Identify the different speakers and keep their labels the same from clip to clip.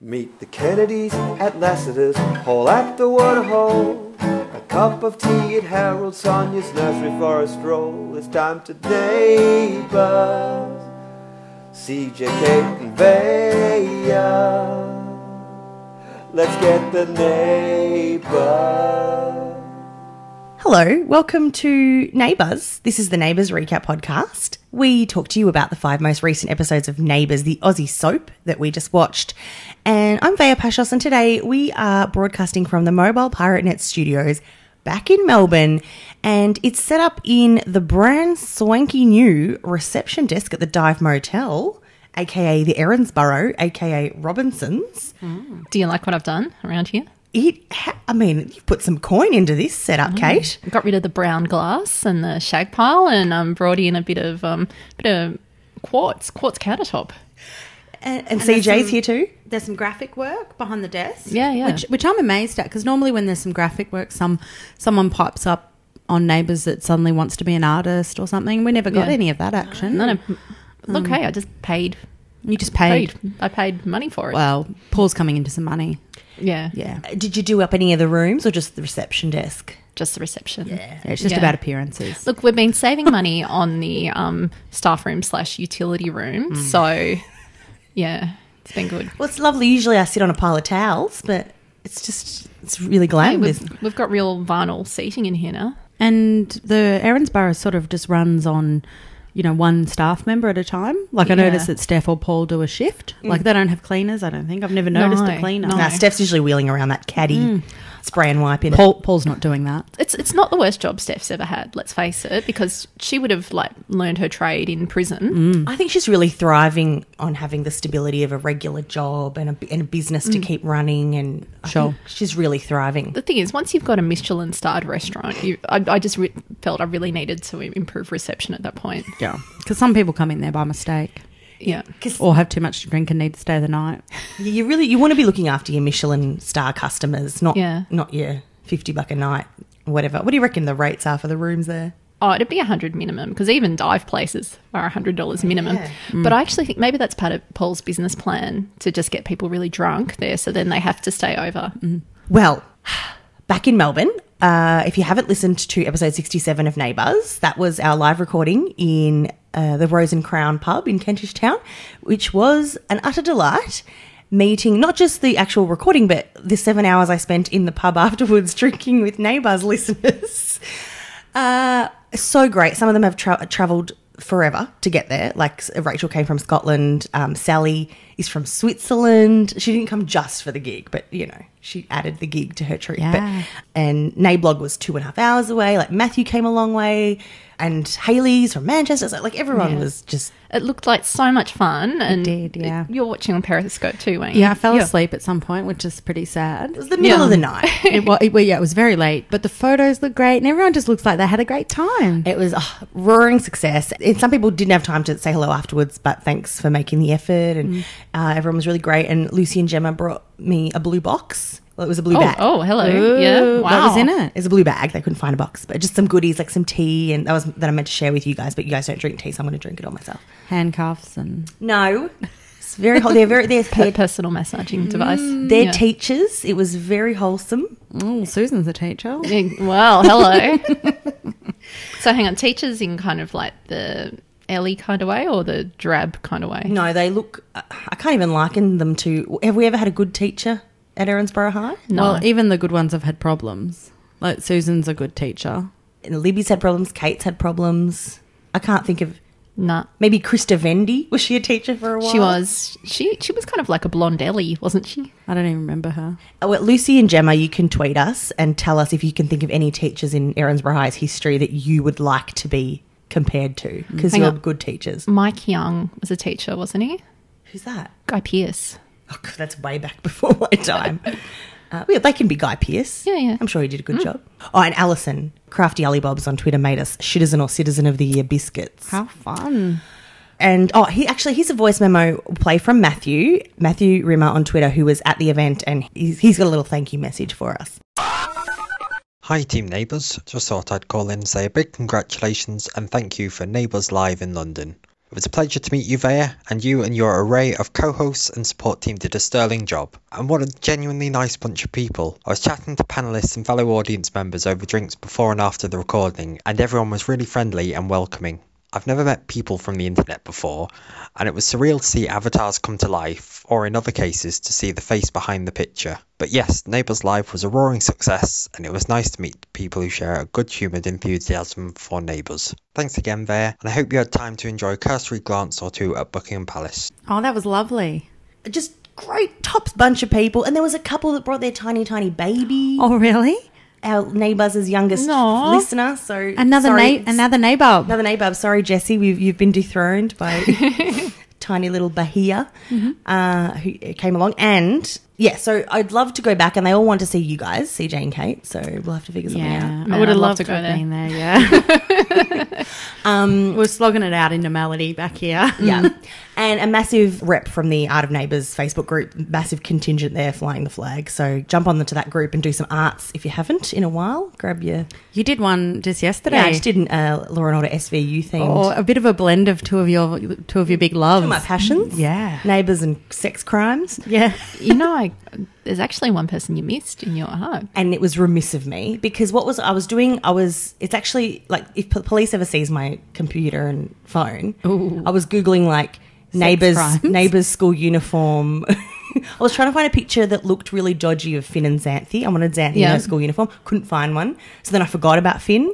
Speaker 1: Meet the Kennedys at Lassiter's Hall at the Waterhole. A cup of tea at Harold Sonia's nursery for a stroll. It's time to neighbors. CJ, Kate, and Vaya. Let's get the neighbors.
Speaker 2: Hello, welcome to Neighbours. This is the Neighbours Recap Podcast. We talk to you about the five most recent episodes of Neighbours, the Aussie soap that we just watched. And I'm Vaya Pashos, and today we are broadcasting from the Mobile Pirate Net studios back in Melbourne. And it's set up in the brand swanky new reception desk at the Dive Motel, aka the Erinsborough, aka Robinson's.
Speaker 3: Do you like what I've done around here?
Speaker 2: It, ha- I mean, you've put some coin into this setup,
Speaker 4: Mm.
Speaker 2: Kate.
Speaker 3: I got rid of the brown glass and the shag pile, and um, brought in a bit of um, bit of quartz quartz countertop.
Speaker 2: And, and CJ's
Speaker 4: some-
Speaker 2: here too.
Speaker 4: There's some graphic work behind the desk.
Speaker 3: Yeah, yeah.
Speaker 4: Which, which I'm amazed at because normally when there's some graphic work, some someone pipes up on neighbours that suddenly wants to be an artist or something. We never got
Speaker 3: Yeah.
Speaker 4: any of that action.
Speaker 3: None of look. Hey, I just paid.
Speaker 4: You just paid.
Speaker 3: Paid. I paid money for it.
Speaker 4: Well, Paul's coming into some money.
Speaker 3: yeah,
Speaker 4: Yeah,
Speaker 2: Did you do up any of the rooms or just the reception desk?
Speaker 3: Just the reception. Yeah.
Speaker 4: it's just
Speaker 3: Yeah.
Speaker 4: about appearances.
Speaker 3: Look, we've been saving money on the um, staff room slash utility room, so yeah, it's been good.
Speaker 2: Well, it's lovely. Usually I sit on a pile of towels, but it's just, it's really glam. with
Speaker 3: We've, we've got real vinyl seating in here now.
Speaker 4: And the Erinsborough sort of just runs on, you know, one staff member at a time. Like
Speaker 3: Yeah.
Speaker 4: I
Speaker 3: Mm.
Speaker 4: noticed that Steph or Paul do a shift. Like they don't have cleaners. I don't think I've never noticed a
Speaker 3: No,
Speaker 4: cleaner.
Speaker 3: no.
Speaker 2: Nah, Steph's usually wheeling around that caddy, spray and wipe in it.
Speaker 4: Paul, Paul's not doing that.
Speaker 3: it's it's not the worst job Steph's ever had. Let's face it, because she would have like learned her trade in prison.
Speaker 4: Mm.
Speaker 2: I think she's really thriving on having the stability of a regular job and a, and a business to keep running. And I
Speaker 4: Sure.
Speaker 2: think she's really thriving.
Speaker 3: The thing is, once you've got a Michelin starred restaurant, you, I, I just re- felt I really needed to im- improve reception at that point.
Speaker 4: Yeah, because some people come in there by mistake
Speaker 3: Yeah,
Speaker 4: or have too much to drink and need to stay the night.
Speaker 2: You- You really, you want to be looking after your Michelin star customers, not,
Speaker 3: Yeah.
Speaker 2: not your 50 buck a night, whatever. What do you reckon the rates are for the rooms there?
Speaker 3: oh, it'd be a hundred minimum because even dive places are a hundred dollars minimum.
Speaker 4: Mm.
Speaker 3: But I actually think maybe that's part of Paul's business plan to just get people really drunk there, so then they have to stay over.
Speaker 4: Mm.
Speaker 2: Well, back in Melbourne, uh, if you haven't listened to episode 67 of Neighbours, that was our live recording in uh, the Rose and Crown pub in Kentish Town, which was an utter delight. Meeting not just the actual recording, but the seven hours I spent in the pub afterwards drinking with neighbours listeners. Uh, so great. Some of them have tra- traveled forever to get there. Like s- Rachel came from Scotland. Um, Sally is from Switzerland. She didn't come just for the gig, but you know, she added the gig to her trip.
Speaker 4: Yeah.
Speaker 2: But, and Nablog was two and a half hours away. Like Matthew came a long way, and Haley's from Manchester. So like everyone was just
Speaker 3: It looked like so much fun, and
Speaker 4: did, yeah.
Speaker 3: you're watching on Periscope too, ain't you?
Speaker 4: Yeah, I fell asleep at some point, which is pretty sad.
Speaker 2: it was the middle
Speaker 3: Yeah.
Speaker 2: of the night.
Speaker 4: it, well, it, well, yeah, it was very late, but the photos look great, and everyone just looks like they had a great time.
Speaker 2: It was a roaring success. And some people didn't have time to say hello afterwards, but thanks for making the effort. And
Speaker 3: Mm.
Speaker 2: uh, everyone was really great. And Lucy and Gemma brought me a blue box. Well, it was a blue
Speaker 3: Oh,
Speaker 2: bag.
Speaker 3: oh, hello.
Speaker 4: Ooh,
Speaker 3: yeah. Wow.
Speaker 4: That was in it.
Speaker 2: It was a blue bag. They couldn't find a box, but just some goodies like some tea, and that was that I meant to share with you guys. But you guys don't drink tea, so I'm going to drink it all myself.
Speaker 4: Handcuffs and
Speaker 2: No, it's very hot. They're very they're,
Speaker 3: per-
Speaker 2: they're,
Speaker 3: personal massaging device.
Speaker 2: they're
Speaker 3: Yeah.
Speaker 2: teachers. It was very wholesome.
Speaker 4: oh, Susan's a teacher.
Speaker 3: Yeah, Well, hello. so hang on, teachers in kind of like the Ellie kind of way or the drab kind of way?
Speaker 2: No, they look. I can't even liken them to. Have we ever had a good teacher at Erinsborough High?
Speaker 4: Well, even the good ones have had problems. Like Susan's a good teacher.
Speaker 2: and Libby's had problems. Kate's had problems. I can't think of
Speaker 3: Nah.
Speaker 2: maybe Krista Vendy. Was she a teacher for a while?
Speaker 3: She was she she was kind of like a blonde Ellie, wasn't she?
Speaker 4: I don't even remember her.
Speaker 2: Oh, well, Lucy and Gemma, you can tweet us and tell us if you can think of any teachers in Erinsborough High's history that you would like to be compared to because
Speaker 3: Hang
Speaker 2: you're
Speaker 3: on.
Speaker 2: good teachers.
Speaker 3: Mike Young was a teacher, wasn't he?
Speaker 2: Who's that?
Speaker 3: Guy Pearce.
Speaker 2: Oh, God, that's way back before my time. Uh, well, they can be Guy Pearce.
Speaker 3: Yeah, Mm. yeah.
Speaker 2: I'm sure he did a good job. Oh, and Alison, Crafty Ali Bobs on Twitter made us citizen or citizen of the year biscuits.
Speaker 4: How fun!
Speaker 2: And oh, he actually here's a voice memo play from Matthew, Matthew Rimmer on Twitter, who was at the event, and he's, he's got a little thank you message for us.
Speaker 5: Hi, Team Neighbours. Just thought I'd call in and say a big congratulations and thank you for Neighbours Live in London. It was a pleasure to meet you, Vea, and you and your array of co hosts and support team did a sterling job. And what a genuinely nice bunch of people. I was chatting to panelists and fellow audience members over drinks before and after the recording, and everyone was really friendly and welcoming. I've never met people from the internet before, and it was surreal to see avatars come to life, or in other cases, to see the face behind the picture. But yes, Neighbours Live was a roaring success, and it was nice to meet people who share a good humoured enthusiasm for Neighbours. Thanks again, there, and I hope you had time to enjoy a cursory glance or two at Buckingham Palace.
Speaker 4: Oh, that was lovely.
Speaker 2: Just great top bunch of people. And there was a couple that brought their tiny, tiny baby.
Speaker 4: Oh, really?
Speaker 2: Our neighbours' youngest
Speaker 3: Aw.
Speaker 2: listener. So
Speaker 4: Another
Speaker 2: sorry-
Speaker 4: na- another neighbor.
Speaker 2: Another neighbour. Sorry, Jesse, we've, you've been dethroned by tiny little Bahia
Speaker 4: Mm-hmm.
Speaker 2: uh, who came along. And yeah, so I'd love to go back, and they all want to see you guys, CJ and Kate. So we'll have to figure something out.
Speaker 4: yeah,
Speaker 3: I would have loved to go there.
Speaker 4: Been there yeah, um, we're slogging it out into melody back here.
Speaker 2: Yeah. And a massive rep from the Art of Neighbours Facebook group, massive contingent there flying the flag. So jump on to that group and do some arts if you haven't in a while. Grab your.
Speaker 4: You did one just yesterday.
Speaker 2: Yeah, I just did an uh, Law and Order SVU themed.
Speaker 4: Or a bit of a blend of two of your two of your big loves.
Speaker 2: my passions.
Speaker 4: Oh, Yeah.
Speaker 2: Neighbours and sex crimes.
Speaker 4: Yeah.
Speaker 3: you know, I, there's actually one person you missed in your oh, heart.
Speaker 2: and it was remiss of me because what was I was doing? I was it's actually like if po- police ever sees my computer and phone, I was googling like neighbors
Speaker 4: crimes.
Speaker 2: neighbors school uniform. I was trying to find a picture that looked really dodgy of Finn and Xanthi. I wanted Xanthi in
Speaker 3: Yeah.
Speaker 2: her school uniform, couldn't find one. So then I forgot about Finn.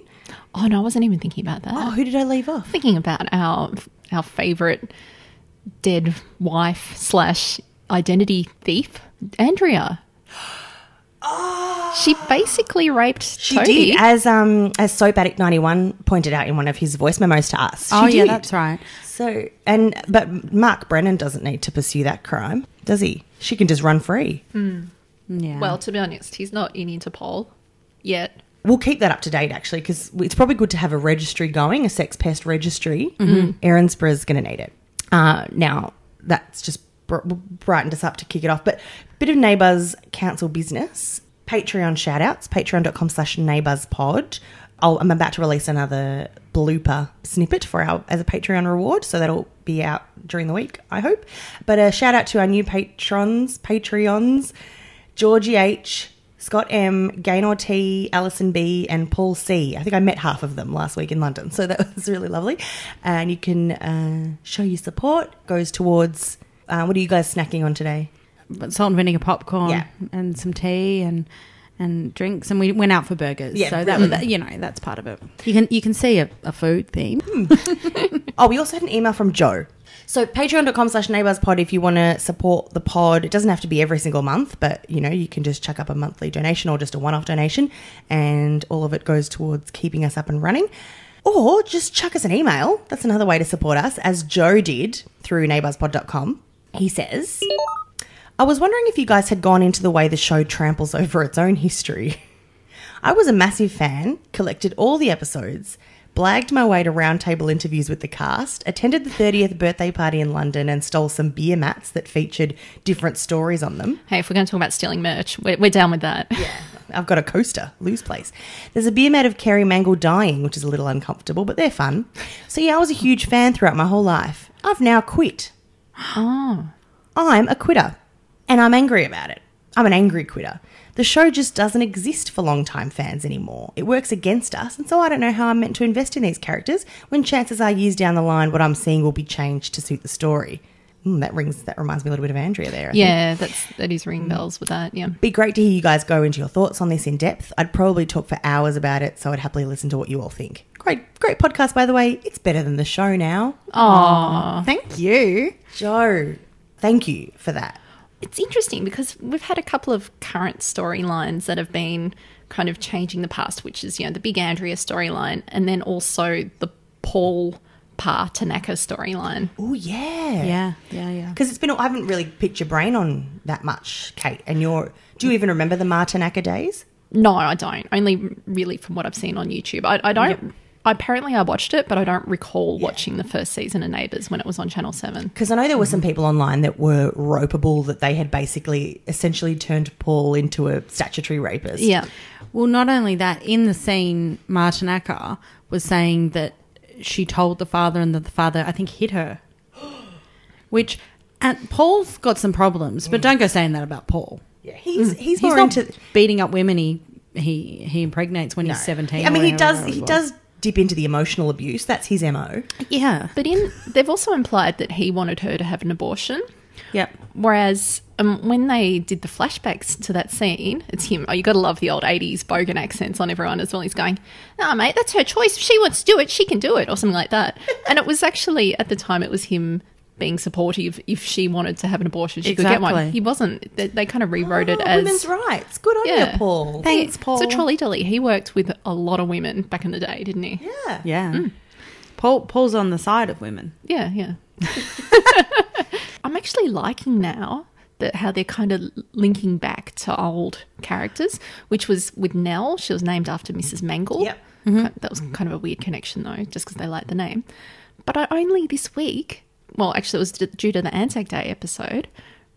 Speaker 3: Oh no, I wasn't even thinking about that.
Speaker 2: Oh, who did I leave off?
Speaker 3: thinking about our our favorite dead wife slash identity thief, Andrea. She basically raped
Speaker 2: Ah. She
Speaker 3: Toby.
Speaker 2: did, as um as Soap Addict ninety one pointed out in one of his voice memos to us.
Speaker 4: Oh
Speaker 2: she
Speaker 4: yeah,
Speaker 2: did.
Speaker 4: that's right.
Speaker 2: So, and but Mark Brennan doesn't need to pursue that crime, does he? She can just run free.
Speaker 4: Yeah.
Speaker 3: Well, to be honest, he's not in Interpol yet.
Speaker 2: We'll keep that up to date actually, because it's probably good to have a registry going, a sex pest registry. mm Aaron Spur's going to need it. Uh, now, that's just br- brightened us up to kick it off. But bit of neighbours council business. Patreon shout outs, patreon.com slash neighbours pod. I'll, I'm about to release another blooper snippet for our as a Patreon reward, so that'll be out during the week, I hope. But a shout out to our new patrons, Patreons. Georgie H, Scott M, Gaynor T, Alison B, and Paul C. I think I met half of them last week in London, so that was really lovely. And you can uh, show your support goes towards. Uh, what are you guys snacking on today?
Speaker 4: But salt and vinegar popcorn
Speaker 2: Yeah.
Speaker 4: and some tea and and drinks and we went out for burgers.
Speaker 2: Yeah,
Speaker 4: so that was that, you know, that's part of it. Hmm. You can you can see a, a food theme.
Speaker 2: Oh, we also had an email from Joe. So patreon.com slash neighbourspod if you want to support the pod. It doesn't have to be every single month, but you know, you can just chuck up a monthly donation or just a one off donation and all of it goes towards keeping us up and running. Or just chuck us an email. That's another way to support us, as Joe did through neighbourspod.com. He says I was wondering if you guys had gone into the way the show tramples over its own history. I was a massive fan, collected all the episodes, blagged my way to roundtable interviews with the cast, attended the 30th birthday party in London, and stole some beer mats that featured different stories on them.
Speaker 3: Hey, if we're going to talk about stealing merch, we're, we're down with that.
Speaker 2: I've got a coaster, lose place. There's a beer mat of Kerry Mangle dying, which is a little uncomfortable, but they're fun. So yeah, I was a huge fan throughout my whole life. I've now quit. Oh. I'm a quitter. And I'm angry about it. I'm an angry quitter. The show just doesn't exist for long-time fans anymore. It works against us, and so I don't know how I'm meant to invest in these characters when chances are years down the line what I'm seeing will be changed to suit the story. Hmm, that rings that reminds me a little bit of Andrea there. I think.
Speaker 3: Yeah, that's that is ringing bells with that. Yeah.
Speaker 2: Be great to hear you guys go into your thoughts on this in depth. I'd probably talk for hours about it, so I'd happily listen to what you all think. Great, great podcast, by the way. It's better than the show now.
Speaker 4: Thank you.
Speaker 2: Joe, thank you for that.
Speaker 3: It's interesting because we've had a couple of current storylines that have been kind of changing the past, which is, you know, the big Andrea storyline and then also the Paul Pa Tanaka storyline.
Speaker 2: Oh yeah,
Speaker 4: Yeah, yeah, yeah.
Speaker 2: Because it's been, I haven't really picked your brain on that much, Kate. And you're, do you even remember the Martinaka days?
Speaker 3: No, I don't. Only really from what I've seen on YouTube. I, I don't. Apparently, I watched it, but I don't recall watching the first season of Neighbours when it was on Channel 7.
Speaker 2: Because I know there were some people online that were ropeable that they had basically essentially turned Paul into a statutory rapist.
Speaker 3: Yeah.
Speaker 4: Well, not only that, in the scene, Martinaka was saying that she told the father, and that the father, I think, hit her. Which, and Paul's got some problems, but don't go saying that about Paul.
Speaker 2: Yeah, he's he's,
Speaker 4: He's
Speaker 2: more
Speaker 4: not
Speaker 2: into.
Speaker 4: beating up women. He he he impregnates when
Speaker 2: no.
Speaker 4: he's seventeen.
Speaker 2: I mean,
Speaker 4: or
Speaker 2: he does
Speaker 4: however it
Speaker 2: he
Speaker 4: was.
Speaker 2: does dip into the emotional abuse. That's his mo.
Speaker 4: Yeah.
Speaker 3: But in they've also implied that he wanted her to have an abortion.
Speaker 4: Yep.
Speaker 3: Whereas um, when they did the flashbacks to that scene, it's him. Oh, you got to love the old 80s bogan accents on everyone as well. He's going, nah, mate, that's her choice. If she wants to do it, she can do it, or something like that. and it was actually, at the time, it was him being supportive. If she wanted to have an abortion, she could get one.
Speaker 4: Exactly.
Speaker 3: He wasn't. They, they kind of rewrote it
Speaker 2: Oh,
Speaker 3: as.
Speaker 2: women's rights. Good on
Speaker 3: Yeah.
Speaker 2: you, Paul.
Speaker 4: Thanks,
Speaker 3: Yeah.
Speaker 4: Paul.
Speaker 3: So Trolley Dolly, he worked with a lot of women back in the day, didn't he?
Speaker 2: Yeah.
Speaker 4: Yeah. Paul Paul's on the side of women.
Speaker 3: Yeah, yeah. I'm actually liking now that how they're kind of linking back to old characters, which was with Nell. She was named after Mrs. Mangle.
Speaker 2: Yep.
Speaker 3: Ki- That was kind of a weird connection though, just because they like the name. But I only this week, well, actually, it was d- due to the Anzac Day episode,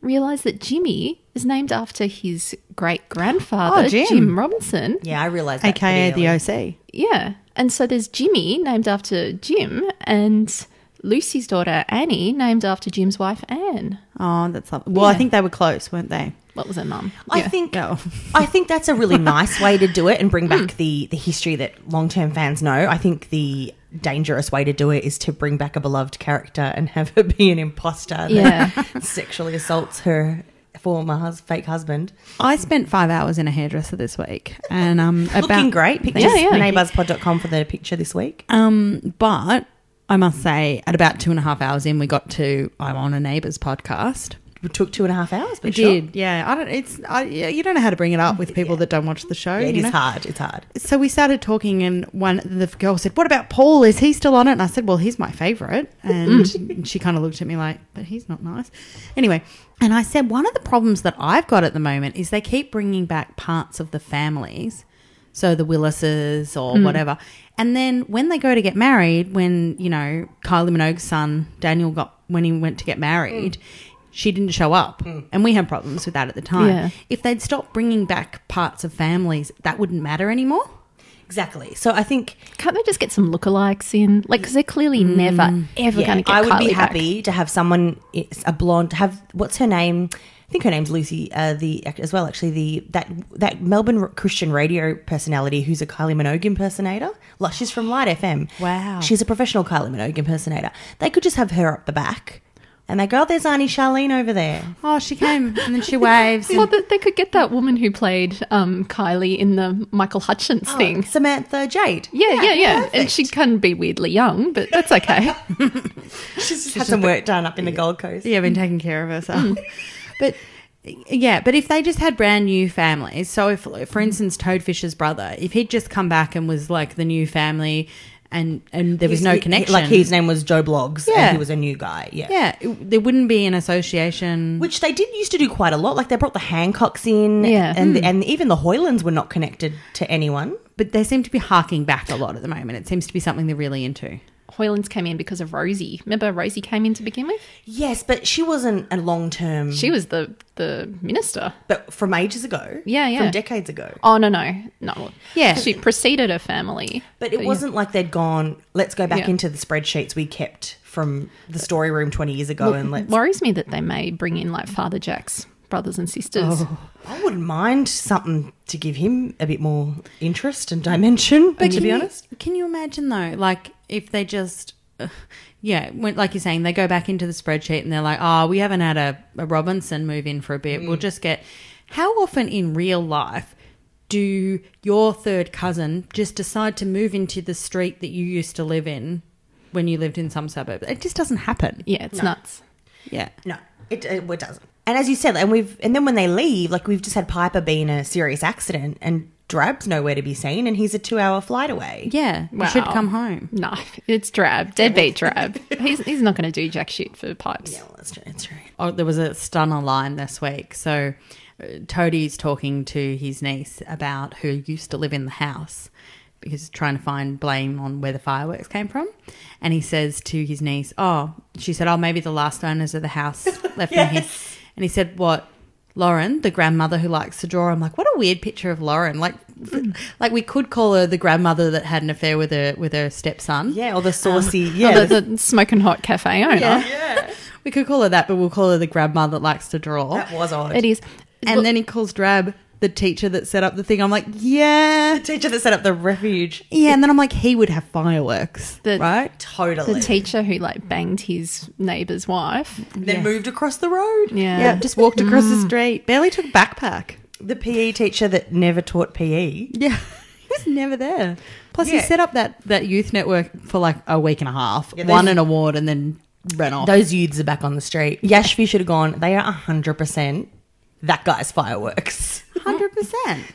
Speaker 3: realised that Jimmy is named after his great grandfather,
Speaker 4: Oh, Jim.
Speaker 3: Robinson.
Speaker 2: Yeah, I realised that.
Speaker 4: AKA
Speaker 2: pretty
Speaker 4: the
Speaker 2: early.
Speaker 4: OC.
Speaker 3: Yeah. And so there's Jimmy, named after Jim, and Lucy's daughter, Annie, named after Jim's wife, Anne.
Speaker 4: Oh, that's up. Well, I
Speaker 3: Yeah.
Speaker 4: think they were close, weren't they?
Speaker 3: What was her mum?
Speaker 2: I
Speaker 3: Yeah.
Speaker 2: think
Speaker 4: No.
Speaker 2: I think that's a really nice way to do it and bring back the the history that long term fans know. I think the dangerous way to do it is to bring back a beloved character and have her be an imposter that
Speaker 3: Yeah.
Speaker 2: sexually assaults her former hus- fake husband.
Speaker 4: I spent five hours in a hairdresser this week, and um, about
Speaker 2: Looking great. Pictures
Speaker 3: Yeah, yeah.
Speaker 2: neighbourspod.com for the picture this week.
Speaker 4: Um, but I must say, at about two and a half hours in, we got to I'm on a neighbours podcast.
Speaker 2: It took two and a half hours, but
Speaker 4: It
Speaker 2: sure.
Speaker 4: did, yeah. I don't. It's I, yeah, you don't know how to bring it up with people that don't watch the show.
Speaker 2: Yeah, it
Speaker 4: you
Speaker 2: is
Speaker 4: know?
Speaker 2: hard. It's hard.
Speaker 4: so we started talking, and one the girl said, "What about Paul? Is he still on it?" And I said, "Well, he's my favorite." And she kind of looked at me like, "But he's not nice." Anyway, and I said, "One of the problems that I've got at the moment is they keep bringing back parts of the families, so the Willises or whatever, and then when they go to get married, when you know Kylie Minogue's son Daniel got when he went to get married." She didn't show up, and we had problems with that at the time.
Speaker 3: Yeah.
Speaker 4: If they'd stopped bringing back parts of families, that wouldn't matter anymore.
Speaker 2: Exactly. So I think
Speaker 3: Can't they just get some lookalikes in? Like, because they're clearly never, ever
Speaker 2: Mm. Yeah,
Speaker 3: going to get
Speaker 2: I would be
Speaker 3: Kylie back.
Speaker 2: happy to have someone it's a blonde have what's her name? I think her name's Lucy. Uh, the as well actually the that that Melbourne Christian radio personality who's a Kylie Minogue impersonator. Like she's from Light FM.
Speaker 4: Wow.
Speaker 2: she's a professional Kylie Minogue impersonator. They could just have her up the back, and they go, oh, "There's Arnie Charlene over there."
Speaker 4: Oh, she came and then she waves.
Speaker 3: Well, that they could get that woman who played um, Kylie in the Michael Hutchins
Speaker 2: Oh,
Speaker 3: Oh, thing.
Speaker 2: Samantha Jade.
Speaker 3: Yeah, yeah, yeah. And she can be weirdly young, but that's okay.
Speaker 2: she's had some work done up in the Gold Coast.
Speaker 4: yeah, been taking care of herself. mm. but yeah, but if they just had brand new families, so if, for instance, Toadfish's brother, if he'd just come back and was like the new family, and and there was no
Speaker 2: He- he-
Speaker 4: connection,
Speaker 2: Like his name was Joe Blogs,
Speaker 4: Yeah.
Speaker 2: and he was a new guy. Yeah.
Speaker 4: yeah, it- there wouldn't be an association.
Speaker 2: Which they did used to do quite a lot. Like they brought the Hancocks in,
Speaker 3: Yeah.
Speaker 2: and
Speaker 3: Hmm.
Speaker 2: and even the Hoylands were not connected to anyone.
Speaker 4: But they seem to be harking back a lot at the moment. It seems to be something they're really into.
Speaker 3: Hoyland's came in because of Rosie. Remember, Rosie came in to begin with?
Speaker 2: Yes, but she wasn't a long term.
Speaker 3: She was the, the minister.
Speaker 2: but from ages ago.
Speaker 3: Yeah, yeah.
Speaker 2: from decades ago.
Speaker 3: Oh, no, no. No.
Speaker 4: Yeah.
Speaker 3: She preceded her family.
Speaker 2: But it
Speaker 3: yeah.
Speaker 2: wasn't like they'd gone. Let's go back
Speaker 3: Yeah.
Speaker 2: into the spreadsheets we kept from the story room twenty years ago, and let's.
Speaker 3: worries me that they may bring in like Father Jack's brothers and sisters.
Speaker 4: Oh.
Speaker 2: I wouldn't mind something to give him a bit more interest and dimension. But to
Speaker 4: can
Speaker 2: be
Speaker 4: you-
Speaker 2: honest,
Speaker 4: can you imagine though? Like if they just, ugh, yeah, when, like you're saying, they go back into the spreadsheet and they're like, oh, we haven't had a, a Robinson move in for a bit. We'll just get. How often in real life do your third cousin just decide to move into the street that you used to live in when you lived in some suburb? It just doesn't happen.
Speaker 3: Yeah, it's nuts.
Speaker 4: Yeah.
Speaker 2: No, it, it, it doesn't. And as you said, and we've and then when they leave, like we've just had Piper be in a serious accident, and Drab's nowhere to be seen, and he's a two-hour flight away.
Speaker 4: Yeah. You should
Speaker 3: Wow.
Speaker 4: come home.
Speaker 3: No, it's drab, deadbeat drab. he's, he's not going to do jack shit for pipes.
Speaker 2: Yeah, well, that's true. That's true.
Speaker 4: oh, there was a stunner line this week. So uh, Toadie's talking to his niece about who used to live in the house because he's trying to find blame on where the fireworks came from. And he says to his niece, Oh, she said, Oh, maybe the last owners of the house left me here. And he said, What? Lauren, the grandmother who likes to draw. I'm like, what a weird picture of Lauren. Like,
Speaker 2: Mm.
Speaker 4: like we could call her the grandmother that had an affair with her with her stepson.
Speaker 2: Yeah, or Um, the saucy.
Speaker 3: Oh,
Speaker 2: yeah,
Speaker 3: the, the smoking hot cafe owner.
Speaker 4: yeah. we could call her that, but we'll call her the grandmother that likes to draw.
Speaker 2: that was odd.
Speaker 3: It is.
Speaker 4: and then he calls Drab the teacher that set up the thing. I'm like, yeah,
Speaker 2: teacher that set up the refuge.
Speaker 4: yeah. And then I'm like, he would have fireworks,
Speaker 3: The-
Speaker 4: right?
Speaker 2: Totally.
Speaker 3: the teacher who like banged his neighbour's wife.
Speaker 2: then moved across the road.
Speaker 3: Yeah.
Speaker 4: yeah, just walked across the
Speaker 2: Mm.
Speaker 4: street. Barely took a backpack.
Speaker 2: The PE teacher that never taught E. PE.
Speaker 4: Yeah. he was never there. Plus,
Speaker 2: Yeah.
Speaker 4: he set up that, that youth network for like a week and a half,
Speaker 2: Yeah,
Speaker 4: won
Speaker 2: those-
Speaker 4: an award, and then ran off.
Speaker 2: Those youths are back on the street. Yashvi should have gone. They are hundred percent that guy's fireworks.
Speaker 4: 100%.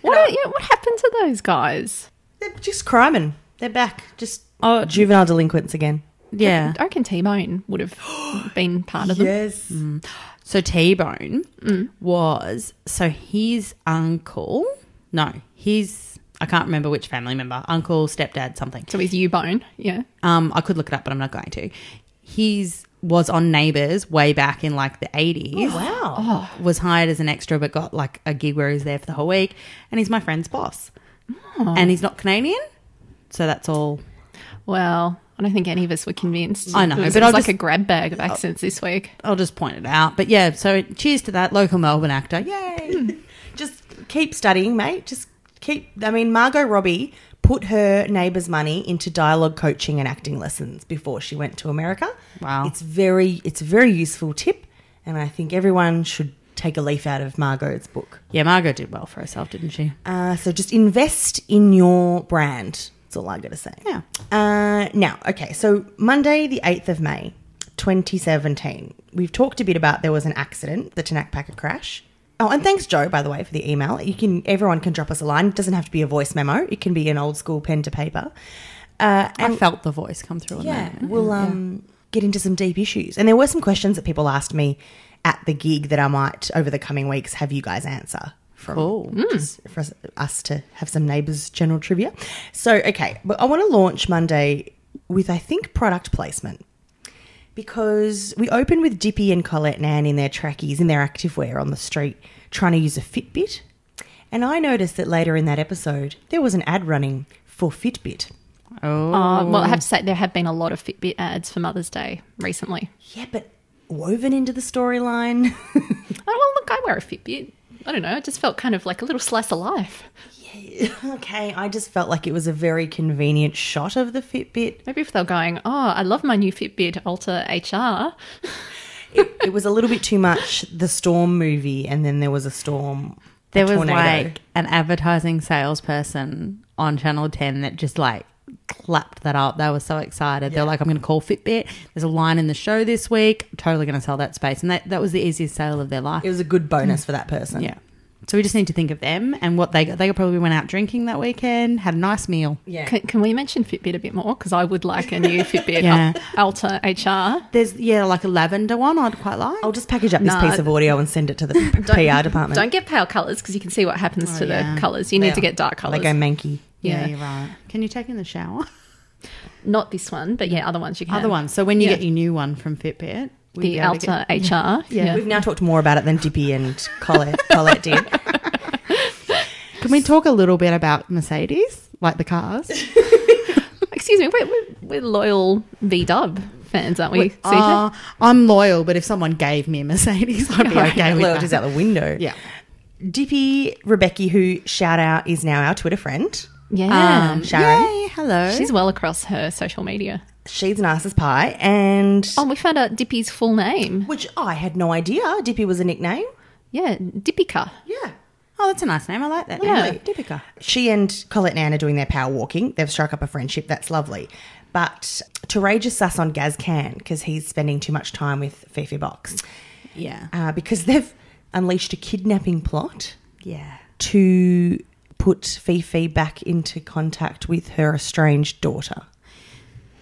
Speaker 3: What, are- yeah, what happened to those guys?
Speaker 2: They're just criming. They're back. Just juvenile delinquents again.
Speaker 4: Yeah.
Speaker 3: I reckon T Bone would have been part of them.
Speaker 2: Yes.
Speaker 4: So T Bone
Speaker 2: Mm.
Speaker 4: was so his uncle. No, his I can't remember which family member, uncle, stepdad, something.
Speaker 3: So he's U Bone. Yeah.
Speaker 4: Um, I could look it up, but I'm not going to. His was on Neighbours way back in like the 80s.
Speaker 2: Oh, Wow.
Speaker 4: Was hired as an extra, but got like a gig where he's there for the whole week. And he's my friend's boss,
Speaker 2: Oh.
Speaker 4: and he's not Canadian, so that's all.
Speaker 3: Well, I don't think any of us were convinced.
Speaker 4: I know,
Speaker 3: It was, it
Speaker 4: but
Speaker 3: was
Speaker 4: I'll
Speaker 3: like
Speaker 4: just-
Speaker 3: a grab bag of accents this week.
Speaker 4: I'll just point it out. But yeah, so cheers to that local Melbourne actor. Yay!
Speaker 2: Just keep studying, mate. Just keep. I mean, Margot Robbie put her neighbour's money into dialogue coaching and acting lessons before she went to America.
Speaker 4: Wow.
Speaker 2: It's very, it's a very useful tip, and I think everyone should take a leaf out of Margot's book.
Speaker 4: yeah, Margot did well for herself, didn't she?
Speaker 2: Uh, so just invest in your brand. That's all I got to say.
Speaker 4: Yeah.
Speaker 2: Uh, now, okay, so Monday, the 8th of May, 2017. We've talked a bit about there was an accident, the Tanak Packer crash. Oh, and thanks, Joe, by the way, for the email. You can everyone can drop us a line. It doesn't have to be a voice memo. It can be an old school pen to paper. Uh,
Speaker 4: I felt the voice come through. on
Speaker 2: yeah,
Speaker 4: that.
Speaker 2: we'll um, get into some deep issues. And there were some questions that people asked me at the gig that I might, over the coming weeks, have you guys answer from just for us- us to have some neighbours general trivia. So, okay, but I want to launch Monday with, I think, product placement because we opened with Dippy and Colette and Anne in their trackies, in their activewear on the street, trying to use a Fitbit. And I noticed that later in that episode, there was an ad running for Fitbit.
Speaker 4: Oh,
Speaker 3: Uh, well, I have to say, there have been a lot of Fitbit ads for Mother's Day recently.
Speaker 2: Yeah, but woven into the storyline.
Speaker 3: Oh, well, look, I wear a Fitbit. I don't know. It just felt kind of like a little slice of life.
Speaker 2: okay, I just felt like it was a very convenient shot of the Fitbit.
Speaker 3: Maybe if they're going, oh, I love my new Fitbit Ultra HR.
Speaker 2: It was a little bit too much the storm movie, and then there was a storm. a
Speaker 4: there was
Speaker 2: tornado.
Speaker 4: like an advertising salesperson on Channel 10 that just like clapped that up. They were so excited. They're like, I'm going to call Fitbit. There's a line in the show this week. I'm totally going to sell that space. And that, that was the easiest sale of their life.
Speaker 2: it was a good bonus for that person.
Speaker 4: Mm. yeah. So we just need to think of them and what they got. They probably went out drinking that weekend, had a nice meal.
Speaker 2: yeah.
Speaker 3: Can, can we mention Fitbit a bit more? Because I would like a new Fitbit
Speaker 4: Yeah.
Speaker 3: Ultra HR.
Speaker 4: There's, yeah, like a lavender one I'd quite like.
Speaker 2: I'll just package up this
Speaker 3: Nah.
Speaker 2: piece of audio and send it to the p- PR department.
Speaker 3: Don't get pale colours because you can see what happens to
Speaker 4: Oh, yeah.
Speaker 3: the colours. You need to get dark colours.
Speaker 2: They go manky.
Speaker 4: yeah,
Speaker 3: yeah.
Speaker 4: you're right. Can you take in the shower?
Speaker 3: Not this one, but yeah, other ones you can.
Speaker 4: Other ones. So when you
Speaker 3: Yeah.
Speaker 4: get your new one from Fitbit, we'll be
Speaker 3: The
Speaker 4: able to
Speaker 3: Ultra HR. Yeah.
Speaker 2: We've now talked more about it than Dippy and Colette, Colette did.
Speaker 4: get- Can we talk a little bit about Mercedes, like the cars?
Speaker 3: Excuse me, we're, we're, we're loyal V Dub fans, aren't we? Susan?
Speaker 4: Uh, I'm loyal, but if someone gave me a Mercedes, I'd be okay with
Speaker 2: Loyalty's
Speaker 4: that.
Speaker 2: out the window.
Speaker 4: Yeah.
Speaker 2: Dippy Rebecca, who shout out is now our Twitter friend.
Speaker 3: yeah.
Speaker 4: Um,
Speaker 2: Sharon.
Speaker 4: Yay, hello.
Speaker 3: She's well across her social media.
Speaker 2: She's nice as pie, and
Speaker 3: Oh, we found out Dippy's full name.
Speaker 2: which I had no idea. Dippy was a nickname.
Speaker 3: Yeah, Dippika.
Speaker 2: Yeah.
Speaker 4: oh, that's a nice name. I like that.
Speaker 3: Yeah.
Speaker 4: name. Deepika.
Speaker 2: She and Colette and Anne are doing their power walking. They've struck up a friendship. That's lovely. But Taraja's sus on Gaz Can because he's spending too much time with Fifi Box
Speaker 4: Yeah.
Speaker 2: uh, because they've unleashed a kidnapping plot
Speaker 4: yeah.
Speaker 2: to put Fifi back into contact with her estranged daughter.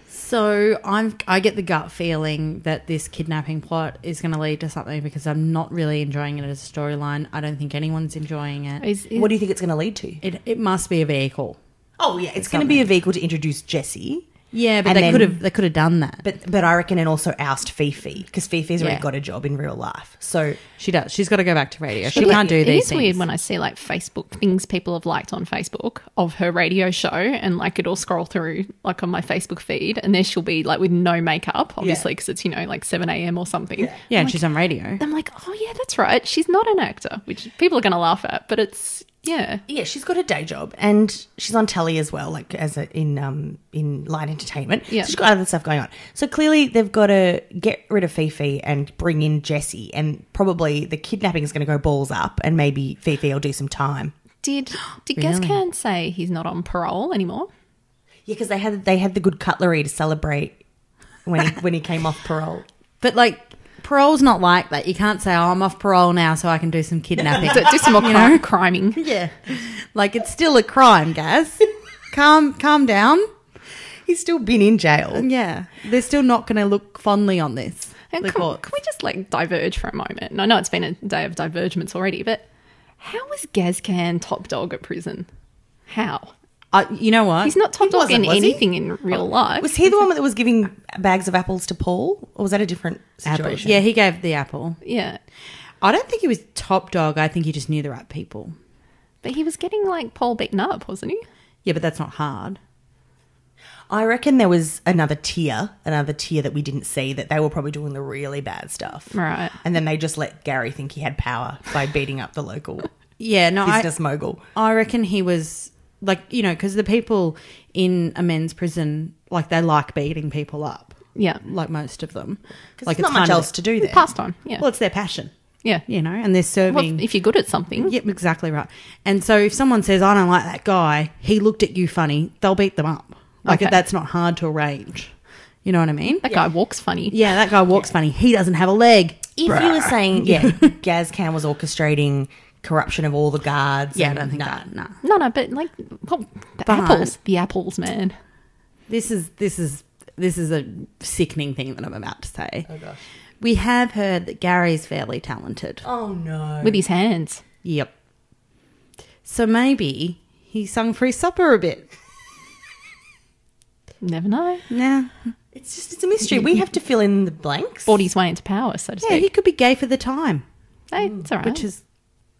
Speaker 4: So I'm. I get the gut feeling that this kidnapping plot is going to lead to something because I'm not really enjoying it as a storyline. I don't think anyone's enjoying it.
Speaker 3: Is, is,
Speaker 2: What do you think it's going to lead to?
Speaker 4: It it must be a vehicle.
Speaker 2: Oh yeah, it's going to be a vehicle to introduce Jesse
Speaker 4: Yeah, but
Speaker 2: And
Speaker 4: they
Speaker 2: then-
Speaker 4: could have they could have done that. But
Speaker 2: But but I reckon and also oust Fifi because Fifi's
Speaker 4: Yeah.
Speaker 2: already got a job in real life. So
Speaker 4: she does. She's got to go back to radio. She
Speaker 3: But
Speaker 4: can't do
Speaker 3: it-
Speaker 4: these
Speaker 3: It is
Speaker 4: things.
Speaker 3: weird when I see like Facebook things people have liked on Facebook of her radio show, and like it'll scroll through like on my Facebook feed, and there she'll be like with no makeup, obviously, because it's you know like seven a.m. or something.
Speaker 4: yeah, and she's on radio.
Speaker 3: I'm like, oh yeah, that's right. She's not an actor, which people are going to laugh at, but it's yeah.
Speaker 2: yeah, she's got a day job and she's on telly as well, like as a, in um in light entertainment.
Speaker 3: Yeah.
Speaker 2: so she's got other stuff going on. So clearly they've got to get rid of Fifi and bring in Jesse, and probably the kidnapping is going to go balls up, and maybe Fifi will do some time.
Speaker 3: Did did Gascan say he's not on parole anymore?
Speaker 2: Yeah, because they had they had the good cutlery to celebrate when he, when he came off parole.
Speaker 4: But like parole's not like that. You can't say, "Oh, I'm off parole now, so I can do some kidnapping."
Speaker 3: Do, do some more cri- criming.
Speaker 4: yeah, like it's still a crime, Gaz. calm, calm down.
Speaker 2: He's still been in jail.
Speaker 4: Yeah, they're still not going to look fondly on this.
Speaker 3: And
Speaker 4: the
Speaker 3: can,
Speaker 4: courts.
Speaker 3: can we just like diverge for a moment? And I know it's been a day of divergements already, but how was Gazcan top dog at prison? How?
Speaker 4: Uh, you know what?
Speaker 3: He's not top dog
Speaker 2: wasn't,
Speaker 3: in
Speaker 2: was he?
Speaker 3: anything in real life.
Speaker 2: Was he the one that was giving bags of apples to Paul, or was that a different
Speaker 4: Apple.
Speaker 2: situation?
Speaker 4: Yeah, he gave the apple.
Speaker 3: yeah.
Speaker 4: I don't think he was top dog. I think he just knew the right people.
Speaker 3: But he was getting like Paul beaten up, wasn't he?
Speaker 4: Yeah, but that's not hard.
Speaker 2: I reckon there was another tier, another tier that we didn't see that they were probably doing the really bad stuff.
Speaker 3: Right.
Speaker 2: And then they just let Gary think he had power by beating up the local
Speaker 4: Yeah, no, I,
Speaker 2: business mogul.
Speaker 4: I reckon he was like you know because the people in a men's prison like they like beating people up,
Speaker 3: Yeah.
Speaker 4: like most of them.
Speaker 2: Because
Speaker 4: Like
Speaker 2: there's not much
Speaker 4: kind of-
Speaker 2: else to do there.
Speaker 3: Passed on. Yeah.
Speaker 4: Well, it's their passion,
Speaker 3: yeah.
Speaker 4: you know, and they're
Speaker 3: Well,
Speaker 4: serving.
Speaker 3: if you're good at something,
Speaker 4: Yep, exactly right. And so if someone says, "I don't like that guy," he looked at you funny, they'll beat them up. Like
Speaker 3: Okay.
Speaker 4: that's not hard to arrange. You know what I mean?
Speaker 3: that guy walks funny.
Speaker 4: Yeah, that guy walks funny. He doesn't have a leg.
Speaker 2: If you were saying, yeah, Gazcan was orchestrating corruption of all the guards.
Speaker 4: Yeah, I
Speaker 2: and-
Speaker 4: don't think
Speaker 2: nah.
Speaker 4: that. Nah.
Speaker 3: No, no, but like, well, the
Speaker 4: But-
Speaker 3: apples, the apples, man.
Speaker 4: This is this is this is a sickening thing that I'm about to say. Oh gosh. We have heard that Gary's fairly talented.
Speaker 2: Oh, no.
Speaker 3: with his hands.
Speaker 4: Yep. So maybe he sung free supper a bit.
Speaker 3: Never know.
Speaker 4: Nah.
Speaker 2: It's just, it's a mystery. We have to fill in the blanks.
Speaker 3: Bought his way into power, so to
Speaker 4: Yeah, he
Speaker 3: speak.
Speaker 4: could be gay for the time,
Speaker 3: Hey, it's all right.
Speaker 4: which is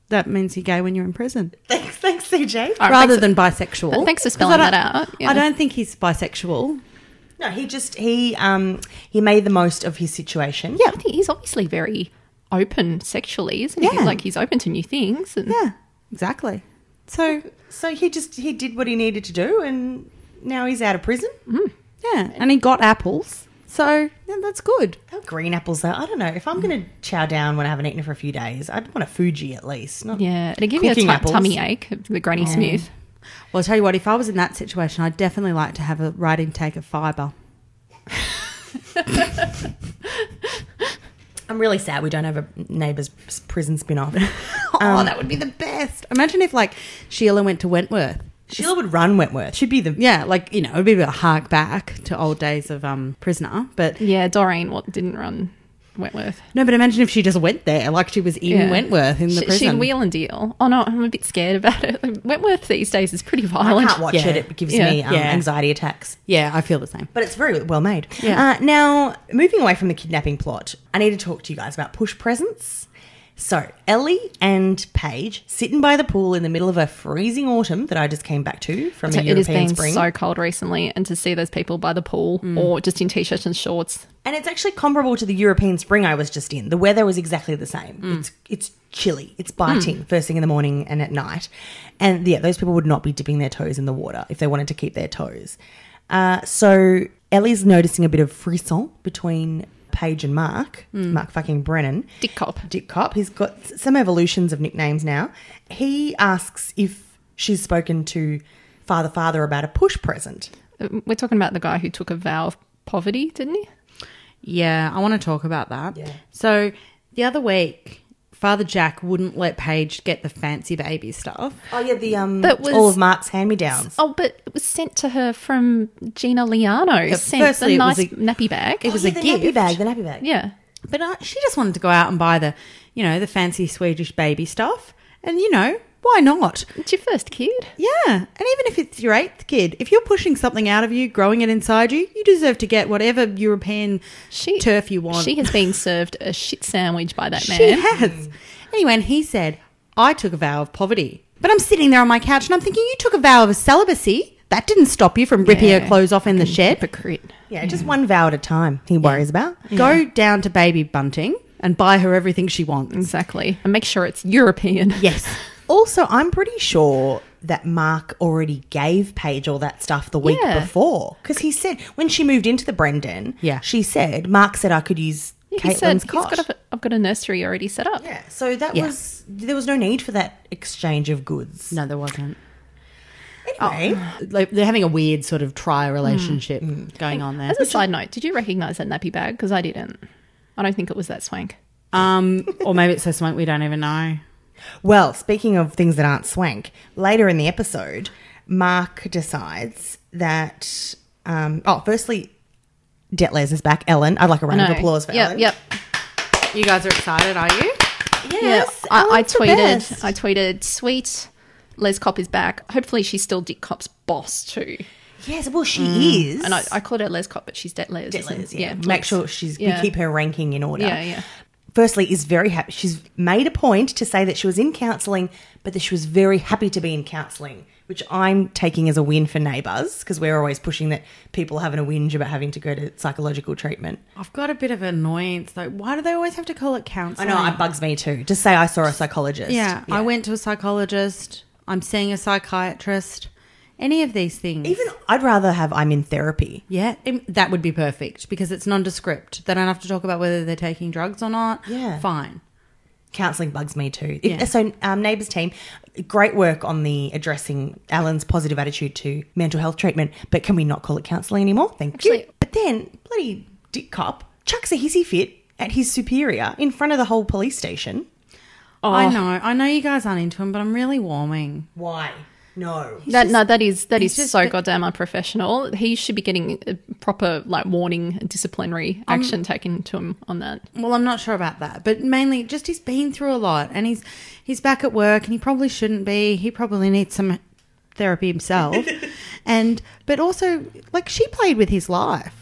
Speaker 4: that means you're gay when you're in prison.
Speaker 2: Thanks, thanks, CJ.
Speaker 3: All right,
Speaker 4: rather
Speaker 3: thanks-
Speaker 4: than bisexual.
Speaker 3: Th- thanks for
Speaker 4: 'Cause I
Speaker 3: spelling
Speaker 4: don't-
Speaker 3: that out, yeah.
Speaker 4: I don't think he's bisexual.
Speaker 2: No, he just he um he made the most of his situation.
Speaker 3: I think he's obviously very open sexually, isn't he?
Speaker 4: Yeah.
Speaker 3: Like he's open to new things. And
Speaker 4: Yeah, exactly. So
Speaker 2: So he just he did what he needed to do, and now he's out of prison.
Speaker 4: yeah, and he got apples. So yeah, that's good.
Speaker 2: How green apples though? I don't know. If I'm going to chow down when I haven't eaten for a few days, I'd want a Fuji at least. Not
Speaker 3: Yeah, it'll give you a
Speaker 2: Cooking
Speaker 3: tu-
Speaker 2: apples.
Speaker 3: tummy ache, the Granny
Speaker 4: Oh.
Speaker 3: Smith.
Speaker 4: Well, I'll tell you what. If I was in that situation, I'd definitely like to have a right intake of fibre.
Speaker 2: I'm really sad we don't have a neighbour's prison spin-off. Um,
Speaker 4: oh, that would be the best. Imagine if like Sheila went to Wentworth.
Speaker 2: Sheila would run Wentworth. She'd be the
Speaker 4: Yeah, like you know, it'd be a hark back to old days of um prisoner. But
Speaker 3: Yeah, Doreen what didn't run Wentworth.
Speaker 4: no, but imagine if she just went there, like she was in
Speaker 3: Yeah.
Speaker 4: Wentworth in the
Speaker 3: she,
Speaker 4: prison.
Speaker 3: She'd wheel and deal. Oh no, I'm a bit scared about it. Like, Wentworth these days is pretty
Speaker 2: I
Speaker 3: violent.
Speaker 2: can't watch
Speaker 4: Yeah.
Speaker 2: it. It gives
Speaker 3: Yeah.
Speaker 2: me um,
Speaker 4: Yeah.
Speaker 2: anxiety attacks.
Speaker 4: yeah, I feel the same.
Speaker 2: But it's very well made.
Speaker 4: Yeah.
Speaker 2: Uh, now, moving away from the kidnapping plot, I need to talk to you guys about push presents. So, Ellie and Paige sitting by the pool in the middle of a freezing autumn that I just came back to from
Speaker 3: So
Speaker 2: a
Speaker 3: it has
Speaker 2: European
Speaker 3: been
Speaker 2: spring.
Speaker 3: so cold recently, and to see those people by the pool
Speaker 4: Mm.
Speaker 3: or just in t-shirts and shorts,
Speaker 2: and it's actually comparable to the European spring I was just in. The weather was exactly the same. It's it's chilly. It's biting first thing in the morning and at night. And yeah, those people would not be dipping their toes in the water if they wanted to keep their toes. Uh, so Ellie's noticing a bit of frisson between Paige and Mark, Mark fucking Brennan.
Speaker 3: Dick Cop.
Speaker 2: Mm. Dick Cop. He's got some evolutions of nicknames now. He asks if she's spoken to Father Father about a push present.
Speaker 3: Um, We're talking about the guy who took a vow of poverty, didn't he?
Speaker 4: Yeah, I want to talk about that.
Speaker 2: Yeah.
Speaker 4: So the other week, Father Jack wouldn't let Paige get the fancy baby stuff.
Speaker 2: Oh yeah, the um
Speaker 3: That was-
Speaker 2: all of Mark's hand me downs.
Speaker 3: Oh, but it was sent to her from Gina Liano. sent
Speaker 4: firstly,
Speaker 3: a
Speaker 4: it was
Speaker 3: nice
Speaker 4: a-
Speaker 3: nappy bag.
Speaker 4: It was a
Speaker 2: Oh, the
Speaker 4: gift.
Speaker 2: nappy bag, the nappy bag.
Speaker 3: yeah.
Speaker 4: But uh, she just wanted to go out and buy the, you know, the fancy Swedish baby stuff. And you know, Why not?
Speaker 3: It's your first kid.
Speaker 4: Yeah. And even if it's your eighth kid, if you're pushing something out of you, growing it inside you, you deserve to get whatever European
Speaker 3: She
Speaker 4: turf you want.
Speaker 3: She has been served a shit sandwich by that
Speaker 4: She
Speaker 3: man.
Speaker 4: has. Anyway, and he said, I took a vow of poverty. But I'm sitting there on my couch and I'm thinking, you took a vow of celibacy. That didn't stop you from ripping
Speaker 3: Yeah.
Speaker 4: your clothes off in the shed.
Speaker 3: Hypocrite.
Speaker 2: Yeah, just one vow at a time he worries about.
Speaker 4: Go down to Baby Bunting and buy her everything she wants.
Speaker 3: Exactly. And make sure it's European.
Speaker 4: Yes.
Speaker 2: Also, I'm pretty sure that Mark already gave Paige all that stuff the week
Speaker 3: Yeah.
Speaker 2: before. Because he said, when she moved into the Brendan,
Speaker 4: Yeah.
Speaker 2: she said, Mark said I could use
Speaker 3: he
Speaker 2: Caitlin's
Speaker 3: said,
Speaker 2: cot.
Speaker 3: He's got a, I've got a nursery already set up.
Speaker 2: yeah, so that
Speaker 4: Yeah.
Speaker 2: was, there was no need for that exchange of goods.
Speaker 4: No, there wasn't.
Speaker 2: Anyway,
Speaker 3: Oh.
Speaker 4: Like, they're having a weird sort of tri relationship going on there.
Speaker 3: As a side note, did you recognize that nappy bag? Because I didn't. I don't think it was that swank.
Speaker 4: Um, or maybe it's so smoke we don't even know.
Speaker 2: Well, speaking of things that aren't swank, later in the episode, Mark decides that. Um, oh, firstly, Detlez is back. Ellen, I'd like a round
Speaker 3: No.
Speaker 2: of applause for
Speaker 3: yep,
Speaker 2: Ellen.
Speaker 3: Yep.
Speaker 4: You guys are excited, are you?
Speaker 2: Yes,
Speaker 3: Yeah, I, I
Speaker 2: Ellen's the
Speaker 3: tweeted.
Speaker 2: best.
Speaker 3: I tweeted. Sweet, Les Cop is back. Hopefully, she's still Dick Cop's boss too.
Speaker 2: Yes, well, she is.
Speaker 3: And Mm, I, I called her Les Cop, but she's Det Les. isn't
Speaker 2: Detlez,
Speaker 3: it?
Speaker 2: yeah.
Speaker 3: Les.
Speaker 2: Make sure she's
Speaker 3: Yeah.
Speaker 2: we keep her ranking in order.
Speaker 3: Yeah, yeah.
Speaker 2: Firstly, is very happy. She's made a point to say that she was in counselling, but that she was very happy to be in counselling, which I'm taking as a win for neighbours because we're always pushing that people having a whinge about having to go to psychological treatment.
Speaker 4: I've got a bit of annoyance though. Why do they always have to call it
Speaker 2: I
Speaker 4: counseling?
Speaker 2: know it bugs me too. Just say I saw a psychologist.
Speaker 4: Yeah, I went to a psychologist. I'm seeing a psychiatrist. Any of these things.
Speaker 2: Even I'd rather have I'm in therapy.
Speaker 4: yeah, im- that would be perfect because it's nondescript. They don't have to talk about whether they're taking drugs or not.
Speaker 2: Yeah.
Speaker 4: Fine.
Speaker 2: Counselling bugs me too.
Speaker 4: Yeah.
Speaker 2: So um, neighbours team, great work on the addressing Alan's positive attitude to mental health treatment. But can we not call it counselling anymore? Thank you.
Speaker 3: Actually-
Speaker 2: But then bloody dick cop chucks a hissy fit at his superior in front of the whole police station. Oh.
Speaker 4: I know. I know you guys aren't into him, but I'm really warming.
Speaker 2: Why? No.
Speaker 3: That, no, that is that is
Speaker 4: he's just
Speaker 3: so
Speaker 4: the-
Speaker 3: goddamn unprofessional. He should be getting a proper like warning, and disciplinary action taken to him on that.
Speaker 4: Well, I'm not sure about that, but mainly just he's been through a lot, and he's he's back at work, and he probably shouldn't be. He probably needs some therapy himself, and but also like she played with his life.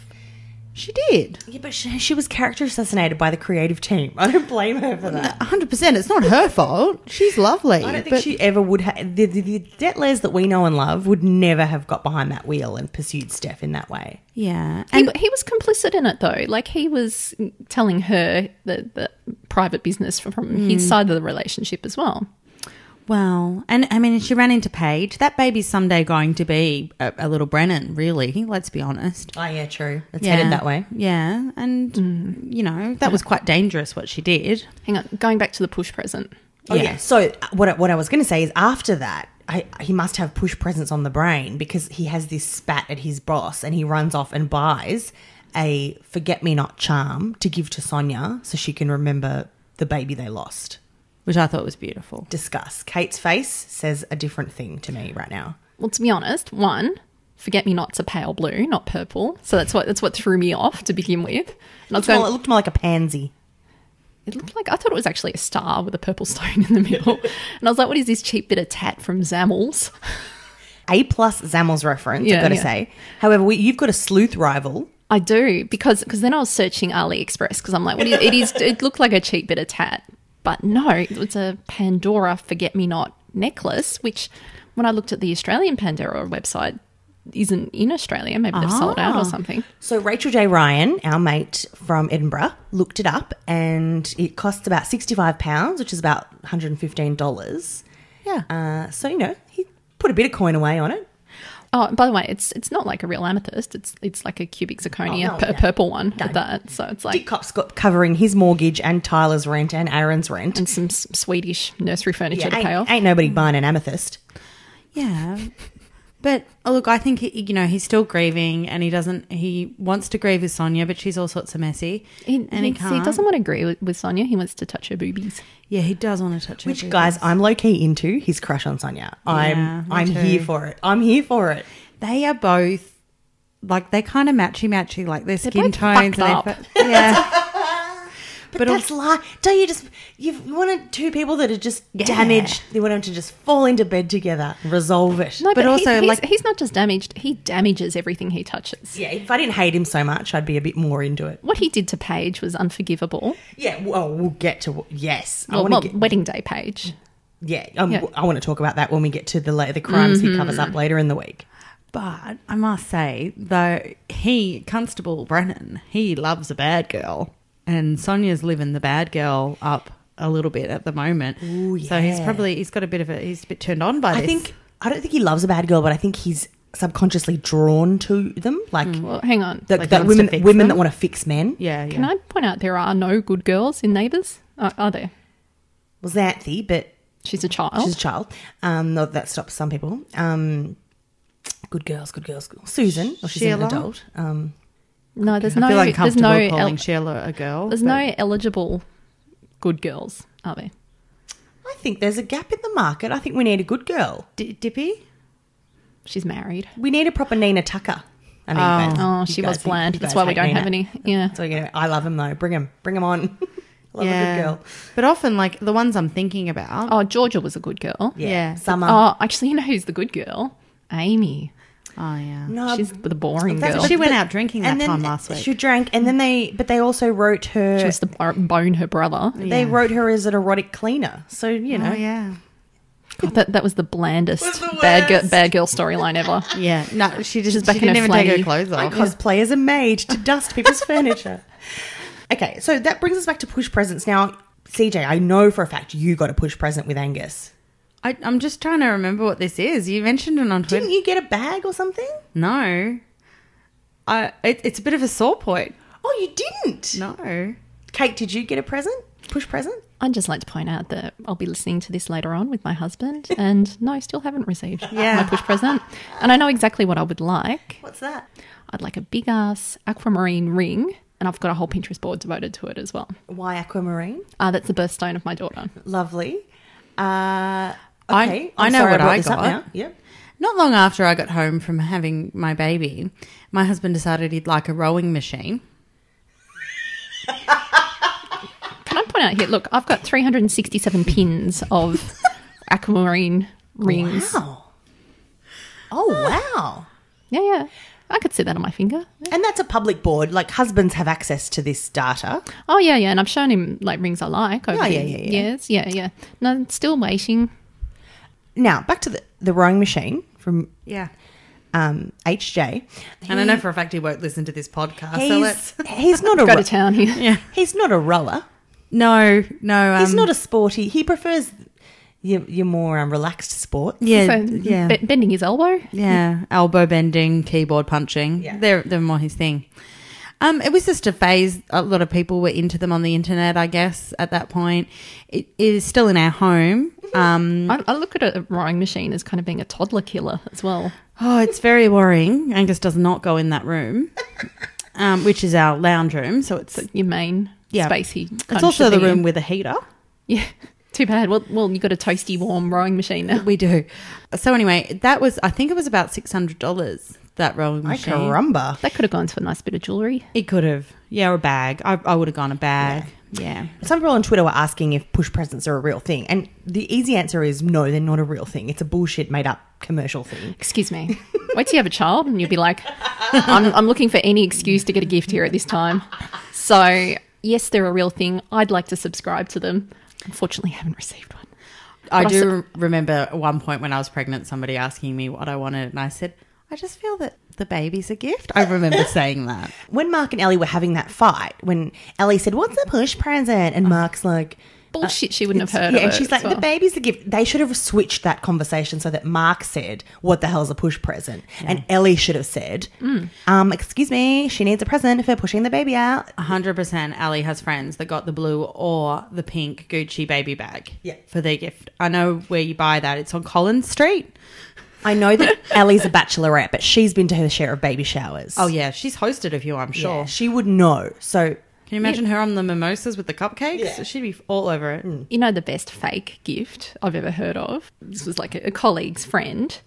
Speaker 4: She did.
Speaker 2: Yeah, but she, she was character assassinated by the creative team. I don't blame her for that.
Speaker 4: 100%. It's not her fault. She's lovely.
Speaker 2: I don't think
Speaker 4: but
Speaker 2: she ever would have. The, the, the Detlez that we know and love would never have got behind that wheel and pursued Steph in that way.
Speaker 4: Yeah.
Speaker 3: He,
Speaker 4: And
Speaker 3: he was complicit in it though. Like he was telling her the, the private business from, from his side of the relationship as well.
Speaker 4: well, and I mean, she ran into Paige. That baby's someday going to be a, a little Brennan, really. Let's be honest.
Speaker 2: Oh, yeah, true. It's
Speaker 4: Yeah.
Speaker 2: headed that way.
Speaker 4: Yeah. And, you know, that was quite dangerous what she did.
Speaker 3: Hang on, going back to the push present.
Speaker 2: Oh, yeah. So uh, what I, what I was going to say is after that, I, he must have push presence on the brain because he has this spat at his boss and he runs off and buys a forget me not charm to give to Sonia so she can remember the baby they lost.
Speaker 4: Which I thought was beautiful.
Speaker 2: Discuss. Kate's face says a different thing to me right now.
Speaker 3: Well, to be honest, one, forget me not's a pale blue, not purple. So that's what that's what threw me off to begin with. And I was
Speaker 2: It's more- it
Speaker 3: going,
Speaker 2: looked more like a pansy.
Speaker 3: it looked like I thought it was actually a star with a purple stone in the middle. and I was like, what is this cheap bit of tat from Zamels?
Speaker 2: A plus Zamel's reference,
Speaker 3: Yeah,
Speaker 2: I've got to
Speaker 3: yeah.
Speaker 2: say. However, we, you've got a sleuth rival.
Speaker 3: I do because because then I was searching AliExpress because I'm like, what is, it is? It looked like a cheap bit of tat, but no, it's a Pandora forget me not necklace. Which, when I looked at the Australian Pandora website, isn't in Australia. Maybe they've sold out
Speaker 4: Ah.
Speaker 3: or something.
Speaker 2: So Rachel J. Ryan, our mate from Edinburgh, looked it up and it costs about £65, which is about $115.
Speaker 4: Yeah.
Speaker 2: Uh, so, you know, he put a bit of coin away on it.
Speaker 3: Oh, by the way, it's it's not like a real amethyst. It's it's like a cubic zirconia,
Speaker 2: Oh, no,
Speaker 3: pur-
Speaker 2: no.
Speaker 3: purple one with that. So it's
Speaker 2: Dick
Speaker 3: like
Speaker 2: Cop's got covering his mortgage and Tyler's rent and Aaron's rent.
Speaker 3: and some s- Swedish nursery furniture
Speaker 2: Yeah,
Speaker 3: to pay
Speaker 2: ain't,
Speaker 3: off.
Speaker 2: ain't nobody buying an amethyst.
Speaker 4: Yeah. But oh, look, I think, he, you know, he's still grieving and he doesn't, he wants to grieve with Sonia, but she's all sorts of messy.
Speaker 3: He,
Speaker 4: and he
Speaker 3: he's-
Speaker 4: can't.
Speaker 3: he doesn't want to agree with, with Sonia. He wants to touch her boobies.
Speaker 4: Yeah, he does want to touch her.
Speaker 2: Which,
Speaker 4: boob.
Speaker 2: guys, I'm low key into his crush on Sonia.
Speaker 4: Yeah,
Speaker 2: I'm
Speaker 4: me
Speaker 2: I'm
Speaker 4: too.
Speaker 2: here for it. I'm here for it.
Speaker 4: They are both. Like they kind of matchy matchy, like their skin
Speaker 3: both
Speaker 4: tones.
Speaker 3: fucked
Speaker 4: and
Speaker 3: up.
Speaker 4: they- yeah,
Speaker 2: But But that's lie. Don't you just you've, you wanted two people that are just damaged? You want them to just fall into bed together, and resolve it.
Speaker 3: No, but,
Speaker 4: But also,
Speaker 3: also,
Speaker 4: like-
Speaker 3: he's not just damaged; he damages everything he touches.
Speaker 2: Yeah, if I didn't hate him so much, I'd be a bit more into it.
Speaker 3: What he did to Paige was unforgivable.
Speaker 2: Yeah, well, we'll get to wh- yes. I
Speaker 3: Well,
Speaker 2: want
Speaker 3: well
Speaker 2: to get
Speaker 3: wedding day Paige.
Speaker 2: yeah. Um,
Speaker 3: yeah.
Speaker 2: I want to talk about that when we get to the la- the crimes he covers
Speaker 4: Mm-hmm.
Speaker 2: up later in the week.
Speaker 4: But I must say, though, he, Constable Brennan, he loves a bad girl. And Sonia's living the bad girl up a little bit at the moment. So he's
Speaker 2: yeah.
Speaker 4: probably, he's got a bit of a, he's a bit turned on by
Speaker 2: I
Speaker 4: this.
Speaker 2: think I don't think he loves a bad girl, but I think he's subconsciously drawn to them, like
Speaker 4: Mm.
Speaker 3: Well, hang on.
Speaker 2: that,
Speaker 4: Like he
Speaker 2: that
Speaker 4: wants to
Speaker 2: women
Speaker 4: fix
Speaker 2: women
Speaker 4: them?
Speaker 2: that want to fix men.
Speaker 4: Yeah, yeah.
Speaker 3: Can I point out there are no good girls in Neighbours? Are, are there?
Speaker 2: Was Xanthi, but
Speaker 3: She's a child.
Speaker 4: Oh.
Speaker 2: she's a child. Um, not that stops some people. Um, good girls, good girls. good- Susan, or she's an
Speaker 4: Sheila?
Speaker 2: adult. Um,
Speaker 3: no, there's
Speaker 4: I
Speaker 3: no.
Speaker 4: feel
Speaker 3: There's
Speaker 4: uncomfortable
Speaker 3: no.
Speaker 4: calling
Speaker 3: El-
Speaker 4: Sheila a girl.
Speaker 3: there's
Speaker 4: but-
Speaker 3: no eligible good girls, are there?
Speaker 2: I think there's a gap in the market. I think we need a good girl.
Speaker 4: D- Dippy?
Speaker 3: She's married.
Speaker 2: We need a proper Nina Tucker. I mean, you guys-
Speaker 3: Oh,
Speaker 2: you
Speaker 3: she
Speaker 2: guys
Speaker 3: was
Speaker 2: hate-
Speaker 3: bland.
Speaker 2: you
Speaker 3: That's
Speaker 2: guys
Speaker 3: why we
Speaker 2: hate
Speaker 3: don't
Speaker 2: Nina.
Speaker 3: have any. Yeah.
Speaker 2: So you know, I love him though. Bring him, bring him on. I love a good girl.
Speaker 4: But often, like, the ones I'm thinking about.
Speaker 3: Oh, Georgia was a good girl.
Speaker 2: Yeah,
Speaker 4: Yeah.
Speaker 2: summer.
Speaker 3: Oh, actually, you know who's the good girl? Amy.
Speaker 4: Oh, yeah.
Speaker 2: no,
Speaker 3: She's the boring
Speaker 4: That's-
Speaker 3: girl.
Speaker 4: she went out drinking that time last week.
Speaker 2: She drank, and then they, but they also wrote her.
Speaker 3: She wants to bo- bone her brother.
Speaker 2: They wrote her as an erotic cleaner. So you know,
Speaker 4: Oh, yeah.
Speaker 3: God, that, that was the blandest
Speaker 2: the
Speaker 3: bad, girl
Speaker 2: worst.
Speaker 3: bad girl storyline ever.
Speaker 4: Yeah. No, she just,
Speaker 3: She's back
Speaker 4: she
Speaker 3: in
Speaker 4: didn't
Speaker 3: her
Speaker 4: even take her
Speaker 3: flanny.
Speaker 4: clothes
Speaker 2: I
Speaker 4: off.
Speaker 2: cosplay as a maid to dust people's furniture. Okay, so that brings us back to push presents. Now, CJ, I know for a fact you got a push present with Angus.
Speaker 4: I, I'm just trying to remember what this is. You mentioned it on Twitter.
Speaker 2: Didn't you get a bag or something?
Speaker 4: No. I, it, it's a bit of a sore point.
Speaker 2: Oh, you didn't.
Speaker 4: No.
Speaker 2: Kate, did you get a present? Push present?
Speaker 3: I'd just like to point out that I'll be listening to this later on with my husband, and no, still haven't received
Speaker 4: Yeah.
Speaker 3: my push present. And I know exactly what I would like.
Speaker 2: What's that?
Speaker 3: I'd like a big ass aquamarine ring, and I've got a whole Pinterest board devoted to it as well.
Speaker 2: Why aquamarine?
Speaker 3: Uh, that's the birthstone of my daughter.
Speaker 2: Lovely. Uh,
Speaker 4: I-
Speaker 2: okay,
Speaker 4: I
Speaker 2: I'm
Speaker 4: know
Speaker 2: sorry
Speaker 4: what
Speaker 2: brought
Speaker 4: I
Speaker 2: this up
Speaker 4: got.
Speaker 2: now. Yep.
Speaker 4: Not long after I got home from having my baby, my husband decided he'd like a rowing machine.
Speaker 3: Can I point out here? Look, I've got 367 pins of aquamarine rings.
Speaker 2: Wow. Oh
Speaker 4: Ah.
Speaker 2: wow.
Speaker 3: Yeah, yeah. I could see that on my finger.
Speaker 2: And that's a public board. Like husbands have access to this data.
Speaker 3: Oh yeah, yeah, and I've shown him like rings I like over
Speaker 2: Yeah,
Speaker 3: the
Speaker 2: yeah, yeah, yeah.
Speaker 3: years. Yeah, yeah. No, I'm still waiting.
Speaker 2: Now back to the, the rowing machine from
Speaker 4: Yeah.
Speaker 2: um, HJ.
Speaker 4: And I know for a fact he won't listen to this podcast. So let's.
Speaker 2: He's, he's not a
Speaker 3: Go to
Speaker 2: ro-
Speaker 3: town here.
Speaker 2: he's not a rower.
Speaker 4: No, no. Um,
Speaker 2: He's not a sporty. He prefers your, your more um, relaxed sport.
Speaker 4: Yeah,
Speaker 3: So
Speaker 4: yeah.
Speaker 3: be- bending his elbow.
Speaker 4: Yeah, elbow bending, keyboard punching.
Speaker 2: Yeah.
Speaker 4: They're, they're more his thing. Um, it was just a phase. A lot of people were into them on the internet, I guess, at that point. It, it is still in our home. Um,
Speaker 3: I, I look at a rowing machine as kind of being a toddler killer as well.
Speaker 4: oh, it's very worrying. Angus does not go in that room, um, which is our lounge room. So it's,
Speaker 3: Your main
Speaker 4: Yeah.
Speaker 3: space he. kind
Speaker 4: it's
Speaker 3: of
Speaker 4: also
Speaker 3: should
Speaker 4: the
Speaker 3: be
Speaker 4: room
Speaker 3: in.
Speaker 4: with a heater.
Speaker 3: Yeah. Too bad. Well, well, you got a toasty, warm rowing machine now.
Speaker 4: We do. So anyway, that was, I think it was about $600, that rowing
Speaker 2: I
Speaker 4: machine.
Speaker 2: caramba.
Speaker 3: That could have gone to a nice bit of jewellery.
Speaker 4: It could have. Yeah, or a bag. I, I would have gone a bag. yeah.
Speaker 2: Some people on Twitter were asking if push presents are a real thing, and the easy answer is no, they're not a real thing. It's a bullshit made up commercial thing.
Speaker 3: Excuse me. Wait till you have a child and you'll be like, I'm, I'm looking for any excuse to get a gift here at this time. So, yes, they're a real thing. I'd like to subscribe to them. Unfortunately, I haven't received one.
Speaker 4: I
Speaker 3: But I
Speaker 4: do re- remember at one point when I was pregnant, somebody asking me what I wanted, and I said, I just feel that the baby's a gift. I remember saying that.
Speaker 2: When Mark and Ellie were having that fight, when Ellie said, "What's a push present?" and Mark's like,
Speaker 3: Bullshit, she wouldn't have heard
Speaker 2: yeah,
Speaker 3: of
Speaker 2: and
Speaker 3: it
Speaker 2: she's like,
Speaker 3: as well.
Speaker 2: the baby's the gift. They should have switched that conversation so that Mark said, "What the hell's a push present?" and Ellie should have said, um, "Excuse me, she needs a present for pushing the baby out."
Speaker 4: 100% Ali has friends that got the blue or the pink Gucci baby bag
Speaker 2: Yeah.
Speaker 4: for their gift. I know where you buy that. It's on Collins Street.
Speaker 2: I know that Ellie's a bachelorette, but she's been to her share of baby showers.
Speaker 4: Oh, yeah. She's hosted a few, I'm sure.
Speaker 2: yeah, she would know. So
Speaker 4: Can you imagine her on the mimosas with the cupcakes?
Speaker 2: Yeah.
Speaker 4: She'd be all over it.
Speaker 3: you know the best fake gift I've ever heard of. This was like a, a colleague's friend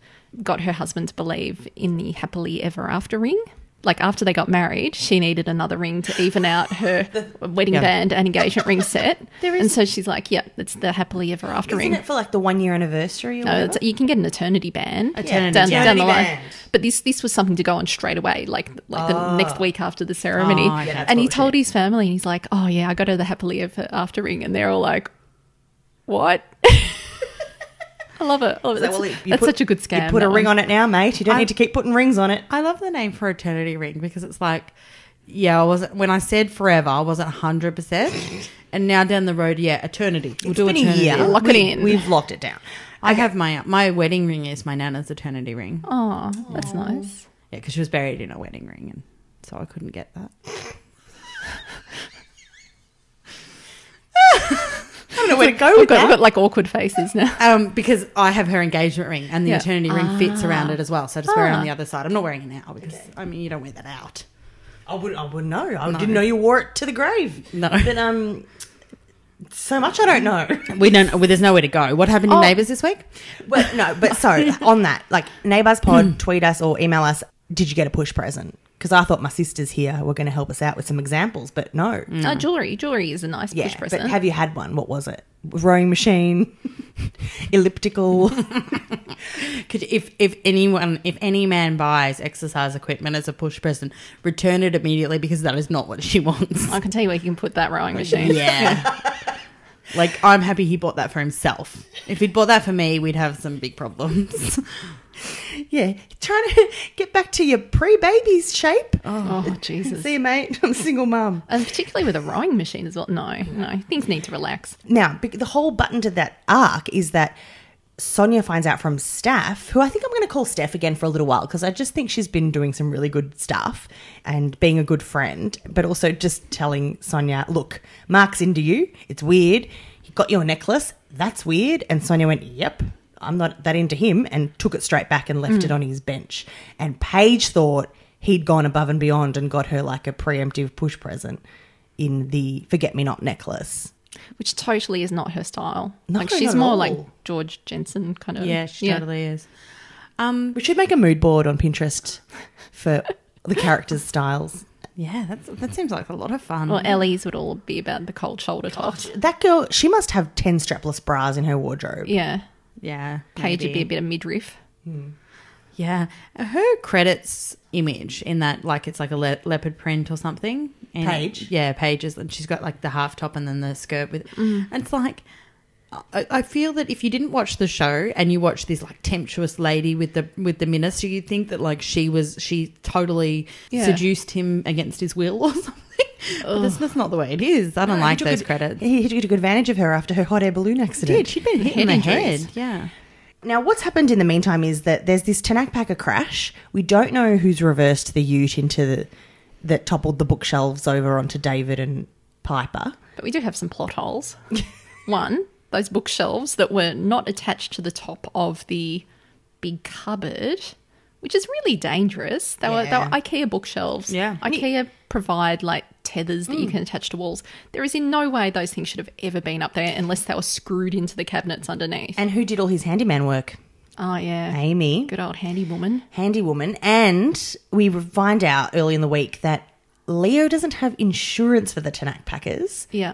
Speaker 3: got her husband to believe in the happily ever after ring. like after they got married, she needed another ring to even out her wedding band and engagement ring set.
Speaker 2: There is-
Speaker 3: and so she's like, "Yeah, it's the happily ever after
Speaker 2: Isn't
Speaker 3: ring."
Speaker 2: it for like the one year anniversary? Or
Speaker 3: No,
Speaker 2: whatever?
Speaker 3: it's, you can get an eternity ban down,
Speaker 4: Eternity ban.
Speaker 3: down the
Speaker 2: Eternity
Speaker 3: line.
Speaker 2: ban.
Speaker 3: But this this was something to go on straight away, like like
Speaker 2: Ah.
Speaker 3: the next week after the ceremony.
Speaker 4: Oh, yeah,
Speaker 2: that's
Speaker 3: and he
Speaker 2: bullshit.
Speaker 3: told his family, and he's like, "Oh yeah, I got her the happily ever after ring," and they're all like, "What?" I love it. I love it. That's,
Speaker 2: Well, you
Speaker 3: that's
Speaker 2: put-
Speaker 3: such a good scam.
Speaker 2: You put a ring on it now, mate. You don't
Speaker 4: I-
Speaker 2: need to keep putting rings on it.
Speaker 4: I love the name for eternity ring because it's like, yeah, I wasn't when I said forever, I wasn't hundred percent, and now down the road, yeah, eternity. We'll do
Speaker 2: it's been a
Speaker 4: eternity.
Speaker 2: year.
Speaker 3: Lock it
Speaker 2: We-
Speaker 3: in.
Speaker 2: We've locked it down.
Speaker 4: I have my my wedding ring is my nana's eternity ring. Yeah, 'cause
Speaker 3: Oh, that's nice.
Speaker 4: Yeah, because she was buried in a wedding ring, and so I couldn't get that.
Speaker 2: I don't know where to go
Speaker 3: We've
Speaker 2: with
Speaker 3: got,
Speaker 2: that.
Speaker 3: we've got like awkward faces now.
Speaker 4: Um, because I have her engagement ring, and the
Speaker 3: Yeah.
Speaker 4: eternity ring fits around it as well. So I just wear it
Speaker 3: Ah.
Speaker 4: on the other side. I'm not wearing it now because I mean you don't wear that out.
Speaker 2: I would, I would know. I didn't know you wore it to the grave.
Speaker 4: No.
Speaker 2: but um, so much I don't know.
Speaker 4: We don't. Well, there's nowhere to go. What happened in
Speaker 3: Oh.
Speaker 4: Neighbours this week?
Speaker 2: Well, no, but so on that, like neighbours
Speaker 3: Hmm.
Speaker 2: pod, tweet us or email us. Did you get a push present? Because I thought my sisters here were going to help us out with some examples, but no.
Speaker 3: Uh, jewelry, jewelry is a nice
Speaker 2: Yeah,
Speaker 3: push present.
Speaker 2: but have you had one? What was it? Rowing machine, elliptical.
Speaker 4: Could if if anyone if any man buys exercise equipment as a push present, return it immediately because that is not what she wants.
Speaker 3: I can tell you where you can put that rowing machine.
Speaker 4: yeah. like I'm happy he bought that for himself. If he'd bought that for me, we'd have some big problems.
Speaker 2: yeah, trying to get back to your pre-baby's shape.
Speaker 3: Oh Jesus!
Speaker 2: See you, mate. I'm a single mum.
Speaker 3: And particularly with a rowing machine as well. No, no, things need to relax.
Speaker 2: Now, bec- the whole button to that arc is that Sonia finds out from Steph, who I think I'm going to call Steph again for a little while because I just think she's been doing some really good stuff and being a good friend, but also just telling Sonia, look, Mark's into you. It's weird. He got your necklace. That's weird. And Sonia went, yep. I'm not that into him and took it straight back and left it on his bench. And Paige thought he'd gone above and beyond and got her like a preemptive push present in the forget me not necklace.
Speaker 3: which totally is not her style.
Speaker 2: No,
Speaker 3: like she's
Speaker 2: not at
Speaker 3: more
Speaker 2: all.
Speaker 3: like George Jensen kind of.
Speaker 4: is.
Speaker 2: We should make a mood board on Pinterest for the characters' styles.
Speaker 4: Yeah, that's that seems like a lot of fun.
Speaker 2: Mm.
Speaker 3: Well, Ellie's would all be about the cold shoulder tops.
Speaker 2: That girl, she must have 10 strapless bras in her wardrobe.
Speaker 3: Yeah,
Speaker 4: yeah,
Speaker 3: Paige would be
Speaker 4: maybe.
Speaker 3: a bit of midriff.
Speaker 4: Yeah, her credits image in that like it's like a le- leopard print or something. And
Speaker 2: Paige?
Speaker 4: yeah, Paige is, and she's got like the half top and then the skirt with. And it's like, I, I feel that if you didn't watch the show and you watched this like temptuous lady with the with the minister, you'd think that like she was she totally
Speaker 3: Yeah.
Speaker 4: seduced him against his will or something. But that's, that's not the way it is. I don't
Speaker 2: He
Speaker 4: like
Speaker 2: took
Speaker 4: those
Speaker 2: ad-
Speaker 4: credits.
Speaker 2: He, he took advantage of her after her hot air balloon accident.
Speaker 4: Dude, she'd been hit in the
Speaker 3: Head
Speaker 4: head.
Speaker 3: injuries.
Speaker 4: Yeah.
Speaker 2: Now, what's happened in the meantime is that there's this Tanak Packer crash. We don't know who's reversed the ute into the, that toppled the bookshelves over onto David and Piper.
Speaker 3: But we do have some plot holes. One, those bookshelves that were not attached to the top of the big cupboard, which is really dangerous. They, were, they were IKEA bookshelves.
Speaker 4: Yeah.
Speaker 3: IKEA provide like tethers that you
Speaker 2: Mm.
Speaker 3: can attach to walls. There is in no way those things should have ever been up there unless they were screwed into the cabinets underneath.
Speaker 2: And who did all his handyman work?
Speaker 3: Oh, yeah.
Speaker 2: Amy.
Speaker 3: Good old handy woman.
Speaker 2: handy woman. And we find out early in the week that Leo doesn't have insurance for the Tanak Packers.
Speaker 3: Yeah.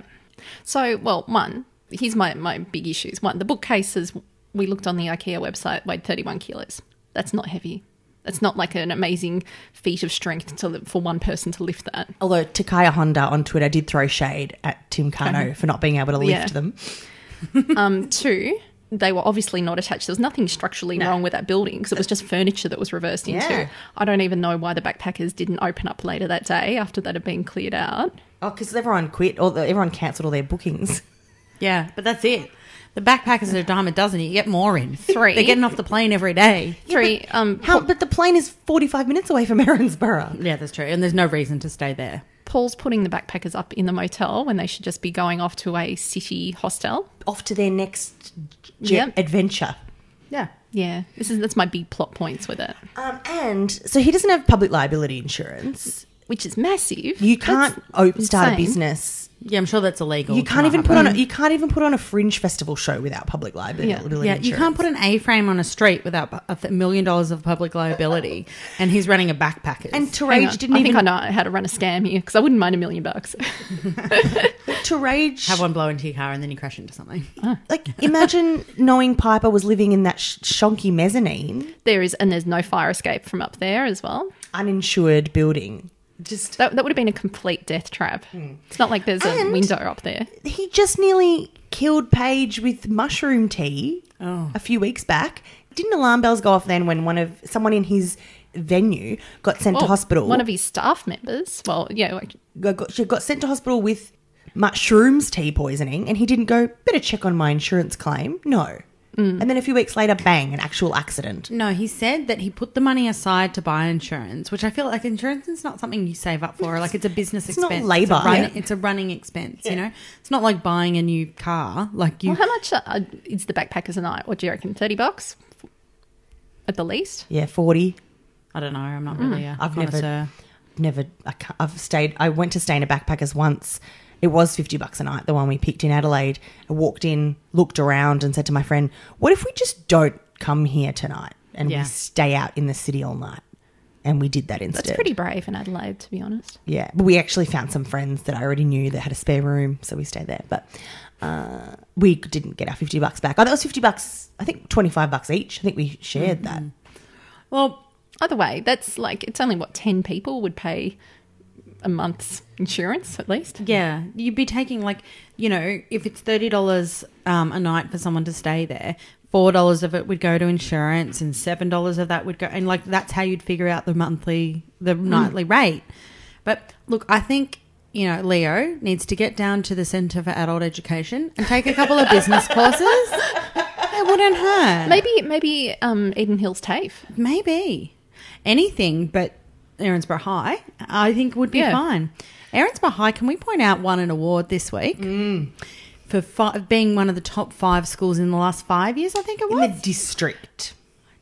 Speaker 3: So, well, one, here's my, my big issues. One, the bookcases, we looked on the IKEA website, weighed 31 kilos. That's not heavy. That's not like an amazing feat of strength to, for one person to lift that.
Speaker 2: Although Takaya Honda on Twitter did throw shade at Tim Kano for not being able to lift
Speaker 3: Uh-huh. Yeah.
Speaker 2: them.
Speaker 3: Um, two, they were obviously not attached. There was nothing structurally wrong with that building because it was just furniture that was reversed
Speaker 2: Yeah.
Speaker 3: into. I don't even know why the backpackers didn't open up later that day after that had been cleared out.
Speaker 2: Oh, because everyone quit or the- everyone cancelled all their bookings.
Speaker 4: Yeah, but that's it. The backpackers are a dime a dozen. You get more in.
Speaker 3: Three.
Speaker 4: They're getting off the plane every day.
Speaker 3: Three, um,
Speaker 2: How? But the plane is forty-five minutes away from Erinsborough.
Speaker 4: Yeah, that's true. And there's no reason to stay there.
Speaker 3: Paul's putting the backpackers up in the motel when they should just be going off to a city hostel.
Speaker 2: Off to their next jet
Speaker 3: Yep.
Speaker 2: adventure.
Speaker 4: Yeah.
Speaker 3: Yeah, this is that's my big plot points with it.
Speaker 2: Um, and so he doesn't have public liability insurance.
Speaker 3: which is massive.
Speaker 2: You can't
Speaker 3: That's
Speaker 2: open, start a
Speaker 3: insane.
Speaker 2: business.
Speaker 4: Yeah, I'm sure that's illegal.
Speaker 2: You
Speaker 4: to
Speaker 2: can't
Speaker 4: not
Speaker 2: even
Speaker 4: have
Speaker 2: put
Speaker 4: that.
Speaker 2: on a, you can't even put on a fringe festival show without public liability.
Speaker 3: Yeah.
Speaker 2: insurance.
Speaker 4: Yeah, you can't put an A-frame on a street without bu- a th- million dollars of public liability, and he's running a backpacker.
Speaker 2: And
Speaker 3: Hang on,
Speaker 2: Terage didn't
Speaker 3: I
Speaker 2: even
Speaker 3: think I know how to run a scam here because I wouldn't mind a million bucks.
Speaker 2: Terage
Speaker 4: have one blow into your car, and then you crash into something.
Speaker 2: like imagine knowing Piper was living in that sh- shonky mezzanine,
Speaker 3: there is, and there's no fire escape from up there as well.
Speaker 2: uninsured building. Just
Speaker 3: That, that would have been a complete death trap. It's not like there's
Speaker 2: Hmm. And-
Speaker 3: a window up there.
Speaker 2: he just nearly killed Paige with mushroom tea
Speaker 3: Oh.
Speaker 2: a few weeks back. Didn't alarm bells go off then when one of someone in his venue got sent to
Speaker 3: Oh,
Speaker 2: hospital?
Speaker 3: One of his staff members. Well, yeah, like,
Speaker 2: got, got, she got sent to hospital with mushrooms tea poisoning, and he didn't go. Better check on my insurance claim. No.
Speaker 3: Mm.
Speaker 2: And then a few weeks later, bang, an actual accident.
Speaker 4: No, he said that he put the money aside to buy insurance, which I feel like insurance is not something you save up for. Like it's a business
Speaker 2: It's not
Speaker 4: expense.
Speaker 2: labour.
Speaker 4: It's a, run-
Speaker 2: Yeah.
Speaker 4: it's a running expense, you know? It's not like buying a new car. Like you
Speaker 3: well, how much uh, is the backpackers a night? What do you reckon? Thirty bucks at the least.
Speaker 2: Yeah, forty.
Speaker 4: I don't know, I'm not really a
Speaker 2: Hmm. I've never-
Speaker 4: connoisseur.
Speaker 2: Never. I can't, I've stayed. I went to stay in a backpackers once. It was fifty bucks a night. The one we picked in Adelaide. I walked in, looked around, and said to my friend, "What if we just don't come here tonight and
Speaker 4: Yeah.
Speaker 2: we stay out in the city all night?" And we did that instead.
Speaker 3: That's pretty brave in Adelaide, to be honest.
Speaker 2: Yeah, but we actually found some friends that I already knew that had a spare room, so we stayed there. But uh, we didn't get our fifty bucks back. Oh, that was fifty bucks. I think twenty five bucks each. I think we shared that.
Speaker 3: Mm.
Speaker 4: Well,
Speaker 3: Either way, that's like it's only what ten people would pay a month's insurance at least.
Speaker 4: Yeah, you'd be taking like you know if it's thirty dollars um, a night for someone to stay there, four dollars of it would go to insurance, and seven dollars of that would go, and like that's how you'd figure out the monthly, the
Speaker 2: Hmm.
Speaker 4: nightly rate. But look, I think you know Leo needs to get down to the Centre for Adult Education and take a couple of business courses. It wouldn't hurt.
Speaker 3: Maybe maybe um, Eden Hills TAFE.
Speaker 4: Maybe anything but Erinsborough High, I think would be
Speaker 3: Yeah.
Speaker 4: fine. Erinsborough High, can we point out, won an award this week for fi- being one of the top five schools in the last five years. I think it
Speaker 2: In
Speaker 4: was.
Speaker 2: the district.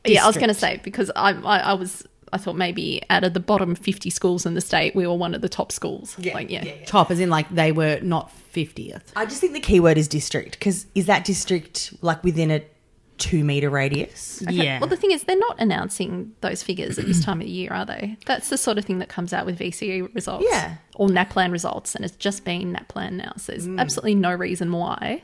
Speaker 3: Yeah, I was going to
Speaker 4: district.
Speaker 3: say because I, I I was I thought maybe out of the bottom fifty schools in the state, we were one of the top schools. Yeah, like, yeah.
Speaker 4: top, as in like they were not fiftieth.
Speaker 2: I just think the key word is district because is that district like within a two meter radius?
Speaker 3: Okay,
Speaker 4: Yeah.
Speaker 3: Well, the thing is, they're not announcing those figures at this time of the year, are they? That's the sort of thing that comes out with VCE results.
Speaker 2: Yeah.
Speaker 3: Or NAPLAN results, and it's just been NAPLAN now. So there's absolutely no reason why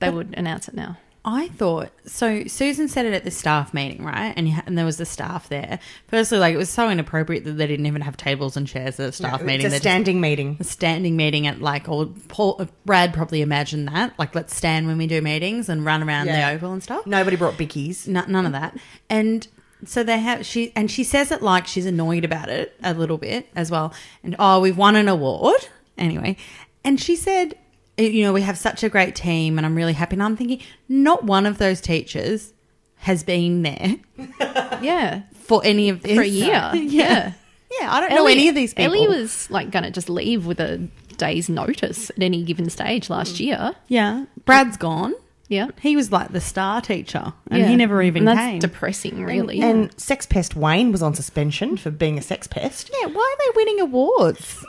Speaker 3: they would announce it now.
Speaker 4: I thought so. Susan said it at the staff meeting, right? And and there was the staff there. Firstly, like it was so inappropriate that they didn't even have tables and chairs at a staff meeting.
Speaker 2: It's
Speaker 4: They
Speaker 2: a
Speaker 4: just-
Speaker 2: standing meeting.
Speaker 4: a standing meeting at like or Paul, uh, Brad probably imagined that like let's stand when we do meetings and run around
Speaker 2: Yeah.
Speaker 4: the oval and stuff.
Speaker 2: Nobody brought bickies.
Speaker 4: No, none of that. And so they have she and she says it like she's annoyed about it a little bit as well. And oh, we've won an award anyway. And she said, you know, we have such a great team, and I'm really happy. And I'm thinking, not one of those teachers has been there
Speaker 3: Yeah.
Speaker 4: for any of this
Speaker 3: For a year.
Speaker 4: Yeah, yeah. I don't know any of these people.
Speaker 3: Ellie was like going to just leave with a day's notice at any given stage last year.
Speaker 4: yeah. Brad's gone.
Speaker 3: Yeah.
Speaker 4: He was like the star teacher, and
Speaker 3: Yeah.
Speaker 4: he never
Speaker 3: And
Speaker 4: even
Speaker 3: that's
Speaker 4: came.
Speaker 3: depressing, really.
Speaker 2: And sex pest Wayne was on suspension for being a sex pest.
Speaker 4: yeah, why are they winning awards?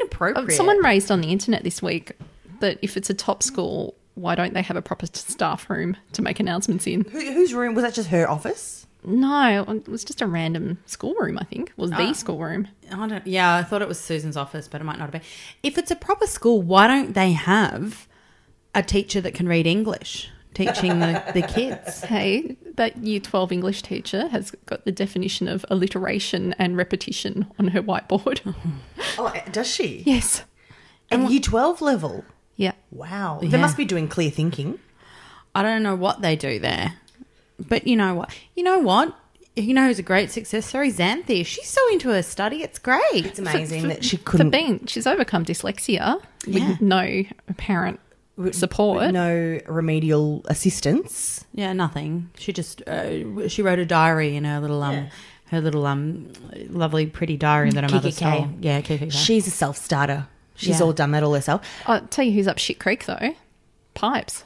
Speaker 4: Inappropriate.
Speaker 3: Oh, Someone raised on the internet this week that if it's a top school, why don't they have a proper staff room to make announcements in?
Speaker 2: Who, whose room was that? Just her office.
Speaker 3: No, it was just a random schoolroom, I think. It was the schoolroom.
Speaker 4: I don't, yeah, I thought it was Susan's office, but it might not have been. If it's a proper school, why don't they have a teacher that can read English teaching the, the kids?
Speaker 3: Hey, that year 12 English teacher has got the definition of alliteration and repetition on her whiteboard.
Speaker 2: Oh, does she?
Speaker 3: yes.
Speaker 2: And year twelve level.
Speaker 3: Yeah.
Speaker 2: Wow.
Speaker 4: Yeah.
Speaker 2: They must be doing clear thinking.
Speaker 4: I don't know what they do there, but you know what? You know what? You know who's a great success story? Xanthia. She's so into her study. It's great.
Speaker 2: It's amazing that she
Speaker 3: For
Speaker 2: couldn't.
Speaker 3: being, she's overcome dyslexia
Speaker 4: Yeah.
Speaker 3: with no apparent support.
Speaker 2: No remedial assistance.
Speaker 4: Yeah, nothing. She just uh, she wrote a diary in her little um her little um lovely pretty diary that her mother
Speaker 2: KKK.
Speaker 4: stole. Yeah, KKK.
Speaker 2: She's a self starter. She's
Speaker 4: Yeah.
Speaker 2: all done that all herself.
Speaker 3: I'll tell you who's up shit creek, though. Pipes.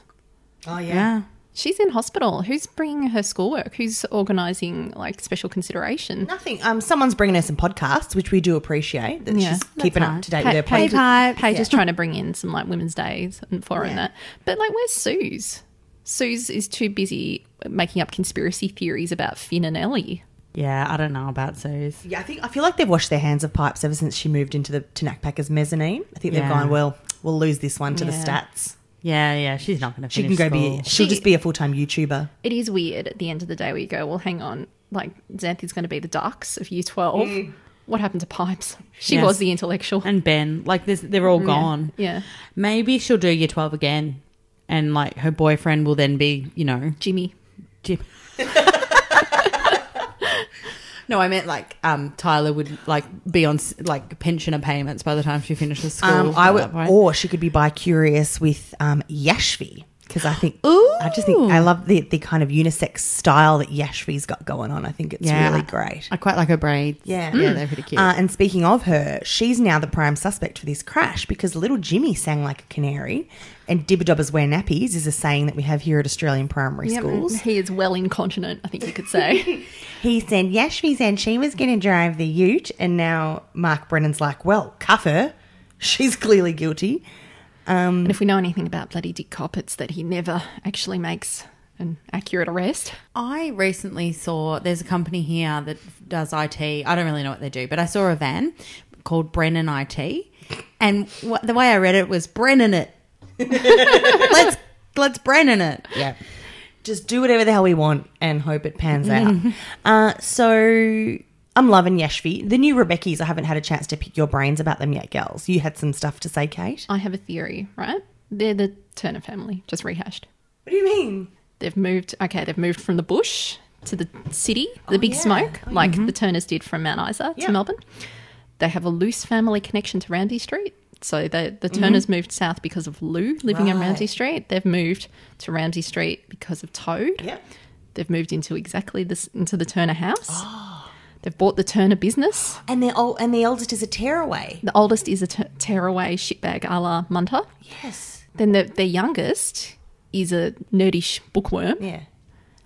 Speaker 2: Oh
Speaker 4: yeah.
Speaker 3: She's in hospital. Who's bringing her schoolwork? Who's organising like special consideration?
Speaker 2: Nothing. Um, someone's bringing her some podcasts, which we do appreciate. That
Speaker 3: Yeah,
Speaker 2: she's keeping up to date with her
Speaker 3: Pa- Paige,
Speaker 2: podcasts.
Speaker 4: Pipe.
Speaker 3: Paige is trying to bring in some like Women's Days and foreign that. But like, where's Suze? Suze is too busy making up conspiracy theories about Finn and Ellie.
Speaker 4: Yeah, I don't know about Suze.
Speaker 2: Yeah, I think I feel like they've washed their hands of pipes ever since she moved into the Tanak Packers mezzanine. I think
Speaker 4: Yeah.
Speaker 2: they've gone well. We'll lose this one to the
Speaker 3: Yeah.
Speaker 2: stats.
Speaker 4: Yeah, yeah, she's not going to
Speaker 2: She
Speaker 4: finish
Speaker 2: can go
Speaker 4: school.
Speaker 2: be. She'll
Speaker 3: She-
Speaker 2: just be a full time YouTuber.
Speaker 3: It is weird at the end of the day where you go, well, hang on, like Xanthi's going to be the Ducks of Year Twelve. What happened to Pipes? She
Speaker 4: Yes.
Speaker 3: was the intellectual.
Speaker 4: and Ben, like this, they're all gone.
Speaker 3: yeah,
Speaker 4: Maybe she'll do year 12 again. And like her boyfriend will then be, you know,
Speaker 3: Jimmy.
Speaker 4: Jim. no, I meant like um, Tyler would like be on s- like pensioner payments by the time she finishes school.
Speaker 2: Um, I
Speaker 4: at
Speaker 2: would,
Speaker 4: that point.
Speaker 2: or she could be bi curious with um, Yashvi because I think I just think I love the, the kind of unisex style that Yashvi's got going on. I think it's really great.
Speaker 4: I quite like her braids.
Speaker 2: Yeah.
Speaker 4: yeah, Mm. they're pretty cute.
Speaker 2: Uh, and speaking of her, she's now the prime suspect for this crash because little Jimmy sang like a canary, and Dibba Dobbers wear nappies is a saying that we have here at Australian primary schools.
Speaker 3: He is well incontinent, I think you could say.
Speaker 2: He said Yashvi said she was going to drive the ute, and now Mark Brennan's like, well, cuff her. She's clearly guilty.
Speaker 3: and if we know anything about bloody Dick Cop, it's that he never actually makes an accurate arrest.
Speaker 4: I recently saw there's a company here that does IT. I don't really know what they do, but I saw a van called Brennan IT, and wh- the way I read it was Brennan it. let's let's Brennan it. Yeah,
Speaker 2: just do whatever the hell we want and hope it pans out. Uh, so I'm loving Yashvi. The new Rebecca's, I haven't had a chance to pick your brains about them yet, girls. You had some stuff to say, Kate.
Speaker 3: I have a theory, right? They're the Turner family, just rehashed.
Speaker 2: What do you mean?
Speaker 3: They've moved, okay, they've moved from the bush to the city, the
Speaker 2: Oh,
Speaker 3: big smoke, like the Turners did from Mount Isa
Speaker 2: Yeah.
Speaker 3: to Melbourne. They have a loose family connection to Ramsey Street. So they, the
Speaker 2: Mm-hmm.
Speaker 3: Turners moved south because of Lou living on Ramsey Street. They've moved to Ramsey Street because of Toad.
Speaker 2: Yep.
Speaker 3: They've moved into exactly this into the Turner house.
Speaker 2: Oh.
Speaker 3: They've bought the Turner business.
Speaker 2: And they're old, and the eldest is a tearaway.
Speaker 3: The oldest is a t- tearaway shitbag a la Munter.
Speaker 2: Yes.
Speaker 3: Then the, their youngest is a nerdish bookworm.
Speaker 2: Yeah.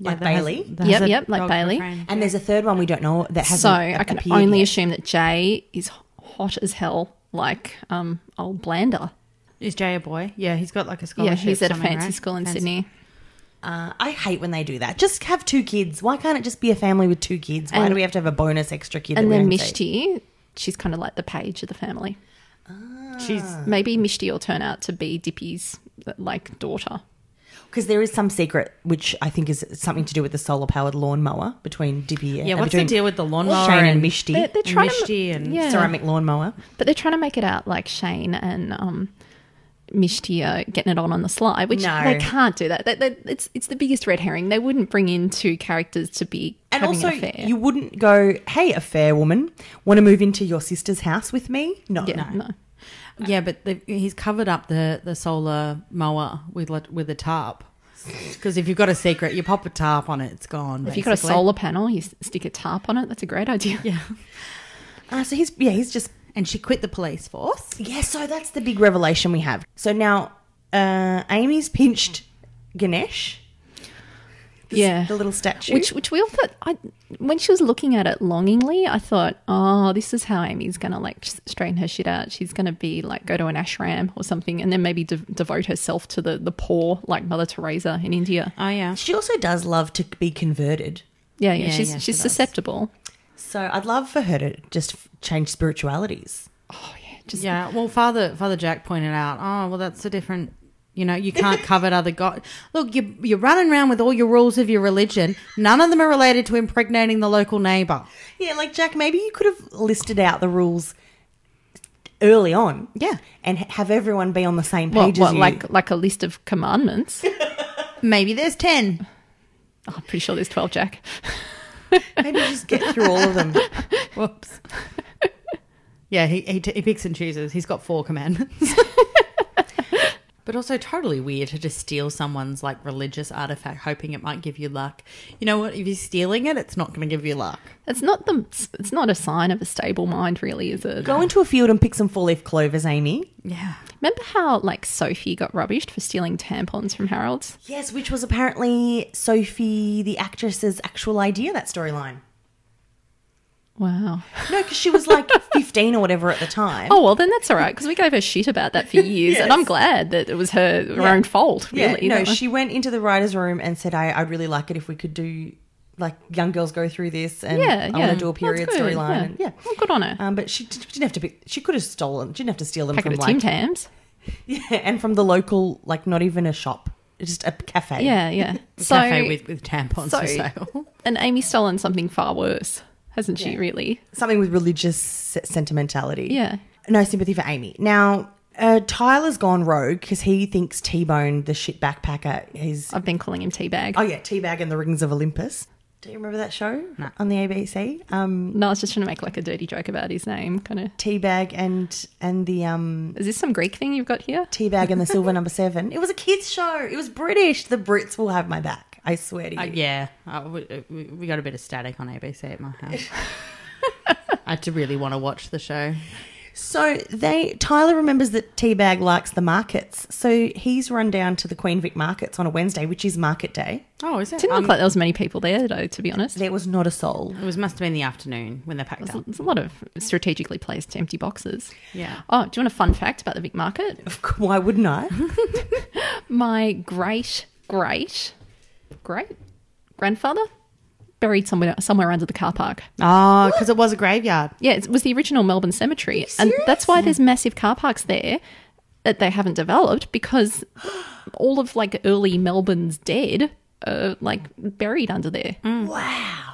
Speaker 2: Like Bailey.
Speaker 3: Yep, yep, like Bailey.
Speaker 2: and there's a third one we don't know that hasn't.
Speaker 3: So I can
Speaker 2: appeared
Speaker 3: only
Speaker 2: yet.
Speaker 3: assume that Jay is hot as hell, like um, old Blander.
Speaker 4: Is Jay a boy? Yeah, he's got like a
Speaker 3: Yeah,
Speaker 4: scholarship.
Speaker 3: he's at a
Speaker 4: somewhere,
Speaker 3: fancy
Speaker 4: right?
Speaker 3: school in
Speaker 4: Fancy-
Speaker 3: Sydney.
Speaker 2: Uh, I hate when they do that. Just have two kids. Why can't it just be a family with two kids? Why
Speaker 3: And-
Speaker 2: do we have to have a bonus extra kid? that
Speaker 3: And
Speaker 2: we
Speaker 3: then
Speaker 2: don't see?
Speaker 3: Mishti, she's kind of like the page of the family.
Speaker 2: Ah.
Speaker 4: She's
Speaker 3: Maybe Mishti will turn out to be Dippy's like daughter.
Speaker 2: Because there is some secret, which I think is something to do with the solar powered lawnmower between Dippy and
Speaker 4: Yeah, what's the
Speaker 2: between
Speaker 4: deal with the lawnmower
Speaker 2: Shane and
Speaker 4: and-
Speaker 2: Mishti.
Speaker 3: They're, they're
Speaker 4: And
Speaker 3: trying
Speaker 4: Mishti
Speaker 3: to,
Speaker 4: and
Speaker 3: yeah.
Speaker 2: Ceramic lawnmower.
Speaker 3: but they're trying to make it out like Shane and um, Mishti are getting it on on the sly, which
Speaker 2: No.
Speaker 3: they can't do that. They, they, it's it's the biggest red herring. They wouldn't bring in two characters to be
Speaker 2: And
Speaker 3: having
Speaker 2: also,
Speaker 3: an affair.
Speaker 2: you wouldn't go, hey, a fair woman, want to move into your sister's house with me? No.
Speaker 3: yeah, no.
Speaker 4: yeah, but the, he's covered up the, the solar mower with like, with a tarp. Because if you've got a secret, you pop a tarp on it, it's gone.
Speaker 3: If you've got a
Speaker 4: basically.
Speaker 3: solar panel, you s- stick a tarp on it. That's a great idea.
Speaker 4: yeah,
Speaker 2: Uh, so he's, yeah, he's just,
Speaker 4: and she quit the police force.
Speaker 2: yeah, so that's the big revelation we have. So now, uh, Amy's pinched Ganesh, the s-
Speaker 3: Yeah.
Speaker 2: the little statue.
Speaker 3: Which, which we all thought. I, when she was looking at it longingly, I thought, "Oh, this is how Amy's gonna like s- straighten her shit out. She's gonna be like go to an ashram or something, and then maybe de- devote herself to the the poor, like Mother Teresa in India.
Speaker 4: Oh yeah,
Speaker 2: she also does love to be converted.
Speaker 3: Yeah, yeah,
Speaker 4: Yeah,
Speaker 3: she's
Speaker 4: yeah, she
Speaker 3: she's
Speaker 4: does.
Speaker 3: susceptible.
Speaker 2: So I'd love for her to just f- change spiritualities.
Speaker 3: Just
Speaker 4: Oh, yeah. Well, Father Father Jack pointed out. Oh well, that's a different. You know, you can't cover other god. Look, you you're running around with all your rules of your religion. None of them are related to impregnating the local neighbor.
Speaker 2: Yeah, like Jack, maybe you could have listed out the rules early on.
Speaker 4: Yeah.
Speaker 2: and ha- have everyone be on the same
Speaker 3: what,
Speaker 2: page
Speaker 3: what
Speaker 2: as you.
Speaker 3: like like a list of commandments. Oh,
Speaker 4: Maybe there's ten.
Speaker 3: I'm pretty sure there's twelve, Jack.
Speaker 2: maybe just get through all of them.
Speaker 4: Whoops. yeah, he, he, t- he picks and chooses. He's got four commandments. But also totally weird to just steal someone's like religious artifact, hoping it might give you luck. You know what? If you're stealing it, it's not going to give you luck.
Speaker 3: It's not the. It's not a sign of a stable mind, really, is it?
Speaker 2: Go into a field and pick some four leaf clovers, Amy.
Speaker 4: Yeah.
Speaker 3: Remember how like Sophie got rubbished for stealing tampons from Harold's?
Speaker 2: Yes, which was apparently Sophie, the actress's actual idea, that storyline.
Speaker 3: Wow.
Speaker 2: No, because she was like 15 or whatever at the time.
Speaker 3: Oh well, then that's all right because we gave her shit about that for years, and I'm glad that it was her, her own fault.
Speaker 2: yeah.
Speaker 3: Really,
Speaker 2: no,
Speaker 3: That was-
Speaker 2: she went into the writer's room and said, I, I'd really like it if we could do, like, young girls go through this and
Speaker 3: yeah,
Speaker 2: I
Speaker 3: yeah.
Speaker 2: want to do a
Speaker 3: That's
Speaker 2: period
Speaker 3: good,
Speaker 2: storyline. and-
Speaker 3: Yeah,
Speaker 2: Yeah.
Speaker 3: Well, good on her.
Speaker 2: Um, but she, d- didn't have to be, she could have stolen, she didn't have to steal them
Speaker 3: Packet
Speaker 2: from
Speaker 3: of
Speaker 2: like,
Speaker 3: Tim Tams.
Speaker 2: and from the local, like, not even a shop, just a cafe.
Speaker 3: Yeah, yeah. so,
Speaker 4: Cafe with, with tampons
Speaker 3: so-
Speaker 4: for sale.
Speaker 3: and Amy's stolen something far worse, hasn't she? Really?
Speaker 2: Something with religious se- sentimentality.
Speaker 3: Yeah.
Speaker 2: No sympathy for Amy. Now, uh, Tyler's gone rogue because he thinks T Bone, the shit backpacker, is.
Speaker 3: I've been calling him Teabag.
Speaker 2: Oh, yeah, Teabag and the Rings of Olympus. Do you remember that show on the ABC? Um,
Speaker 3: No, I was just trying to make like a dirty joke about his name, kind of.
Speaker 2: Teabag and and the um,
Speaker 3: Is this some Greek thing you've got here?
Speaker 2: Teabag and the Silver Number Seven. It was a kids' show. It was British. The Brits will have my back. I swear to you.
Speaker 4: Uh, yeah, uh, we, we- we got a bit of static on ABC at my house. I do really want to watch the show.
Speaker 2: So they Tyler remembers that Teabag likes the markets, so he's run down to the Queen Vic markets on a Wednesday, which is market day.
Speaker 4: Oh, is it?
Speaker 3: Didn't
Speaker 4: Um,
Speaker 3: look like there was many people there, though. To be honest,
Speaker 2: There was not a soul.
Speaker 4: it was must have been the afternoon when they packed up.
Speaker 3: there's a lot of strategically placed empty boxes.
Speaker 4: Yeah.
Speaker 3: Oh, do you want a fun fact about the big market?
Speaker 2: Why wouldn't I?
Speaker 3: my great great great grandfather buried somewhere somewhere under the car park.
Speaker 4: Oh, because it was a graveyard.
Speaker 3: Yeah, it was the original Melbourne Cemetery, and that's why there's massive car parks there that they haven't developed because all of like early Melbourne's dead are like buried under there.
Speaker 2: Wow.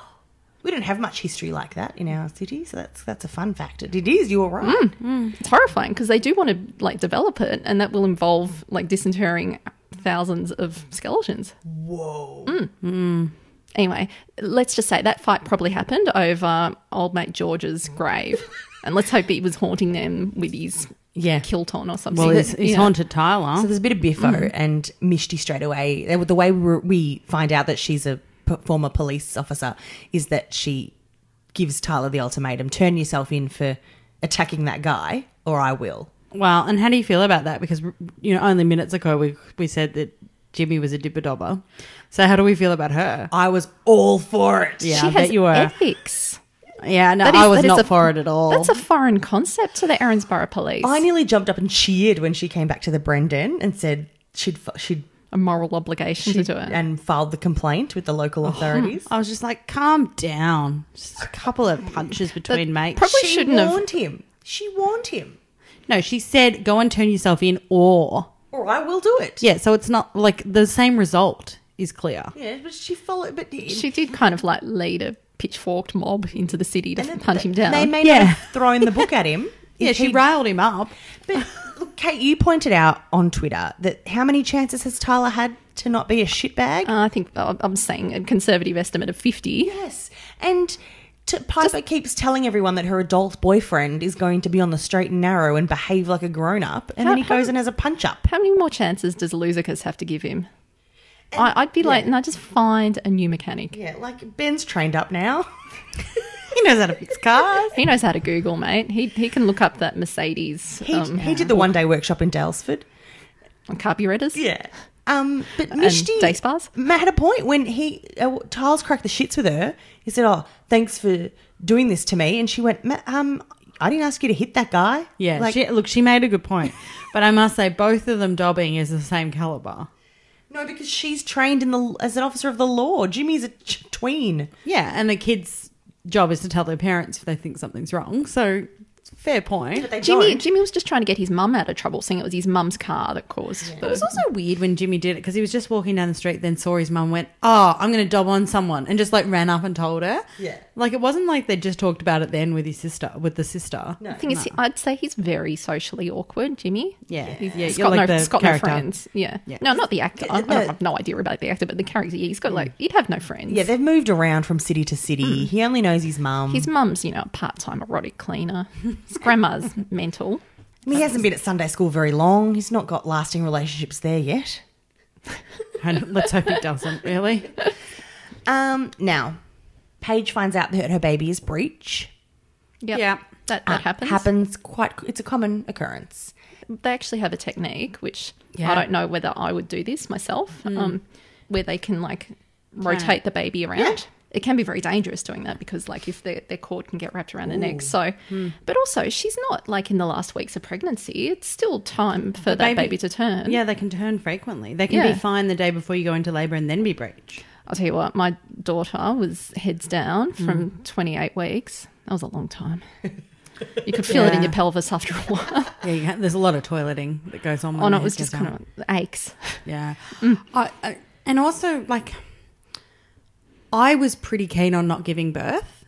Speaker 2: We don't have much history like that in our city, so that's that's a fun fact. It is, you're right.
Speaker 3: Mm. It's horrifying because they do want to like develop it, and that will involve like disinterring thousands of skeletons. Mm,
Speaker 2: Whoa.
Speaker 3: Anyway, let's just say that fight probably happened over old mate George's grave. and let's hope he was haunting them with his
Speaker 4: Yeah.
Speaker 3: kilt on or something.
Speaker 4: Well, he's, he's
Speaker 3: Yeah.
Speaker 4: haunted Tyler.
Speaker 2: So there's a bit of biffo
Speaker 3: Mm.
Speaker 2: and Mishti straight away. They- The way we, were- we find out that she's a p- former police officer is that she gives Tyler the ultimatum: turn yourself in for attacking that guy, or I will.
Speaker 4: well, and how do you feel about that? Because you know, only minutes ago we we said that Jimmy was a dibber dobber. So how do we feel about her?
Speaker 2: I was all for it.
Speaker 4: Yeah,
Speaker 3: She
Speaker 4: I
Speaker 3: has
Speaker 4: bet you were.
Speaker 3: ethics.
Speaker 4: yeah, no,
Speaker 3: That is-
Speaker 4: I was
Speaker 3: that is
Speaker 4: not
Speaker 3: a-
Speaker 4: for it at all.
Speaker 3: That's a foreign concept to the Erinsborough police.
Speaker 2: I nearly jumped up and cheered when she came back to the Brendan and said she'd fi- she'd
Speaker 3: a moral obligation to do it.
Speaker 2: and filed the complaint with the local
Speaker 3: Oh.
Speaker 2: authorities.
Speaker 4: I was just like, calm down. Just a couple of punches between mates.
Speaker 3: probably
Speaker 2: she
Speaker 3: shouldn't have-
Speaker 2: warned him. She warned him.
Speaker 4: no, she said, go and turn yourself in or.
Speaker 2: Or I will do it.
Speaker 4: Yeah, so it's not like the same result is clear.
Speaker 2: Yeah, but she followed. But
Speaker 3: she did kind of like lead a pitchforked mob into the city to
Speaker 2: And
Speaker 3: hunt
Speaker 2: th-
Speaker 3: him down.
Speaker 2: They may
Speaker 4: Yeah.
Speaker 2: not have thrown the book at him.
Speaker 4: Yeah,
Speaker 2: if
Speaker 4: she
Speaker 2: he'd-
Speaker 4: riled him up.
Speaker 2: But look, Kate, you pointed out on Twitter that how many chances has Tyler had to not be a shitbag?
Speaker 3: Uh, I think uh, I'm saying a conservative estimate of 50.
Speaker 2: yes, and. To, Piper keeps telling everyone that her adult boyfriend is going to be on the straight and narrow and behave like a grown up, and then he goes and has a punch up.
Speaker 3: How many more chances does Luzicus have to give him? I, I'd be like, no, just find a new mechanic.
Speaker 2: Yeah, like Ben's trained up now.
Speaker 4: He knows how to fix cars.
Speaker 3: He knows how to Google, mate. He, he can look up that Mercedes
Speaker 2: He,
Speaker 3: um,
Speaker 2: he did the one day workshop in Dalesford.
Speaker 3: carburetors.
Speaker 2: Yeah. Um, but Mishti
Speaker 3: day spas?
Speaker 2: Matt had a point when he uh, Tiles cracked the shits with her. He said, "Oh, thanks for doing this to me," and she went, "Ma- "Um, I didn't ask you to hit that guy."
Speaker 4: Yeah,
Speaker 2: like,
Speaker 4: she, look, she made a good point. But I must say, both of them dobbing is the same caliber.
Speaker 2: no, because she's trained in the as an officer of the law. Jimmy's a ch- tween.
Speaker 4: Yeah, and the kid's job is to tell their parents if they think something's wrong. So, fair point.
Speaker 2: They
Speaker 3: Jimmy
Speaker 2: don't.
Speaker 3: Jimmy was just trying to get his mum out of trouble, saying it was his mum's car that caused the.
Speaker 4: It was also weird when Jimmy did it because he was just walking down the street, then saw his mum went, "Oh, I'm going to dob on someone," and just like ran up and told her.
Speaker 2: Yeah.
Speaker 4: like it wasn't like they just talked about it then with his sister, with the sister. No,
Speaker 3: The thing is, I'd say he's very socially awkward, Jimmy.
Speaker 4: Yeah.
Speaker 3: he's,
Speaker 4: Yeah,
Speaker 3: he's
Speaker 4: you're
Speaker 3: got,
Speaker 4: like
Speaker 3: no,
Speaker 4: the
Speaker 3: he's got no
Speaker 4: character.
Speaker 3: friends. Yeah.
Speaker 4: Yeah. Mm.
Speaker 3: no, not the actor. I, I
Speaker 2: No.
Speaker 3: don't have no idea about the actor, but the character. Yeah, he's got like he'd have no friends.
Speaker 2: yeah, they've moved around from city to city. He only knows his mum.
Speaker 3: his mum's you know a part time erotic cleaner. His grandma's mental.
Speaker 2: I mean, he hasn't been at Sunday school very long. He's not got lasting relationships there yet.
Speaker 4: And let's hope he doesn't, really.
Speaker 2: Um, now, Paige finds out that her baby is breech.
Speaker 3: Yep.
Speaker 4: Yeah.
Speaker 3: That, that
Speaker 2: Uh,
Speaker 3: happens.
Speaker 2: Happens quite. It's a common occurrence.
Speaker 3: They actually have a technique, which
Speaker 4: Yeah.
Speaker 3: I don't know whether I would do this myself,
Speaker 4: Hmm.
Speaker 3: um, where they can like rotate the baby around. It can be very dangerous doing that because, like, if their, their cord can get wrapped around their neck. So,
Speaker 4: Hmm.
Speaker 3: but also, she's not like in the last weeks of pregnancy. It's still time for that
Speaker 4: baby-
Speaker 3: baby, to turn.
Speaker 4: Yeah, they can turn frequently. They can
Speaker 3: Yeah.
Speaker 4: be fine the day before you go into labour and then be breech.
Speaker 3: I'll tell you what, my daughter was heads down
Speaker 4: Mm.
Speaker 3: from 28 weeks. That was a long time. You could feel it in
Speaker 4: Yeah.
Speaker 3: your pelvis after a while.
Speaker 4: Yeah, you ha there's a lot of toileting that goes on. When
Speaker 3: Oh, no,
Speaker 4: the
Speaker 3: it was
Speaker 4: head
Speaker 3: just
Speaker 4: goes
Speaker 3: kind
Speaker 4: out.
Speaker 3: of aches.
Speaker 4: Yeah. I, I, and also, like, I was pretty keen on not giving birth.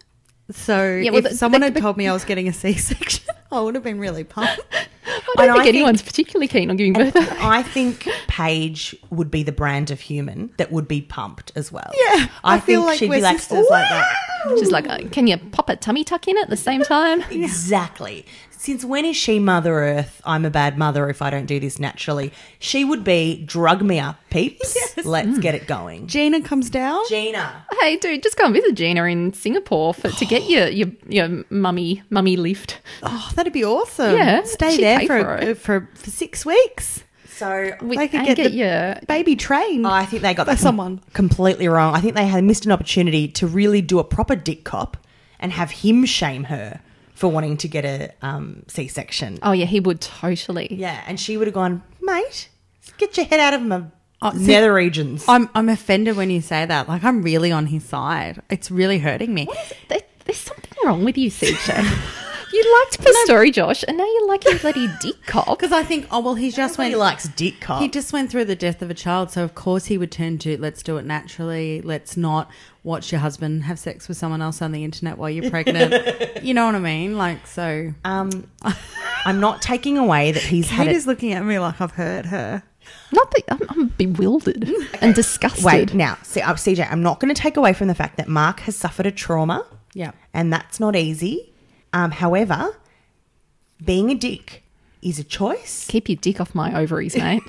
Speaker 4: So
Speaker 3: Yeah, well,
Speaker 4: if
Speaker 3: the-
Speaker 4: someone
Speaker 3: the-
Speaker 4: had told me I was getting a C-section, I would have been really pumped.
Speaker 3: I
Speaker 2: And
Speaker 3: don't
Speaker 2: I
Speaker 3: think
Speaker 2: think-
Speaker 3: anyone's particularly keen on giving birth.
Speaker 2: I think Paige would be the brand of human that would be pumped as well. Yeah, I,
Speaker 4: I feel
Speaker 2: think
Speaker 4: like
Speaker 2: she'd be
Speaker 4: we're
Speaker 2: like
Speaker 4: sisters.
Speaker 2: sisters like that.
Speaker 3: She's like, uh, can you pop a tummy tuck in at the same time?
Speaker 2: Exactly. Since when is she Mother Earth? I'm a bad mother if I don't do this naturally. She would be drug me up, peeps. Let's get it going.
Speaker 4: Gina comes down.
Speaker 2: Gina.
Speaker 3: Hey, dude, just go and visit Gina in Singapore for, to get your your, your mummy mummy lift.
Speaker 4: Oh, that'd be awesome.
Speaker 3: Yeah,
Speaker 4: Stay
Speaker 3: she'd
Speaker 4: there
Speaker 3: pay
Speaker 4: for
Speaker 3: for
Speaker 4: for,
Speaker 3: it.
Speaker 4: for six weeks.
Speaker 2: So
Speaker 3: We,
Speaker 4: They could
Speaker 3: and
Speaker 4: get
Speaker 3: get,
Speaker 4: the-
Speaker 3: your
Speaker 4: Baby train.
Speaker 2: I think they got
Speaker 4: By
Speaker 2: that com-
Speaker 4: someone.
Speaker 2: completely wrong. I think they had missed an opportunity to really do a proper dick cop and have him shame her for wanting to get a um, C-section.
Speaker 3: oh yeah, he would totally.
Speaker 2: Yeah, and she would have gone, mate, get your head out of my
Speaker 4: see-
Speaker 2: nether regions.
Speaker 4: I'm I'm offended when you say that. Like I'm really on his side. It's really hurting me.
Speaker 3: There- there's something wrong with you, CJ. you liked Pastori Josh, and now you like your bloody dick cock.
Speaker 4: Because I think, oh well, he's just
Speaker 2: Everybody
Speaker 4: went.
Speaker 2: likes dick cop.
Speaker 4: He just went through the death of a child, so of course he would turn to let's do it naturally. Let's not watch your husband have sex with someone else on the internet while you're pregnant. you know what I mean? Like so.
Speaker 2: um, I'm not taking away that he's had
Speaker 4: Kate
Speaker 2: it.
Speaker 4: is looking at me like I've hurt her.
Speaker 3: Not that I'm, I'm bewildered and disgusted.
Speaker 2: Wait, now, see, uh, CJ, I'm not going to take away from the fact that Mark has suffered a trauma.
Speaker 4: Yeah.
Speaker 2: And that's not easy. Um, however, being a dick is a choice.
Speaker 3: keep your dick off my ovaries, mate.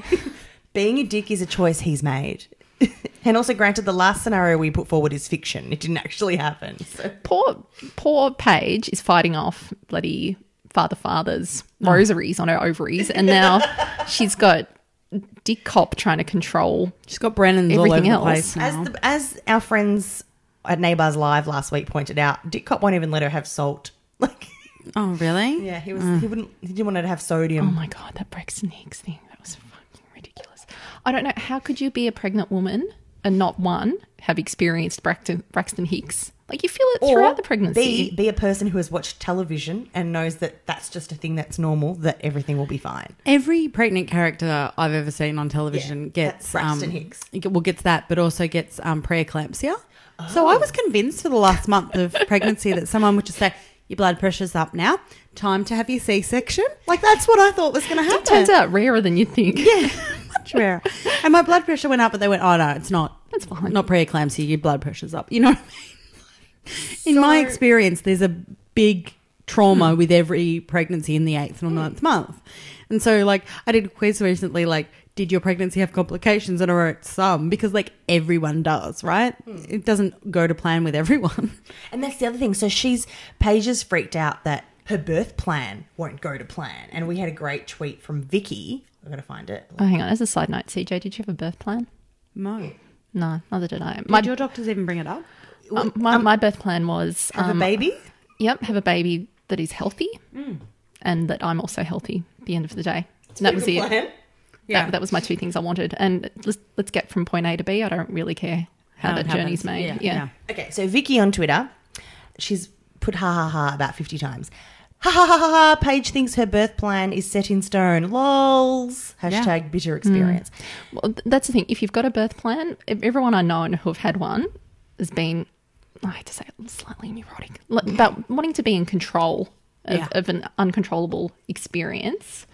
Speaker 2: Being a dick is a choice he's made. and also, granted, the last scenario we put forward is fiction. It didn't actually happen. So.
Speaker 3: poor poor Paige is fighting off bloody father father's rosaries on her ovaries, and now she's got dick cop trying to control.
Speaker 4: She's got Brennan's all over
Speaker 3: Everything
Speaker 4: the place
Speaker 3: else.
Speaker 4: now.
Speaker 2: As, the, as our friends at Neighbours Live last week pointed out, Dick Cop won't even let her have salt. Like,
Speaker 4: oh really?
Speaker 2: yeah, he was he wouldn't he didn't want her to have
Speaker 3: Oh
Speaker 2: sodium.
Speaker 3: my god, that Braxton Hicks thing that was fucking ridiculous. I don't know how could you be a pregnant woman and not one have experienced Braxton, Braxton Hicks. Like you feel it
Speaker 2: Or
Speaker 3: throughout the pregnancy.
Speaker 2: be be a person who has watched television and knows that that's just a thing that's normal. That everything will be fine.
Speaker 4: Every pregnant character I've ever seen on television
Speaker 2: Yeah, that's
Speaker 4: gets
Speaker 2: Braxton
Speaker 4: um,
Speaker 2: Hicks.
Speaker 4: g- Well, gets that, but also gets um, preeclampsia. So
Speaker 2: Oh.
Speaker 4: I was convinced for the last month of pregnancy that someone would just say, "Your blood pressure's up now. Time to have your C-section." Like that's what I thought was going to happen.
Speaker 3: Turns out rarer than you think.
Speaker 4: yeah, much rarer. And my blood pressure went up, but they went, "Oh no, it's not.
Speaker 3: That's fine.
Speaker 4: Not preeclampsia. Your blood pressure's up." You know what I mean? In my experience, there's a big trauma with every pregnancy in the eighth and ninth month. And so, like, I did a quiz recently, like, did your pregnancy have complications? And I wrote some because, like, everyone does, right? It doesn't go to plan with everyone.
Speaker 2: And that's the other thing. So she's Paige is freaked out that her birth plan won't go to plan. And we had a great tweet from Vicky. I've got to find it.
Speaker 3: Oh, hang on. As a side note, CJ, did you have a birth plan?
Speaker 4: No.
Speaker 3: No, neither did I. My
Speaker 4: Did your doctors even bring it up?
Speaker 3: um, my, my birth plan was
Speaker 2: Have
Speaker 3: um,
Speaker 2: a baby.
Speaker 3: yep, have a baby that is healthy
Speaker 4: Mm.
Speaker 3: and that I'm also healthy at the end of the day. And that was it. That,
Speaker 4: Yeah.
Speaker 3: that was my two things I wanted. And let's, let's get from point A to B. I don't really care how,
Speaker 4: How it
Speaker 3: that journey's
Speaker 4: happens.
Speaker 3: made.
Speaker 4: Yeah,
Speaker 3: Yeah.
Speaker 4: yeah.
Speaker 2: Okay, so Vicky on Twitter, she's put ha ha ha about 50 times. Ha ha ha ha ha, Paige thinks her birth plan is set in stone. Lols. Hashtag bitter experience.
Speaker 3: Mm. Well, th- that's the thing. If you've got a birth plan, ev- everyone I know and who have had one has been, I hate to say it, slightly neurotic, like, about wanting to be in control of,
Speaker 4: Yeah.
Speaker 3: of an uncontrollable experience.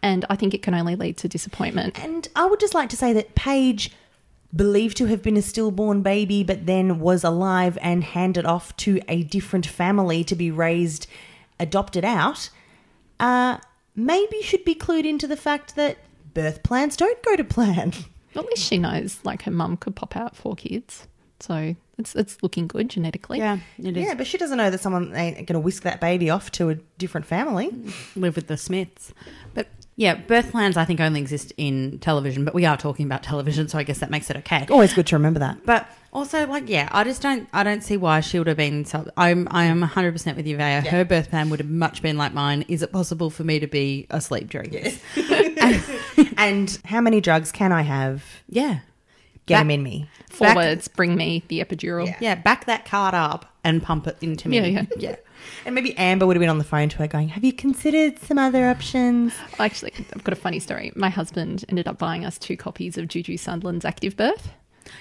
Speaker 3: And I think it can only lead to disappointment.
Speaker 2: And I would just like to say that Paige, believed to have been a stillborn baby, but then was alive and handed off to a different family to be raised, adopted out, uh, maybe should be clued into the fact that birth plans don't go to plan.
Speaker 3: At least she knows, like, her mum could pop out four kids. So it's, it's looking good genetically.
Speaker 4: Yeah, it is.
Speaker 2: Yeah, but she doesn't know that someone ain't going to whisk that baby off to a different family.
Speaker 4: Live with the Smiths. But yeah, birth plans I think only exist in television, but we are talking about television, so I guess that makes it okay.
Speaker 2: Always good to remember that.
Speaker 4: But also, like, yeah, I just don't, I don't see why she would have been. So I'm, I am 100 percent with you, Vaya. Her birth plan would have much been like mine. Is it possible for me to be asleep during this?
Speaker 2: And how many drugs can I have?
Speaker 4: Yeah,
Speaker 2: Get
Speaker 4: That-
Speaker 2: them in me.
Speaker 3: Four
Speaker 4: Back-
Speaker 3: words bring me the epidural.
Speaker 4: yeah. Back that card up and pump it into me.
Speaker 3: Yeah, yeah.
Speaker 4: yeah.
Speaker 2: And maybe Amber would have been on the phone to her going, Have you considered some other options?
Speaker 3: Actually, I've got a funny story. My husband ended up buying us two copies of Juju Sunderland's Active Birth.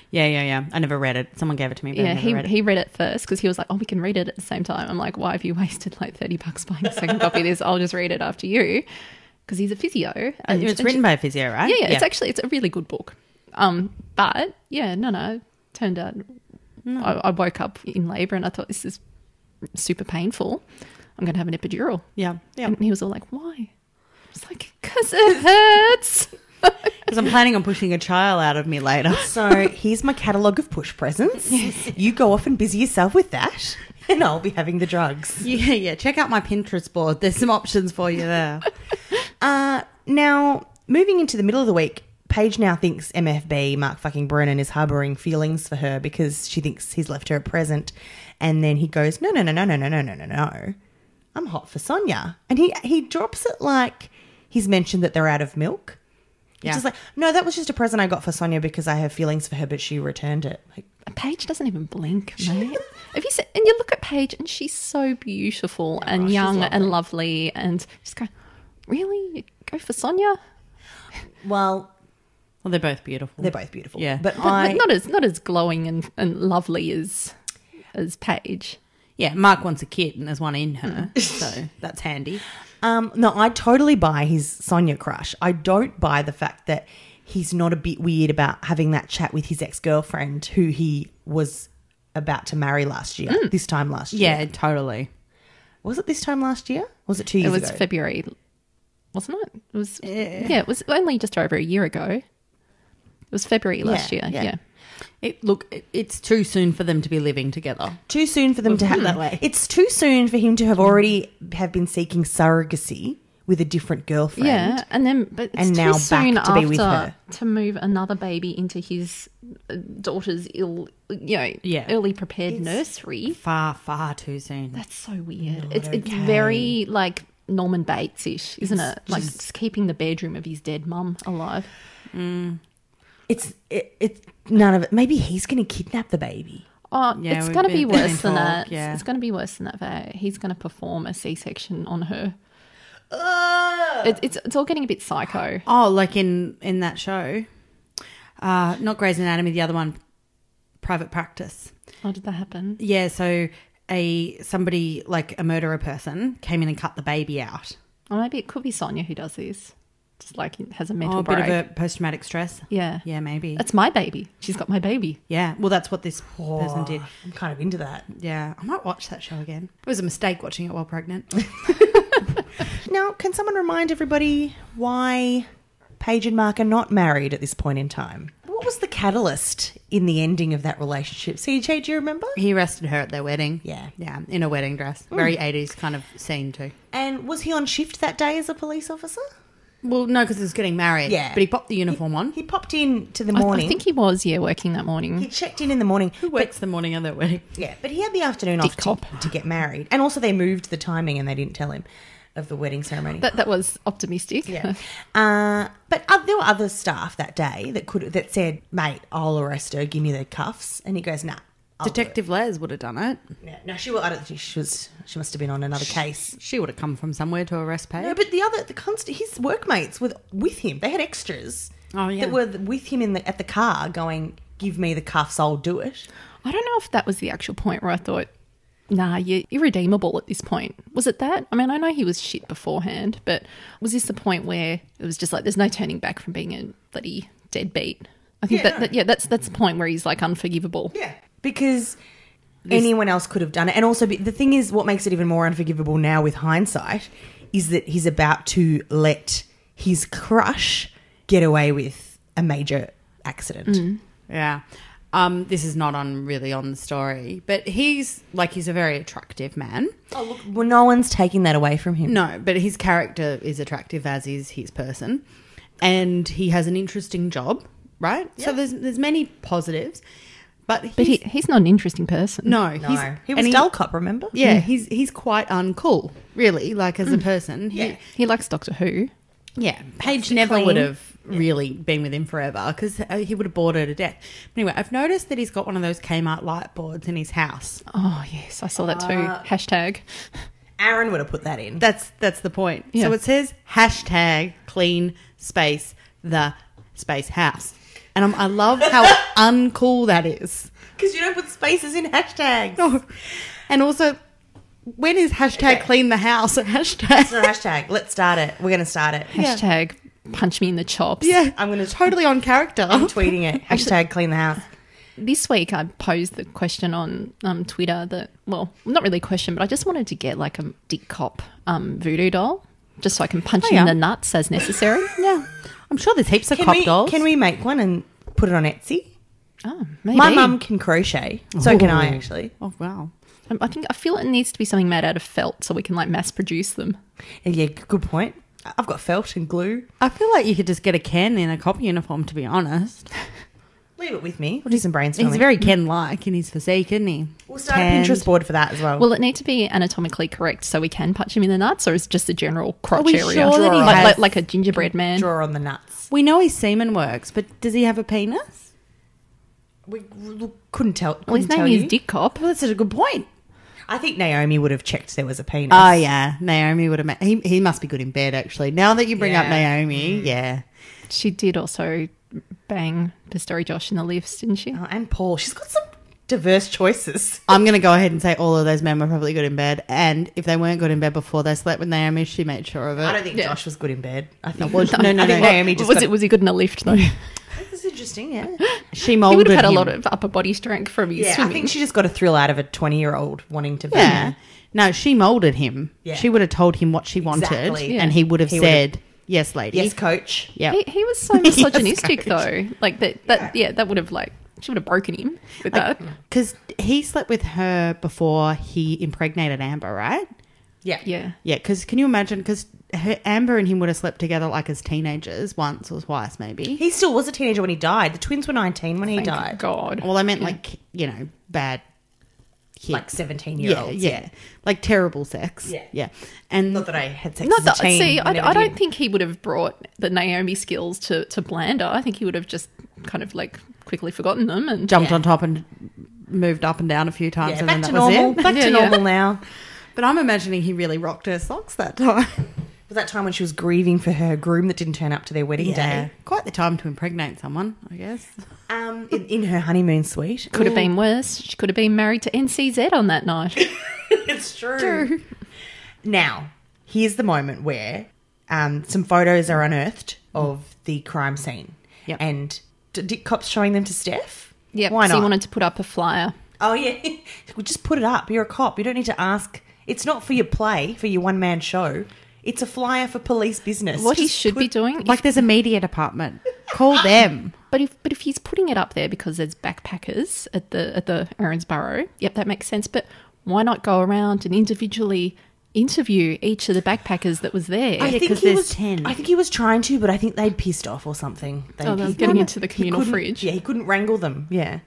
Speaker 4: Yeah, yeah, yeah. I never read it. Someone gave it to me. But I
Speaker 3: yeah,
Speaker 4: never
Speaker 3: he
Speaker 4: read it.
Speaker 3: he read it first because he was like, "Oh, we can read it at the same time." I'm like, "Why have you wasted like thirty bucks buying a second copy of this? I'll just read it after you," because he's a physio.
Speaker 4: And it's written by a physio, right?
Speaker 3: yeah, yeah, It's actually it's a really good book. Um, but yeah, no, no. Turned out, I, I woke up in labour and I thought this is super painful. I'm going to have an epidural.
Speaker 4: yeah, yeah.
Speaker 3: And he was all like, "Why?" I was like, "Cause it hurts."
Speaker 4: Because I'm planning on pushing a child out of me later.
Speaker 2: So here's my catalogue of push presents. You go off and busy yourself with that, and I'll be having the drugs.
Speaker 4: Yeah, yeah. Check out my Pinterest board. There's some options for you there.
Speaker 2: Uh, now, moving into the middle of the week, Paige now thinks MFB, Mark fucking Brennan, is harbouring feelings for her because she thinks he's left her a present. And then he goes, No, no, no, no, no, no, no, no, no, no. I'm hot for Sonia. And he, he drops it like he's mentioned that they're out of milk.
Speaker 4: Yeah.
Speaker 2: He's just like, No, that was just a present I got for Sonia because I have feelings for her, but she returned it. Like,
Speaker 3: Paige doesn't even blink, mate. Have you seen? And you look at Paige, and she's so beautiful and young and lovely, and just go, really, You go for Sonia,
Speaker 2: well,
Speaker 4: Well, they're both beautiful.
Speaker 2: they're both beautiful.
Speaker 4: Yeah.
Speaker 2: But,
Speaker 3: but, but
Speaker 2: I.
Speaker 3: not as not as glowing and, and lovely as as Paige.
Speaker 4: yeah, Mark wants a kid and there's one in her, so that's handy.
Speaker 2: Um, no, I totally buy his Sonia crush. I don't buy the fact that he's not a bit weird about having that chat with his ex girlfriend who he was about to marry last year. This time last year.
Speaker 4: Yeah, totally.
Speaker 2: Was it this time last year? Was it two years
Speaker 3: it was
Speaker 2: ago?
Speaker 3: February, wasn't it? It was
Speaker 2: Eh.
Speaker 3: yeah. it was only just over a year ago. It was February last
Speaker 2: Yeah,
Speaker 3: year.
Speaker 2: yeah.
Speaker 3: Yeah.
Speaker 4: It, look, it, it's too soon for them to be living together.
Speaker 2: too soon for them to have
Speaker 4: that way.
Speaker 2: It's too soon for him to have already have been seeking surrogacy with a different girlfriend.
Speaker 3: Yeah, and then but it's
Speaker 2: And
Speaker 3: too
Speaker 2: now back
Speaker 3: soon
Speaker 2: to be with
Speaker 3: after
Speaker 2: her.
Speaker 3: to move another baby into his uh, daughter's ill, you know,
Speaker 4: Yeah.
Speaker 3: early prepared nursery.
Speaker 4: Far, far too soon.
Speaker 3: That's so weird. it's it's very like Norman Bates ish, isn't it? Like just keeping the bedroom of his dead mum alive.
Speaker 2: It's it, it's none of it. Maybe he's going to kidnap the baby.
Speaker 3: Oh,
Speaker 4: Yeah,
Speaker 3: it's
Speaker 4: we've
Speaker 3: going to
Speaker 4: been-
Speaker 3: be
Speaker 4: been in
Speaker 3: worse than
Speaker 4: talk,
Speaker 3: that.
Speaker 4: yeah.
Speaker 3: It's going to be worse than that. Val. He's going to perform a C section on her. It, it's it's all getting a bit psycho.
Speaker 4: Oh, like in in that show, uh, not Grey's Anatomy, the other one, Private Practice.
Speaker 3: How did that happen?
Speaker 4: Yeah, so a somebody like a murderer person came in and cut the baby out.
Speaker 3: Or maybe it could be Sonia who does this. Just like has a mental
Speaker 4: Oh, a
Speaker 3: break.
Speaker 4: bit of a post traumatic stress.
Speaker 3: Yeah.
Speaker 4: Yeah, maybe.
Speaker 3: That's my baby. She's got my baby.
Speaker 4: yeah, well, that's what this person did.
Speaker 2: I'm kind of into that.
Speaker 4: Yeah, I might watch that show again. It was a mistake watching it while pregnant.
Speaker 2: Now, can someone remind everybody why Paige and Mark are not married at this point in time? What was the catalyst in the ending of that relationship? CJ, do you remember?
Speaker 4: he arrested her at their wedding.
Speaker 2: Yeah.
Speaker 4: Yeah, Hmm. in a wedding dress. Very 80s kind of scene, too.
Speaker 2: And was he on shift that day as a police officer?
Speaker 4: Well, no, because he was getting married.
Speaker 2: Yeah.
Speaker 4: But he popped the uniform on.
Speaker 2: He popped in to the
Speaker 3: I-
Speaker 2: morning.
Speaker 3: I, think he was, yeah, working that morning.
Speaker 2: he checked in in the morning.
Speaker 4: Who works the morning of their wedding?
Speaker 2: Yeah, but he had the afternoon off to,
Speaker 3: cop.
Speaker 2: to get married. And also, they moved the timing and they didn't tell him of the wedding ceremony.
Speaker 3: That that was optimistic.
Speaker 2: Yeah. Uh, but uh, there were other staff that day that could that said, "Mate, I'll arrest her. Give me the cuffs." And he goes, "Nah." I'll do it."
Speaker 4: Detective Les would have done it.
Speaker 2: No, no, she was. I don't think she was. She must have been on another case.
Speaker 4: She would have come from somewhere to arrest Paige.
Speaker 2: No, but the other, the const- his workmates were with him. They had extras.
Speaker 4: Oh, yeah.
Speaker 2: that were with him in the at the car, going, "Give me the cuffs, I'll do it."
Speaker 3: I don't know if that was the actual point where I thought, nah, you're irredeemable at this point. Was it that? I mean, I know he was shit beforehand, but was this the point where it was just like there's no turning back from being a bloody deadbeat? I
Speaker 2: Yeah,
Speaker 3: think that,
Speaker 2: no.
Speaker 3: that yeah, that's that's the point where he's like unforgivable.
Speaker 2: Yeah, because anyone else could have done it. And also, be- the thing is, what makes it even more unforgivable now with hindsight is that he's about to let his crush get away with a major accident.
Speaker 4: Yeah. Um, this is not on really on the story, but he's like he's a very attractive man.
Speaker 2: Well, no one's taking that away from him.
Speaker 4: No, but his character is attractive as is his person, and he has an interesting job, right? So there's there's many positives, but he's,
Speaker 3: But he, he's not an interesting person.
Speaker 4: no,
Speaker 2: No,
Speaker 4: he's,
Speaker 2: he
Speaker 4: and
Speaker 2: was dull cop. Remember?
Speaker 4: Yeah, he's he's quite uncool, really. Like as a person, He-
Speaker 2: Mm. Yeah.
Speaker 3: He likes Doctor Who.
Speaker 4: Yeah, Paige never
Speaker 2: clean.
Speaker 4: would have really been with him forever because he would have bored her to death. But anyway, I've noticed that he's got one of those Kmart light boards in his house.
Speaker 3: Oh, yes. I saw that too. Hashtag.
Speaker 2: Aaron would have put that in.
Speaker 4: That's that's the point.
Speaker 3: Yeah.
Speaker 4: So it says hashtag clean space the space house, and I'm, I love how uncool that is.
Speaker 2: Because you don't put spaces in hashtags.
Speaker 4: No, and also. When is hashtag clean the house a
Speaker 2: It's not a
Speaker 4: hashtag?
Speaker 2: hashtag. Let's start it. We're going to start it.
Speaker 4: Yeah.
Speaker 3: Hashtag punch me in the chops.
Speaker 4: Yeah,
Speaker 2: I'm gonna-
Speaker 4: totally on character.
Speaker 2: I'm tweeting it. Hashtag clean the house.
Speaker 3: This week I posed the question on um, Twitter that, well, not really a question, but I just wanted to get like a dick cop um, voodoo doll just so I can punch
Speaker 4: Oh,
Speaker 3: him in
Speaker 4: yeah.
Speaker 3: the nuts as necessary.
Speaker 4: Yeah, I'm sure there's heaps of
Speaker 2: Can
Speaker 4: cop
Speaker 2: we,
Speaker 4: dolls.
Speaker 2: can we make one and put it on Etsy?
Speaker 3: oh, maybe.
Speaker 2: My mum can crochet. So can I, actually.
Speaker 4: Oh wow.
Speaker 3: Um, I think I feel it needs to be something made out of felt so we can like mass produce them.
Speaker 2: Yeah, Yeah, good point. I've got felt and glue.
Speaker 4: I feel like you could just get a Ken in a cop uniform, to be honest.
Speaker 2: Leave it with me. We'll do some brainstorming.
Speaker 4: He's very Ken like in his physique, isn't he?
Speaker 2: we'll start
Speaker 4: Tanned.
Speaker 2: a Pinterest board for that as well.
Speaker 3: Will it need to be anatomically correct so we can punch him in the nuts or is it just a general crotch
Speaker 4: we
Speaker 3: area?
Speaker 4: sure that he
Speaker 3: like,
Speaker 4: has-
Speaker 3: like, like a gingerbread man.
Speaker 2: Draw on the nuts.
Speaker 4: We know his semen works, but does he have a penis?
Speaker 2: We, we couldn't tell. Couldn't
Speaker 3: Well, his
Speaker 2: tell
Speaker 3: name is
Speaker 2: you.
Speaker 3: Dick Cop.
Speaker 4: Well, that's such a good point.
Speaker 2: I think Naomi would have checked there was a penis.
Speaker 4: Oh yeah, Naomi would have. Ma- he he must be good in bed actually. Now that you bring up
Speaker 2: Yeah. Mm.
Speaker 4: Naomi, yeah,
Speaker 3: She did also bang Pistori Josh in the lifts, didn't she?
Speaker 2: Oh, and Paul. She's got some diverse choices.
Speaker 4: I'm gonna go ahead and say all of those men were probably good in bed, and if they weren't good in bed before they slept with Naomi, she made sure of it.
Speaker 2: I don't think
Speaker 3: Yeah.
Speaker 2: Josh was good in bed. I think
Speaker 4: well, no, no,
Speaker 2: I think
Speaker 4: no.
Speaker 2: Naomi just
Speaker 3: was
Speaker 2: got,
Speaker 3: it was he good in a lift though? he
Speaker 2: This is interesting. Yeah,
Speaker 4: she molded
Speaker 3: would have had a
Speaker 4: him.
Speaker 3: lot of upper body strength from his
Speaker 2: yeah. I
Speaker 3: swimming.
Speaker 2: think she just got a thrill out of a twenty-year-old wanting to. Bang.
Speaker 4: Yeah. No, she molded him.
Speaker 2: Yeah.
Speaker 4: She would have told him what she wanted,
Speaker 2: Exactly.
Speaker 3: Yeah.
Speaker 4: and he would have
Speaker 2: He would have-
Speaker 4: said, "Yes, lady."
Speaker 2: Yes, coach.
Speaker 4: Yeah.
Speaker 3: he, he was so
Speaker 4: Yes,
Speaker 3: misogynistic
Speaker 4: coach.
Speaker 3: though. Like that that yeah, that would have like she would have broken him with that.
Speaker 4: Because he slept with her before he impregnated Amber, right?
Speaker 2: Yeah.
Speaker 3: Yeah.
Speaker 4: Yeah, because can you imagine? Because Amber and him would have slept together like as teenagers once or twice, maybe.
Speaker 2: He still was a teenager when he died. The twins were nineteen when he
Speaker 3: Thank
Speaker 2: died.
Speaker 3: God.
Speaker 4: well, I meant like, you know, bad kids.
Speaker 2: Like seventeen-year-olds.
Speaker 4: yeah, yeah, Like terrible sex.
Speaker 2: Yeah.
Speaker 4: Yeah. And
Speaker 2: Not that I had sex.
Speaker 3: Not
Speaker 2: as a
Speaker 3: that,
Speaker 2: teen.
Speaker 3: see, I,
Speaker 2: never
Speaker 3: I don't
Speaker 2: did.
Speaker 3: think he would have brought the Naomi skills to, to Blander. I think he would have just kind of like quickly forgotten them and
Speaker 4: jumped on top and moved up and down a few times
Speaker 2: Yeah,
Speaker 4: and
Speaker 2: back
Speaker 4: then
Speaker 2: to
Speaker 4: that was
Speaker 2: normal.
Speaker 4: it.
Speaker 2: Back to
Speaker 3: Yeah, yeah.
Speaker 2: normal now.
Speaker 4: But I'm imagining he really rocked her socks that time.
Speaker 2: Was that time when she was grieving for her groom that didn't turn up to their wedding day?
Speaker 4: Quite the time to impregnate someone, I guess.
Speaker 2: Um, in, in her honeymoon suite.
Speaker 3: could have been worse. She could have been married to NCZ on that night.
Speaker 2: it's true. Now, here's the moment where um, some photos are unearthed of the crime scene.
Speaker 4: Yep.
Speaker 2: And D- Dick Cop's showing them to Steph.
Speaker 3: Yeah,
Speaker 2: Why
Speaker 3: so
Speaker 2: not?
Speaker 3: he wanted to put up a flyer.
Speaker 2: oh, yeah. well, just put it up. You're a cop. You don't need to ask. It's not for your play, for your one man show. It's a flyer for police business.
Speaker 3: What he
Speaker 2: Just
Speaker 3: should
Speaker 2: put-
Speaker 3: be doing,
Speaker 4: Like there's a media department. Call them.
Speaker 3: but if but if he's putting it up there because there's backpackers at the at the Erinsborough, yep, that makes sense. But why not go around and individually interview each of the backpackers that was there?
Speaker 2: I
Speaker 4: Oh, Yeah,
Speaker 2: think
Speaker 4: 'cause
Speaker 2: he
Speaker 4: there's
Speaker 2: was.
Speaker 4: 10.
Speaker 2: I think he was trying to, but I think they'd pissed off or something. They,
Speaker 3: Oh, they were
Speaker 2: he-
Speaker 3: getting
Speaker 2: he
Speaker 3: into the communal
Speaker 2: couldn't-
Speaker 3: fridge.
Speaker 2: Yeah, he couldn't wrangle them. Yeah,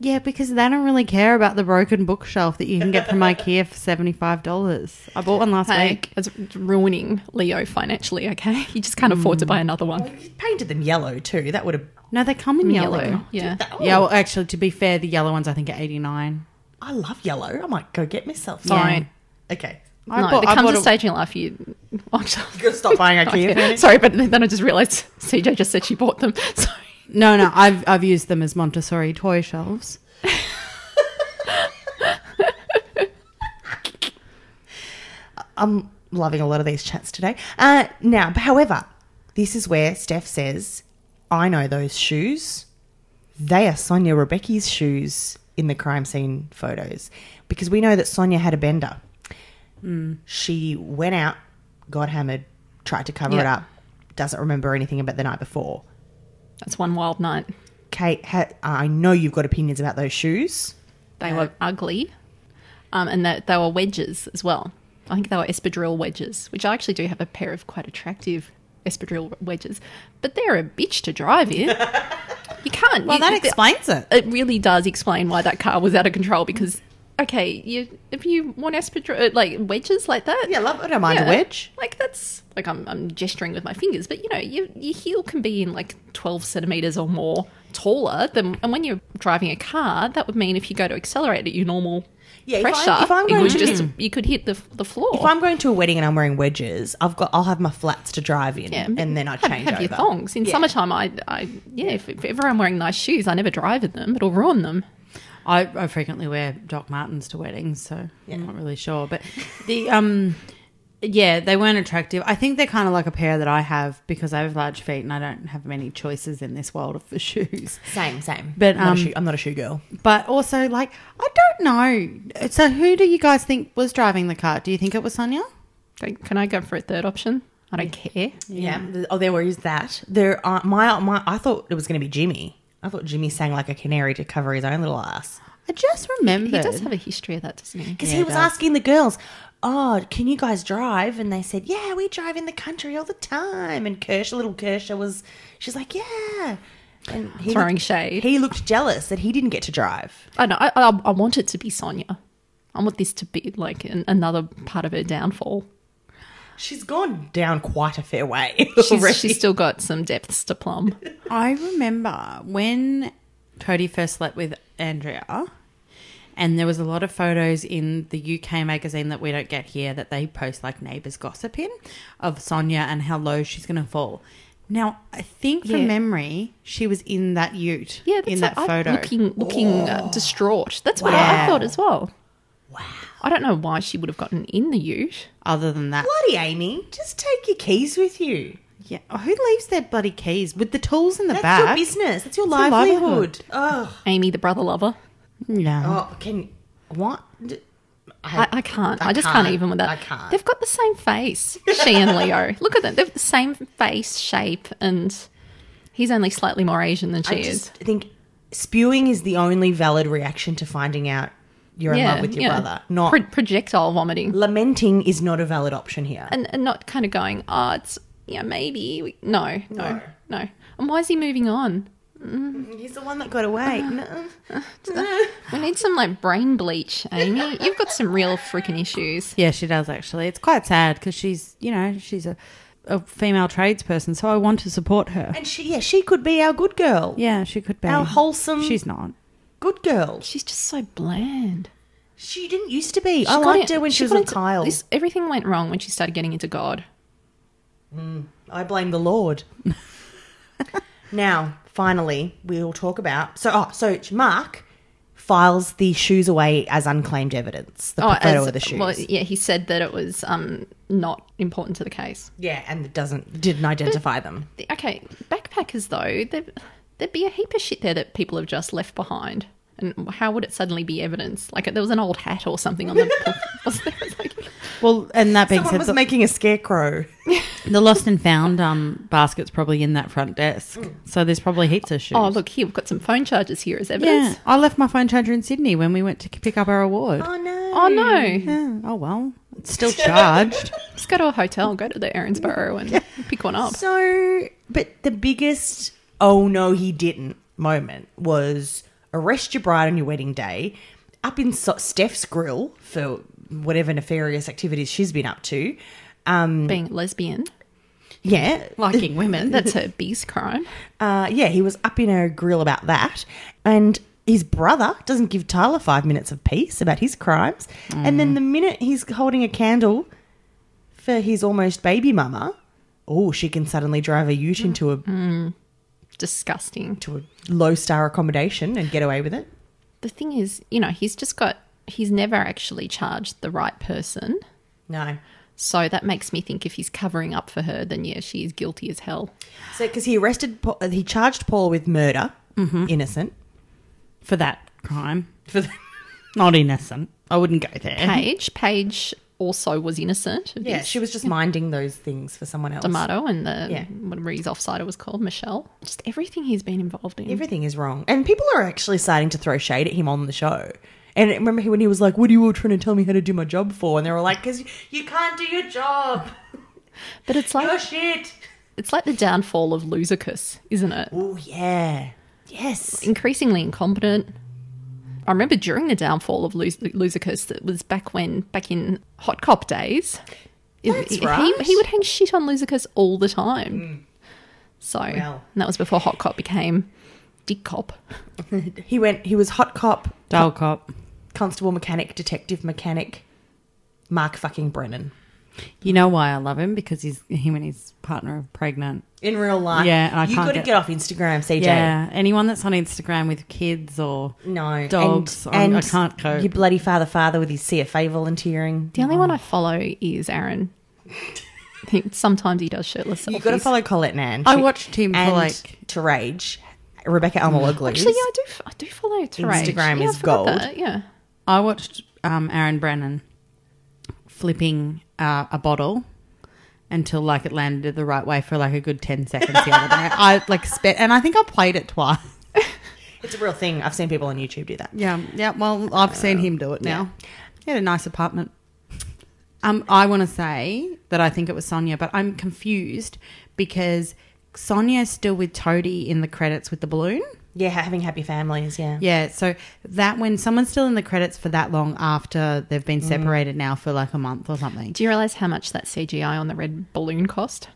Speaker 4: Yeah, because they don't really care about the broken bookshelf that you can get from IKEA for seventy five dollars. I bought one last
Speaker 3: Hey,
Speaker 4: week.
Speaker 3: it's ruining Leo financially. Okay, you just can't afford
Speaker 4: Mm.
Speaker 3: to buy another one.
Speaker 2: he painted them yellow too. That would have. oh,
Speaker 4: No, they come
Speaker 2: mm,
Speaker 4: in yellow.
Speaker 3: yeah.
Speaker 4: Yeah, well, actually, to be fair, the yellow ones I think are eighty nine.
Speaker 2: I love yellow. I might go get myself. some.
Speaker 3: Fine.
Speaker 2: Okay.
Speaker 4: I
Speaker 3: no,
Speaker 4: bought-
Speaker 3: there
Speaker 4: I
Speaker 3: comes
Speaker 4: bought
Speaker 3: a
Speaker 4: a-
Speaker 3: stage in your life you. Oh, sorry.
Speaker 2: Gotta stop buying IKEA.
Speaker 3: Okay.
Speaker 2: furniture.
Speaker 3: Sorry, but then I just realised CJ just said she bought them. Sorry.
Speaker 4: No, no, I've I've used them as Montessori toy shelves.
Speaker 2: I'm loving a lot of these chats today. Uh, now, however, this is where Steph says, "I know those shoes. They are Sonia Rebecki's shoes in the crime scene
Speaker 3: Hmm.
Speaker 2: photos, because we know that Sonia had a bender. She went out, got hammered, tried to cover it
Speaker 3: Yeah.
Speaker 2: up, doesn't remember anything about the night before.
Speaker 3: That's one wild night.
Speaker 2: Kate, ha- I know you've got opinions about those shoes.
Speaker 3: They were ugly, um, and that they were wedges as well. I think they were espadrille wedges, which I actually do have a pair of quite attractive espadrille wedges, but they're a bitch to drive in. You can't.
Speaker 4: Well,
Speaker 3: you- uh,
Speaker 4: that
Speaker 3: the-
Speaker 4: explains it.
Speaker 3: it really does explain why that car was out of control because okay you if you want espadrille uh, like wedges like that
Speaker 2: Yeah, love. I don't mind a
Speaker 3: yeah, uh,
Speaker 2: wedge.
Speaker 3: like that's like I'm, I'm gesturing with my fingers but you know your, your heel can be in like 12 centimeters or more taller than and when you're driving a car that would mean if you go to accelerate at your normal
Speaker 2: Yeah, if I-
Speaker 3: pressure
Speaker 2: if I'm
Speaker 3: it
Speaker 2: going
Speaker 3: would
Speaker 2: to-
Speaker 3: just you could hit the, the floor
Speaker 2: If I'm going to a wedding and I'm wearing wedges, I've got I'll have my flats to drive in,
Speaker 3: Yeah,
Speaker 2: and then I
Speaker 3: have,
Speaker 2: change
Speaker 3: have your
Speaker 2: over.
Speaker 3: thongs in summertime I, I yeah if, if ever I'm wearing nice shoes I never drive in them it'll ruin them
Speaker 4: I, I frequently wear Doc Martens to weddings, so I'm not really sure. But the um, yeah, they weren't attractive. I think they're kind of like a pair that I have because I have large feet and I don't have many choices in this world of the shoes.
Speaker 2: Same, same.
Speaker 4: But,
Speaker 2: I'm not a
Speaker 4: um,
Speaker 2: shoe- I'm not a shoe girl.
Speaker 4: But also, like, I don't know. So, who do you guys think was driving the car? Do you think it was Sonia?
Speaker 3: Can- can I go for a third option I don't care
Speaker 2: Yeah. Oh, there was that. There, are my my. I thought it was going to be Jimmy. I thought Jimmy sang like a canary to cover his own little ass
Speaker 4: I just remembered.
Speaker 3: He does have a history of that, doesn't he?
Speaker 2: because
Speaker 4: Yeah,
Speaker 2: he
Speaker 4: he
Speaker 2: was
Speaker 4: does.
Speaker 2: asking the girls, "Oh, can you guys drive?" And they said, "Yeah, we drive in the country all the time." And Kersha, little Kersha, was she's like, "Yeah," and he
Speaker 3: Throwing
Speaker 2: looked-
Speaker 3: shade.
Speaker 2: He looked jealous that he didn't get to drive.
Speaker 3: I know. I, I, I want it to be Sonia. I want this to be like an, another part of her downfall.
Speaker 2: She's gone down quite a fair way.
Speaker 3: She's,
Speaker 2: already.
Speaker 3: she's still got some depths to plumb.
Speaker 4: I remember when Cody first slept with Andrea, and there was a lot of photos in the UK magazine that we don't get here that they post like neighbours gossip in of Sonia and how low she's going to fall. Now, I think from
Speaker 3: Yeah.
Speaker 4: memory, she was in that ute
Speaker 3: Yeah, that's
Speaker 4: in that
Speaker 3: it. I'm
Speaker 4: photo.
Speaker 3: looking looking
Speaker 2: Oh.
Speaker 3: uh, distraught. That's what I, I
Speaker 4: Wow.
Speaker 3: thought as well. Wow. I don't know why she would have gotten in the ute.
Speaker 4: Other than that,
Speaker 2: Bloody Amy, just take your keys with you.
Speaker 4: yeah, oh, who leaves their bloody keys with the tools in the
Speaker 2: That's your
Speaker 4: back?
Speaker 2: business. That's your
Speaker 4: It's a
Speaker 2: livelihood. Oh,
Speaker 3: Amy, the brother lover.
Speaker 4: Yeah,
Speaker 2: oh, can what? D-
Speaker 3: I, I can't. I, just can't, even with that.
Speaker 2: I can't.
Speaker 3: They've got the same face. She and Leo. Look at them. They've the same face shape, and he's only slightly more Asian than she
Speaker 2: I
Speaker 3: is.
Speaker 2: just think spewing is the only valid reaction to finding out you're in love with your brother. Not
Speaker 3: Pro- projectile vomiting
Speaker 2: lamenting is not a valid option here.
Speaker 3: and, and not kind of going oh it's yeah maybe we-" no, no no and why is he moving on
Speaker 2: He's the one that got away.
Speaker 3: Uh,
Speaker 2: No.
Speaker 3: we need some like brain bleach amy you've got some real freaking issues
Speaker 4: yeah, she does actually. It's quite sad because she's, you know, she's a, a female tradesperson, so I want to support her.
Speaker 2: And she, yeah, she could be our good girl.
Speaker 4: Yeah, she could be.
Speaker 2: Our wholesome-
Speaker 4: She's not.
Speaker 2: Good girl.
Speaker 3: she's just so bland
Speaker 2: She didn't used to be.
Speaker 3: She
Speaker 2: I
Speaker 3: got
Speaker 2: liked
Speaker 3: in-
Speaker 2: her when she, was
Speaker 3: got
Speaker 2: with
Speaker 3: into-
Speaker 2: Kyle.
Speaker 3: this, everything went wrong when she started getting into god
Speaker 2: I blame the Lord. now, finally, we'll talk about. So, oh, so Mark files the shoes away as unclaimed evidence. The photo
Speaker 3: Oh, as-
Speaker 2: of the shoes.
Speaker 3: well, yeah he said that it was um not important to the case
Speaker 2: yeah, and it doesn't didn't identify them.
Speaker 3: The- okay, backpackers though, there- there'd be a heap of shit there that people have just left behind. And how would it suddenly be evidence? Like there was an old hat or something on the. was there? It's like-
Speaker 4: Well, and that being
Speaker 2: Someone was
Speaker 4: said, the,
Speaker 2: making a scarecrow.
Speaker 4: the lost and found um, basket's probably in that front desk,
Speaker 2: Mm.
Speaker 4: so there's probably heaps of shoes.
Speaker 3: oh look here, we've got some phone charges here as
Speaker 4: yeah,
Speaker 3: evidence.
Speaker 4: I left my phone charger in Sydney when we went to pick up our award.
Speaker 2: Oh no!
Speaker 3: Oh no!
Speaker 4: Yeah. Oh well, it's still charged.
Speaker 3: Just go to a hotel, go to the Erinsborough and pick one up.
Speaker 2: So, but the biggest oh no, he didn't moment was arrest your bride on your wedding day, up in so- Steph's grill for whatever nefarious activities she's been up to. Um,
Speaker 3: Being a lesbian,
Speaker 2: yeah,
Speaker 4: Liking women.
Speaker 3: that's her beast crime.
Speaker 2: uh, yeah, he was up in a grill about that, and his brother doesn't give Tyler five minutes of peace about his crimes, and then the minute he's holding a candle for his almost baby mama, oh, she can suddenly drive a ute into a
Speaker 3: Disgusting.
Speaker 2: to a low star accommodation and get away with it.
Speaker 3: The thing is, you know, he's just got. He's never actually charged the right person.
Speaker 2: No.
Speaker 3: So that makes me think if he's covering up for her, then yeah, she is guilty as hell.
Speaker 2: So because he arrested, Paul, he charged Paul with murder, innocent.
Speaker 4: for that crime.
Speaker 2: For the,
Speaker 4: Not innocent. I wouldn't go there.
Speaker 3: Paige, Paige also was innocent. Of
Speaker 2: Yeah,
Speaker 3: this.
Speaker 2: she was just minding those things for someone else.
Speaker 3: D'Amato and the
Speaker 2: Yeah.
Speaker 3: whatever his offsider was called, Michelle. Just everything he's been involved in.
Speaker 2: Everything is wrong. And people are actually starting to throw shade at him on the show. And remember he- when he was like, What are you all trying to tell me how to do my job for? And they were like, Because you can't do your job.
Speaker 3: but it's
Speaker 2: You're
Speaker 3: like
Speaker 2: shit.
Speaker 3: it's like the downfall of Lucercus, isn't it?
Speaker 2: Oh, yeah. Yes.
Speaker 3: increasingly incompetent. I remember during the downfall of Lus- Luzacus, that was back when, back in Hot Cop days.
Speaker 2: That's
Speaker 3: he,
Speaker 2: right. Mm.
Speaker 3: He, would hang shit on Luzacus all the time. So,
Speaker 2: Well.
Speaker 3: and that was before Hot Cop became Dick Cop.
Speaker 2: He went, he was hot cop,
Speaker 4: Dull cop.
Speaker 2: constable mechanic, detective mechanic, Mark fucking Brennan.
Speaker 4: You know why I love him because he's him and his partner are pregnant.
Speaker 2: In real life.
Speaker 4: Yeah, and I
Speaker 2: you
Speaker 4: can't
Speaker 2: got to
Speaker 4: get-
Speaker 2: get off Instagram, CJ.
Speaker 4: Yeah, anyone that's on Instagram with kids or
Speaker 2: No.
Speaker 4: dogs,
Speaker 2: And,
Speaker 4: I'm-
Speaker 2: and
Speaker 4: I can't cope.
Speaker 2: Your bloody father, father with his CFA volunteering.
Speaker 3: The only one I follow is Aaron. he, sometimes he does shirtless selfies.
Speaker 2: You've got to follow Colette Nan.
Speaker 4: I
Speaker 2: She-
Speaker 4: watched him for,
Speaker 2: and
Speaker 4: like-
Speaker 2: to rage. Rebecca Almaloglu.
Speaker 3: Mm. Actually, yeah, I do. f- I do follow Terage.
Speaker 2: Instagram
Speaker 3: yeah, I
Speaker 2: is
Speaker 3: forgot
Speaker 2: gold.
Speaker 3: that, Yeah,
Speaker 4: I watched um, Aaron Brennan flipping uh, a bottle until like it landed the right way for like a good ten seconds the other day. I like spent, and I think I played it twice.
Speaker 2: it's a real thing. I've seen people on YouTube do that.
Speaker 4: Yeah, yeah. Well, I've seen him do it now. He had a nice apartment. Um, I want to say that I think it was Sonia, but I'm confused because Sonia's still with Toadie in the credits with the balloon.
Speaker 2: Yeah, having happy families. Yeah.
Speaker 4: Yeah, so that when someone's still in the credits for that long after they've been separated now for like a month or something.
Speaker 3: do you realize how much that CGI on the red balloon cost?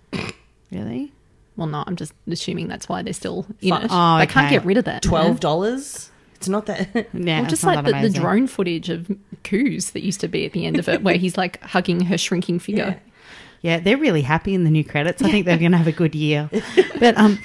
Speaker 4: Really?
Speaker 3: Well, no, I'm just assuming that's why they're still in it.
Speaker 4: Oh,
Speaker 3: They can't
Speaker 4: okay.
Speaker 3: get rid of that.
Speaker 2: Twelve dollars. It's not that.
Speaker 4: Yeah,
Speaker 3: Well,
Speaker 4: it's
Speaker 3: just
Speaker 4: not
Speaker 3: like
Speaker 4: that
Speaker 3: the, the
Speaker 4: amazing.
Speaker 3: drone footage of Coos that used to be at the end of it, where he's like hugging her shrinking figure.
Speaker 4: Yeah, they're really happy in the new credits. I think they're going to have a good year. But um,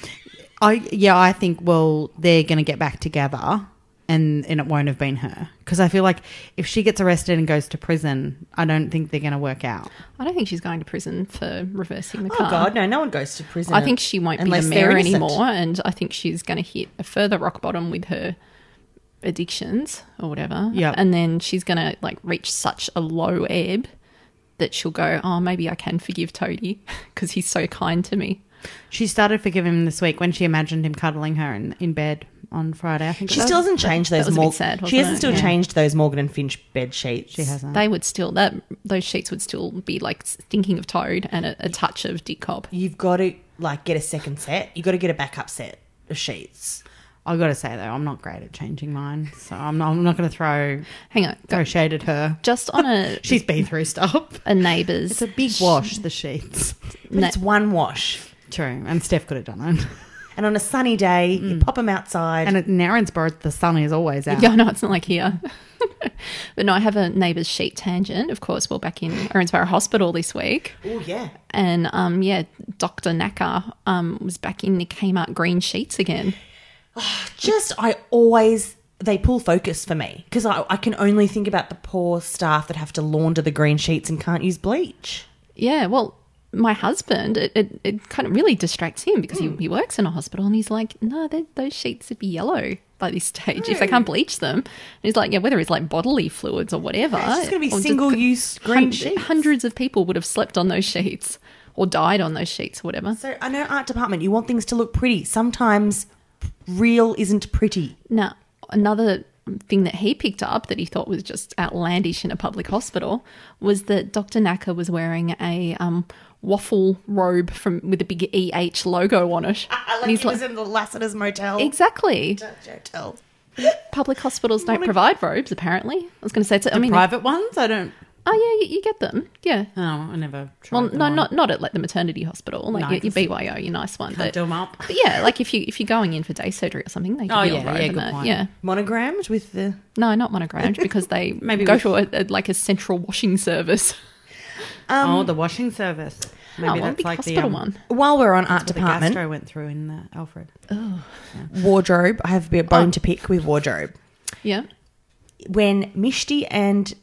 Speaker 4: I yeah, I think well they're going to get back together, and and it won't have been her because I feel like if she gets arrested and goes to prison, I don't think they're going to work out.
Speaker 3: I don't think she's going to prison for reversing the
Speaker 2: oh
Speaker 3: car.
Speaker 2: God, no. No one goes to prison.
Speaker 3: I think she won't
Speaker 2: unless
Speaker 3: be the
Speaker 2: they're
Speaker 3: mayor
Speaker 2: innocent.
Speaker 3: anymore, and I think she's going to hit a further rock bottom with her addictions or whatever.
Speaker 4: Yep.
Speaker 3: and then she's going to like reach such a low ebb that she'll go, "Oh, maybe I can forgive Toadie because he's so kind to me."
Speaker 4: She started forgiving him this week when she imagined him cuddling her in, in bed on Friday. I think it
Speaker 2: She
Speaker 4: was.
Speaker 2: still hasn't changed those.
Speaker 3: was a bit
Speaker 2: Mor-
Speaker 3: sad,
Speaker 2: she
Speaker 3: wasn't
Speaker 2: hasn't
Speaker 3: it?
Speaker 2: still
Speaker 3: Yeah.
Speaker 2: changed those Morgan and Finch bed sheets.
Speaker 4: She hasn't.
Speaker 3: They would still that those sheets would still be like thinking of Toad and a, a touch of Dick Cobb.
Speaker 2: You've got to like get a second set. You have got to get a backup set of sheets.
Speaker 4: I got to say though, I'm not great at changing mine, so I'm not, I'm not going to throw
Speaker 3: Hang on,
Speaker 4: throw shade at her.
Speaker 3: just on a
Speaker 4: She's been through stuff.
Speaker 3: a neighbour's.
Speaker 4: It's a big wash. The sheets.
Speaker 2: But
Speaker 3: No.
Speaker 2: it's one wash,
Speaker 4: True, and Steph could have done it.
Speaker 2: and on a sunny day, you
Speaker 3: Mm.
Speaker 2: pop them outside.
Speaker 4: And at Narrensborough, the sun is always out.
Speaker 3: Yeah, no, it's not like here. but no, I have a neighbour's sheet tangent. Of course, we're back in Erinsborough Hospital this week,
Speaker 2: oh yeah.
Speaker 3: and um, yeah, Doctor Nacker um was back in the Kmart green sheets again.
Speaker 2: just I always they pull focus for me because I, I can only think about the poor staff that have to launder the green sheets and can't use bleach.
Speaker 3: Yeah, well, my husband, it, it, it kind of really distracts him because
Speaker 2: Hmm.
Speaker 3: he, he works in a hospital and he's like, no, they- those sheets would be yellow by this stage if they can't bleach them. And he's like, yeah, whether it's like bodily fluids or whatever.
Speaker 2: It's just gonna be
Speaker 3: or just
Speaker 2: single use green
Speaker 3: hun-
Speaker 2: sheets.
Speaker 3: Hundreds of people would have slept on those sheets or died on those sheets or whatever.
Speaker 2: So I know art department, you want things to look pretty. Sometimes real isn't pretty.
Speaker 3: Now, another thing that he picked up that he thought was just outlandish in a public hospital was that Dr. Nacker was wearing a um, waffle robe from with a big EH logo on it. And he's like-
Speaker 2: in the Lassiter's motel.
Speaker 3: Exactly.
Speaker 2: Hotel.
Speaker 3: Public hospitals don't provide robes, apparently. I was going to say, it's, I mean,
Speaker 4: Private ones, I don't.
Speaker 3: oh yeah, you, you get them. Yeah.
Speaker 4: No, I never. Tried
Speaker 3: Well,
Speaker 4: them
Speaker 3: no,
Speaker 4: on.
Speaker 3: not not at like the maternity hospital, like
Speaker 4: No,
Speaker 3: your, your
Speaker 4: 'cause
Speaker 3: BYO, your nice one. But,
Speaker 4: do 'em up.
Speaker 3: but yeah, like if you if you're going in for day surgery or something, they give
Speaker 4: Oh,
Speaker 3: you
Speaker 4: yeah,
Speaker 3: a robe.
Speaker 4: yeah,
Speaker 3: and
Speaker 4: good
Speaker 3: that.
Speaker 4: point.
Speaker 3: Yeah.
Speaker 2: Monogrammed with the
Speaker 3: No, not monogrammed because they
Speaker 4: Maybe
Speaker 3: maybe go
Speaker 4: with-
Speaker 3: to a, a, like a central washing service.
Speaker 4: oh, the washing service. Maybe
Speaker 3: um, oh, well,
Speaker 4: that's
Speaker 3: big
Speaker 4: like the
Speaker 3: hospital
Speaker 4: um,
Speaker 3: one.
Speaker 2: while we're on art
Speaker 4: The
Speaker 2: department,
Speaker 4: gastro went through in the Alfred.
Speaker 2: wardrobe, I have a bit of bone to pick with wardrobe.
Speaker 3: Yeah.
Speaker 2: when Mishti and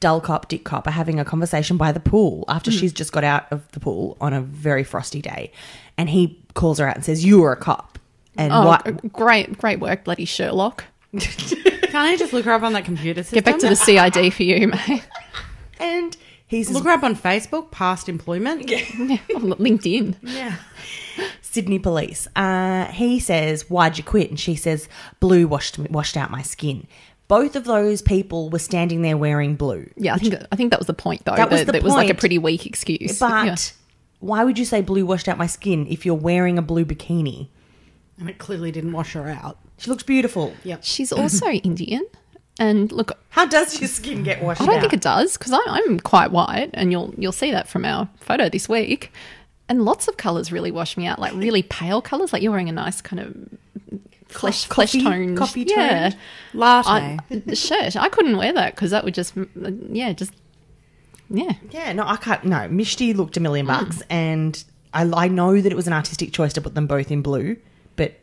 Speaker 2: Dull Cop Dick Cop are having a conversation by the pool after
Speaker 3: Hmm.
Speaker 2: she's just got out of the pool on a very frosty day, and he calls her out and says, "You are a cop." And
Speaker 3: Oh,
Speaker 2: what?
Speaker 3: g- great, great work, bloody Sherlock.
Speaker 4: Can't I just look her up on that computer system?
Speaker 3: Get back to the CID for you, mate.
Speaker 2: And He's
Speaker 4: Look her up on Facebook, past employment. Yeah.
Speaker 3: LinkedIn.
Speaker 2: Sydney police. Uh, he says, "Why'd you quit?" And she says, "Blue washed washed out my skin." Both of those people were standing there wearing blue.
Speaker 3: Yeah, I think I think that was the point though.
Speaker 2: That was the
Speaker 3: it was like a
Speaker 2: point.
Speaker 3: pretty weak excuse.
Speaker 2: But
Speaker 3: Yeah.
Speaker 2: why would you say blue washed out my skin if you're wearing a blue bikini?
Speaker 4: And it clearly didn't wash her out.
Speaker 2: She looks beautiful.
Speaker 3: she's also Indian, and look,
Speaker 2: How does your skin get washed
Speaker 3: I don't
Speaker 2: out?
Speaker 3: think it does because I'm quite white, and you'll you'll see that from our photo this week. And lots of colours really wash me out, like really pale colours. Like you're wearing a nice kind of flesh flesh
Speaker 2: coffee-
Speaker 3: toned
Speaker 2: coffee
Speaker 3: yeah,
Speaker 4: Latte.
Speaker 3: I, the shirt. I couldn't wear that because that would just yeah just yeah
Speaker 2: Yeah, no, I can't. No, Mishti looked a million bucks, and I, I know that it was an artistic choice to put them both in blue, but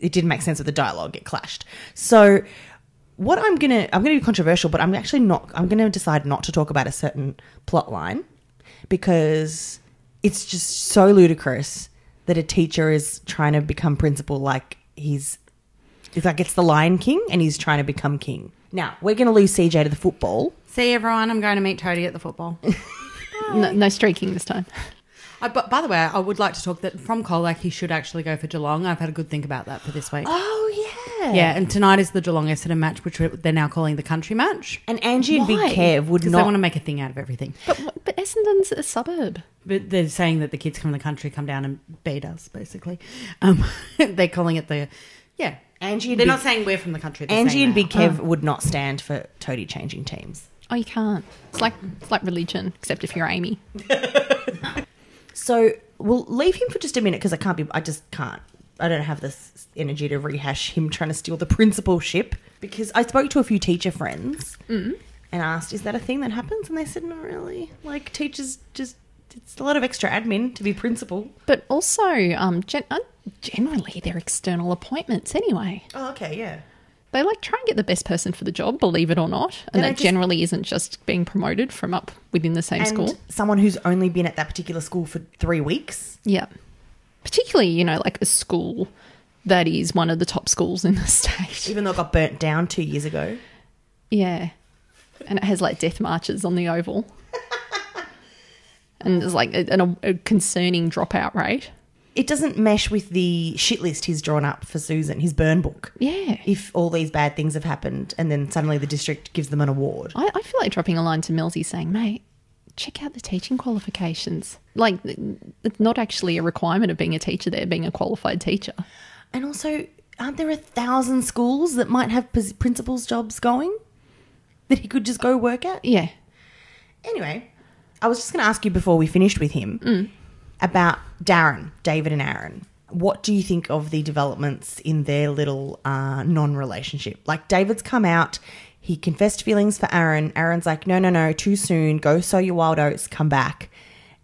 Speaker 2: it didn't make sense with the dialogue; it clashed. So, what I'm gonna I'm gonna be controversial, but I'm actually not. I'm gonna decide not to talk about a certain plot line because it's just so ludicrous that a teacher is trying to become principal, like he's it's like it's the Lion King, and he's trying to become king. Now we're gonna lose CJ to the football.
Speaker 4: See everyone. I'm going to meet Toadie at the football.
Speaker 3: no, no streaking this time.
Speaker 4: I, but by the way, I would like to talk that from Colac, he should actually go for Geelong. I've had a good think about that for this week.
Speaker 2: Oh
Speaker 4: Yeah, and tonight is the Geelong Essendon match, which they're now calling the country match
Speaker 2: And Angie and
Speaker 3: Why?
Speaker 2: Big Kev would
Speaker 4: because they
Speaker 2: not.
Speaker 4: want to make a thing out of everything.
Speaker 3: But wh- but Essendon's a suburb.
Speaker 4: But they're saying that the kids come in the country come down and beat us, basically. Um, they're calling it the yeah.
Speaker 2: Angie
Speaker 4: They're
Speaker 2: and Big,
Speaker 4: not saying we're from the country. they're
Speaker 2: Angie
Speaker 4: saying
Speaker 2: and
Speaker 4: they
Speaker 2: Big
Speaker 4: are.
Speaker 2: Kev would not stand for Toady changing teams.
Speaker 3: Oh, you can't. It's like it's like religion, except if you're Amy.
Speaker 2: So we'll leave him for just a minute because I can't be. I just can't. I don't have this energy to rehash him trying to steal the principalship because I spoke to a few teacher friends and asked, "Is that a thing that happens?" And they said, "Not really. Like teachers just." It's a lot of extra admin to be principal.
Speaker 3: But also, um, gen- uh, generally they're external appointments anyway.
Speaker 2: Oh, okay, yeah.
Speaker 3: They like try and get the best person for the job, believe it or not,
Speaker 2: Then
Speaker 3: and
Speaker 2: I
Speaker 3: that
Speaker 2: just-
Speaker 3: generally isn't just being promoted from up within the same
Speaker 2: And
Speaker 3: school.
Speaker 2: someone who's only been at that particular school for three weeks.
Speaker 3: Yeah, particularly you know like a school that is one of the top schools in the state.
Speaker 2: Even though it got burnt down two years ago.
Speaker 3: Yeah, and it has like death marches on the oval, and there's like a, an- a concerning dropout rate.
Speaker 2: it doesn't mesh with the shit list he's drawn up for Susan, his burn book.
Speaker 3: Yeah.
Speaker 2: If all these bad things have happened and then suddenly the district gives them an award.
Speaker 3: I, I feel like dropping a line to Millsy saying, mate, check out the teaching qualifications. Like, it's not actually a requirement of being a teacher there, being a qualified teacher.
Speaker 2: And also, aren't there a thousand schools that might have pos- principals' jobs going that he could just go work at?
Speaker 3: Yeah.
Speaker 2: Anyway, I was just going to ask you before we finished with him about Darren, David, and Aaron. What do you think of the developments in their little uh, non relationship? Like, David's come out, he confessed feelings for Aaron. Aaron's like, no, no, no, too soon. Go sow your wild oats, come back.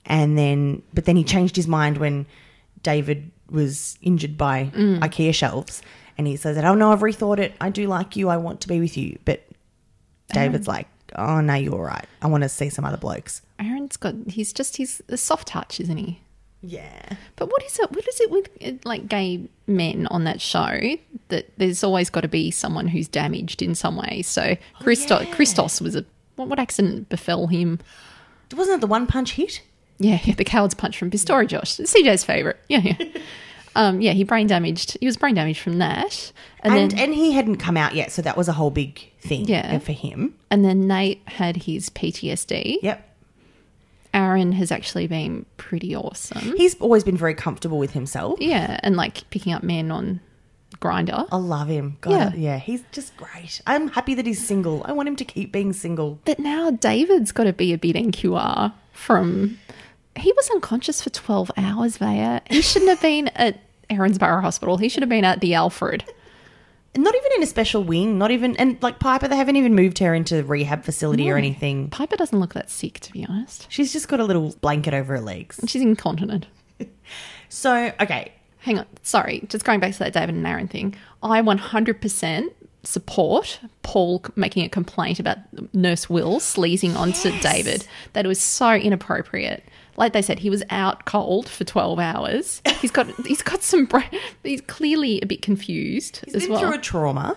Speaker 2: And then, but then he changed his mind when David was injured by IKEA shelves. And he says, that, oh no, I've rethought it. I do like you. I want to be with you. But
Speaker 3: Um,
Speaker 2: David's like, oh, no, you're all right. I want to see some other blokes.
Speaker 3: Aaron's got, he's just, he's a soft touch, isn't he?
Speaker 2: Yeah.
Speaker 3: But what is it? What is it with uh, like gay men on that show that there's always got to be someone who's damaged in some way? So
Speaker 2: Oh,
Speaker 3: Christos, Christos was a what, what accident befell him?
Speaker 2: Wasn't it the one punch hit?
Speaker 3: Yeah, yeah, the coward's punch from Pistori Josh. It's CJ's favourite. Yeah, yeah. um, yeah, he brain damaged. He was brain damaged from that. And,
Speaker 2: And,
Speaker 3: then
Speaker 2: and he hadn't come out yet, so that was a whole big thing
Speaker 3: Yeah.
Speaker 2: for him.
Speaker 3: and then Nate had his PTSD.
Speaker 2: Yep.
Speaker 3: Aaron has actually been pretty awesome.
Speaker 2: He's always been very comfortable with himself.
Speaker 3: Yeah, and like picking up men on grinder.
Speaker 2: I love him. God,
Speaker 3: Yeah.
Speaker 2: yeah. he's just great. I'm happy that he's single. I want him to keep being single.
Speaker 3: But now David's got to be a bit NQR from. He was unconscious for 12 hours, Vaya. He shouldn't have been at Erinsborough Hospital. He should have been at the Alfred.
Speaker 2: And not even in a special wing, not even, and like Piper, they haven't even moved her into rehab facility or
Speaker 3: No.
Speaker 2: anything.
Speaker 3: Piper doesn't look that sick, to be honest.
Speaker 2: She's just got a little blanket over her legs.
Speaker 3: She's incontinent.
Speaker 2: So, okay,
Speaker 3: Hang on. Sorry. Just going back to that David and Aaron thing. I 100% support Paul c- making a complaint about Nurse Will sleazing onto David. That it was so inappropriate. Like they said, he was out cold for 12 hours. He's got he's got some bra- he's clearly a bit confused
Speaker 2: he's
Speaker 3: as
Speaker 2: been
Speaker 3: well.
Speaker 2: through a trauma.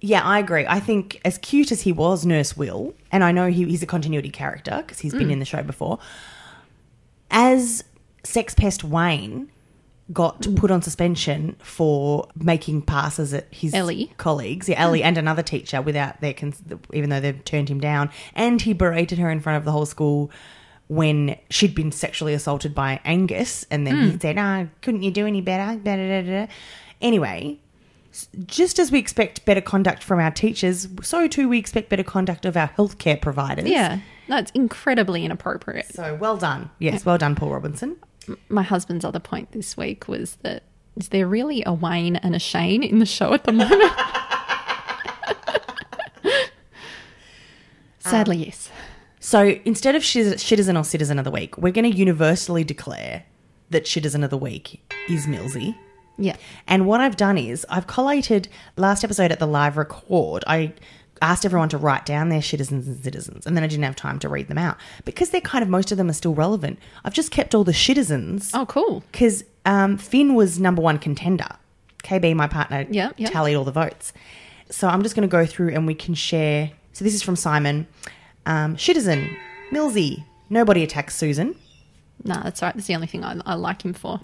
Speaker 2: Yeah, I agree. I think as cute as he was, Nurse Will, and I know he, he's a continuity character because he's been in the show before, as sex pest Wayne got put on suspension for making passes at his
Speaker 3: Ellie.
Speaker 2: colleagues, yeah, Ellie Mm. and another teacher without their cons- even though they've turned him down, and he berated her in front of the whole school when she'd been sexually assaulted by Angus, and then he said, "Ah, couldn't you do any better?" Da, da, da, da. Anyway, just as we expect better conduct from our teachers, so too we expect better conduct of our healthcare providers.
Speaker 3: Yeah. No, it's incredibly inappropriate.
Speaker 2: So well done. Yes, well done, Paul Robinson.
Speaker 3: My husband's other point this week was that is there really a Wayne and a Shane in the show at the moment? Sadly, yes.
Speaker 2: So instead of shiz- Citizen or Citizen of the Week, we're going to universally declare that Citizen of the Week is Millsy.
Speaker 3: Yeah.
Speaker 2: And what I've done is I've collated last episode at the live record. I asked everyone to write down their citizens and citizens, and then I didn't have time to read them out because they're kind of most of them are still relevant. I've just kept all the citizens
Speaker 3: Oh, cool.
Speaker 2: because um, Finn was number one contender. KB, my partner,
Speaker 3: Yeah, yeah.
Speaker 2: tallied all the votes. So I'm just going to go through and we can share. So this is from Simon. Um, Citizen, Millsy, nobody attacks Susan.
Speaker 3: No, that's all right. That's the only thing I, I like him for.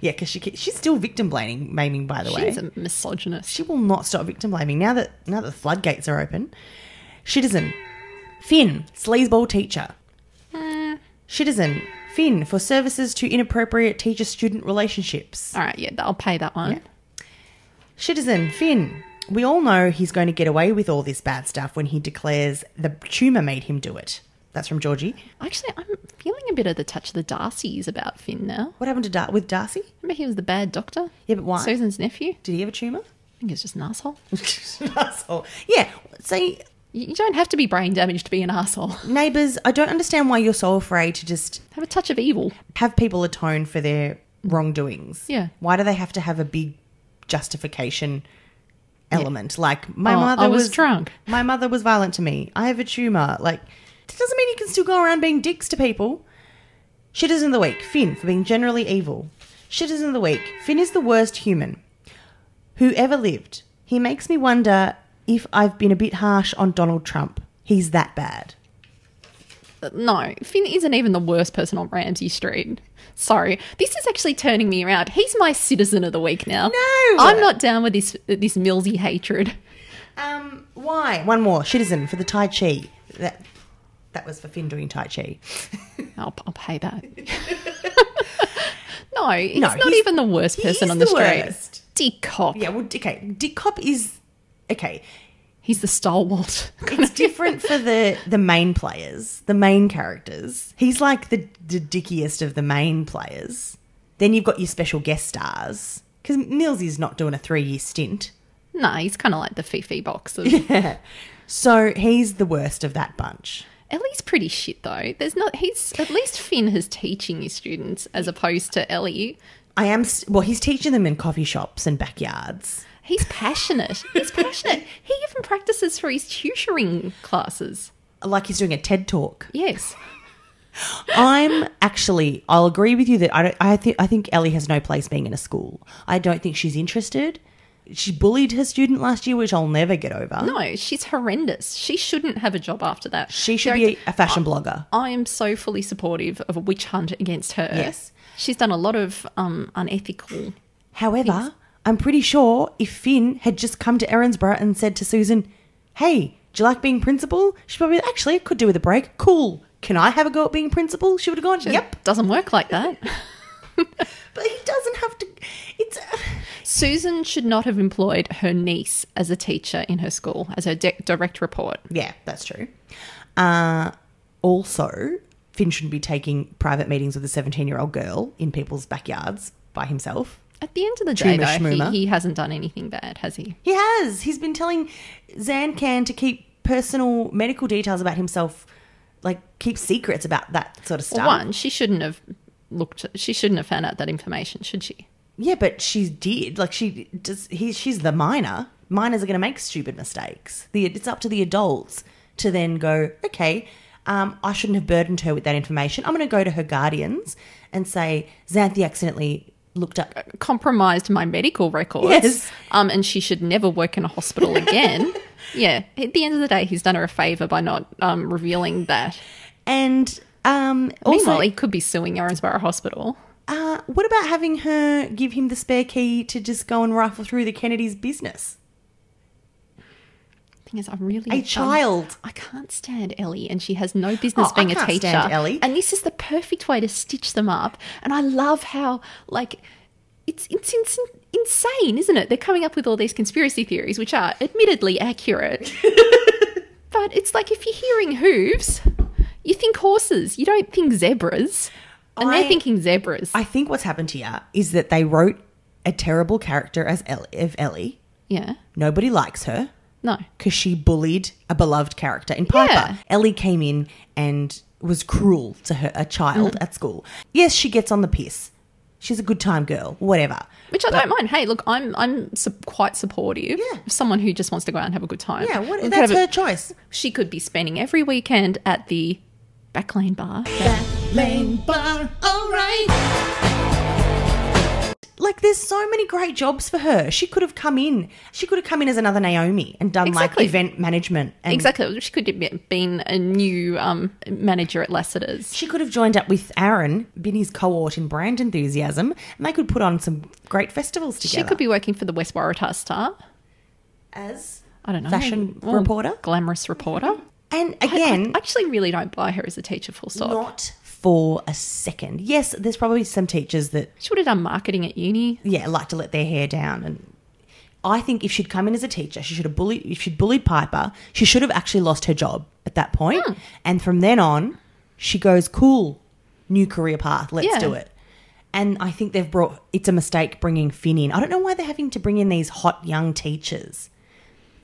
Speaker 2: Yeah, because she ke- she's still victim blaming, maiming, by the way.
Speaker 3: She's a misogynist.
Speaker 2: she will not stop victim blaming now that now that the floodgates are open. Citizen, Finn, sleazeball teacher.
Speaker 3: Uh.
Speaker 2: Citizen, Finn for services to inappropriate teacher-student relationships.
Speaker 3: All right, yeah, I'll pay that one.
Speaker 2: Citizen Finn. We all know he's going to get away with all this bad stuff when he declares the tumour made him do it. That's from Georgie.
Speaker 3: Actually, I'm feeling a bit of the touch of the Darcys about Finn now.
Speaker 2: What happened to Dar- with Darcy?
Speaker 3: Remember he was the bad doctor?
Speaker 2: Yeah, but why?
Speaker 3: Susan's nephew?
Speaker 2: Did he have a tumour?
Speaker 3: I think he's just an asshole.
Speaker 2: Asshole. Yeah. See,
Speaker 3: You you don't have to be brain damaged to be an asshole.
Speaker 2: neighbours, I don't understand why you're so afraid to just
Speaker 3: Have a touch of evil.
Speaker 2: have people atone for their wrongdoings.
Speaker 3: Yeah.
Speaker 2: Why do they have to have a big justification element? Like my
Speaker 3: Oh,
Speaker 2: mother
Speaker 3: I was drunk.
Speaker 2: My mother was violent to me. I have a tumor. Like that doesn't mean you can still go around being dicks to people. Shitters in the week, Finn for being generally evil. Shitters in the week, Finn is the worst human who ever lived. He makes me wonder if I've been a bit harsh on Donald Trump. He's that bad.
Speaker 3: Uh, No, Finn isn't even the worst person on Ramsey Street. Sorry, this is actually turning me around. He's my citizen of the week now.
Speaker 2: No!
Speaker 3: I'm not down with this this Millsy hatred.
Speaker 2: Um, why? One more. Citizen for the Tai Chi. That that was for Finn doing Tai Chi.
Speaker 3: I'll, I'll pay that. no, he's
Speaker 2: No,
Speaker 3: not
Speaker 2: he's-
Speaker 3: even the worst
Speaker 2: he
Speaker 3: person
Speaker 2: is
Speaker 3: on the,
Speaker 2: the
Speaker 3: street.
Speaker 2: worst.
Speaker 3: Dick cop.
Speaker 2: Yeah, well, okay. Dick Cop is okay.
Speaker 3: He's the stalwart.
Speaker 2: It's different for the the main players, the main characters. He's like the the dickiest of the main players. Then you've got your special guest stars because Millsy's not doing a three year stint,
Speaker 3: no, he's kind of like the Fifi box. Of,
Speaker 2: so he's the worst of that bunch.
Speaker 3: Ellie's pretty shit though. There's not. He's at least Finn is teaching his students as opposed to Ellie.
Speaker 2: I am s- well. He's teaching them in coffee shops and backyards.
Speaker 3: He's passionate. He's passionate. He even practices for his tutoring classes.
Speaker 2: Like he's doing a TED talk.
Speaker 3: Yes.
Speaker 2: I'm actually. I'll agree with you that I don't. I think I think Ellie has no place being in a school. I don't think she's interested. She bullied her student last year, which I'll never get over.
Speaker 3: No, she's horrendous. She shouldn't have a job after that.
Speaker 2: she should
Speaker 3: Derek,
Speaker 2: be a, a fashion blogger.
Speaker 3: I am so fully supportive of a witch hunt against her.
Speaker 2: Yes.
Speaker 3: She's done a lot of um, unethical.
Speaker 2: However, I'm pretty sure if Finn had just come to Erinsborough and said to Susan, "Hey, do you like being principal?" She'd probably actually it could do with a break. Cool. Can I have a go at being principal? She would have gone, "Yep."
Speaker 3: Doesn't work like that.
Speaker 2: But he doesn't have to. It's.
Speaker 3: Susan should not have employed her niece as a teacher in her school, as her de- direct report.
Speaker 2: Yeah, that's true. Uh, also, Finn shouldn't be taking private meetings with a 17 year old girl in people's backyards by himself.
Speaker 3: At the end of the day,
Speaker 2: Chuma
Speaker 3: though, he,
Speaker 2: shmuma.
Speaker 3: he hasn't done anything bad, has he?
Speaker 2: He has. He's been telling Zancan to keep personal medical details about himself, like keep secrets about that sort of
Speaker 3: Well,
Speaker 2: stuff.
Speaker 3: one, she shouldn't have looked. She shouldn't have found out that information, should she?
Speaker 2: Yeah, but she did. Like she does. He, she's the minor. Minors are going to make stupid mistakes. The, it's up to the adults to then go. Okay, um, I shouldn't have burdened her with that information. I'm going to go to her guardians and say Xanthi accidentally looked up.
Speaker 3: compromised my medical records.
Speaker 2: Yes.
Speaker 3: Um, and she should never work in a hospital again. yeah. At the end of the day, he's done her a favor by not um, revealing that.
Speaker 2: And um, also,
Speaker 3: Meanwhile, he could be suing Erinsborough Hospital.
Speaker 2: uh, what about having her give him the spare key to just go and rifle through the Kennedys' business?
Speaker 3: Thing is, I really
Speaker 2: A
Speaker 3: um,
Speaker 2: child.
Speaker 3: I can't stand Ellie, and she has no business
Speaker 2: Oh, I
Speaker 3: being a
Speaker 2: can't
Speaker 3: teacher.
Speaker 2: stand Ellie.
Speaker 3: And this is the perfect way to stitch them up. And I love how like it's it's, ins insane, isn't it? They're coming up with all these conspiracy theories, which are admittedly accurate. but it's like if you're hearing hooves, you think horses. You don't think zebras. And
Speaker 2: I-
Speaker 3: they're thinking zebras.
Speaker 2: I think what's happened here is that they wrote a terrible character as Ellie, of Ellie.
Speaker 3: yeah.
Speaker 2: Nobody likes her.
Speaker 3: No.
Speaker 2: because she bullied a beloved character in Piper.
Speaker 3: Yeah.
Speaker 2: Ellie came in and was cruel to her a child
Speaker 3: Mm-hmm.
Speaker 2: at school. Yes, she gets on the piss. She's a good time girl, whatever.
Speaker 3: Which I don't mind. Hey, look, I'm I'm su- quite supportive
Speaker 2: Yeah.
Speaker 3: of someone who just wants to go out and have a good time.
Speaker 2: Yeah, what,
Speaker 3: We could
Speaker 2: that's
Speaker 3: have a-
Speaker 2: her choice.
Speaker 3: She could be spending every weekend at the Backlane Bar.
Speaker 2: Like, there's so many great jobs for her. She could have come in. She could have come in as another Naomi and done
Speaker 3: Exactly.
Speaker 2: like event management. And
Speaker 3: Exactly. She could have been a new um, manager at Lassiter's.
Speaker 2: She could have joined up with Aaron, been his cohort in brand enthusiasm, and they could put on some great festivals
Speaker 3: She
Speaker 2: together.
Speaker 3: could be working for the West Waratah Star.
Speaker 2: as
Speaker 3: I don't know.
Speaker 2: Fashion
Speaker 3: Or
Speaker 2: reporter?
Speaker 3: Glamorous reporter.
Speaker 2: and
Speaker 3: I-
Speaker 2: again,
Speaker 3: I, actually really don't buy her as a teacher, full stop.
Speaker 2: not for a second. Yes, there's probably some teachers that
Speaker 3: She would have done marketing at uni.
Speaker 2: yeah like to let their hair down, and I think if she'd come in as a teacher, she should have bullied. If she'd bullied Piper, she should have actually lost her job at that point.
Speaker 3: Hmm.
Speaker 2: And from then on, she goes cool, new career path. Let's
Speaker 3: Yeah.
Speaker 2: do it. And I think they've brought. It's a mistake bringing Finn in. I don't know why they're having to bring in these hot young teachers.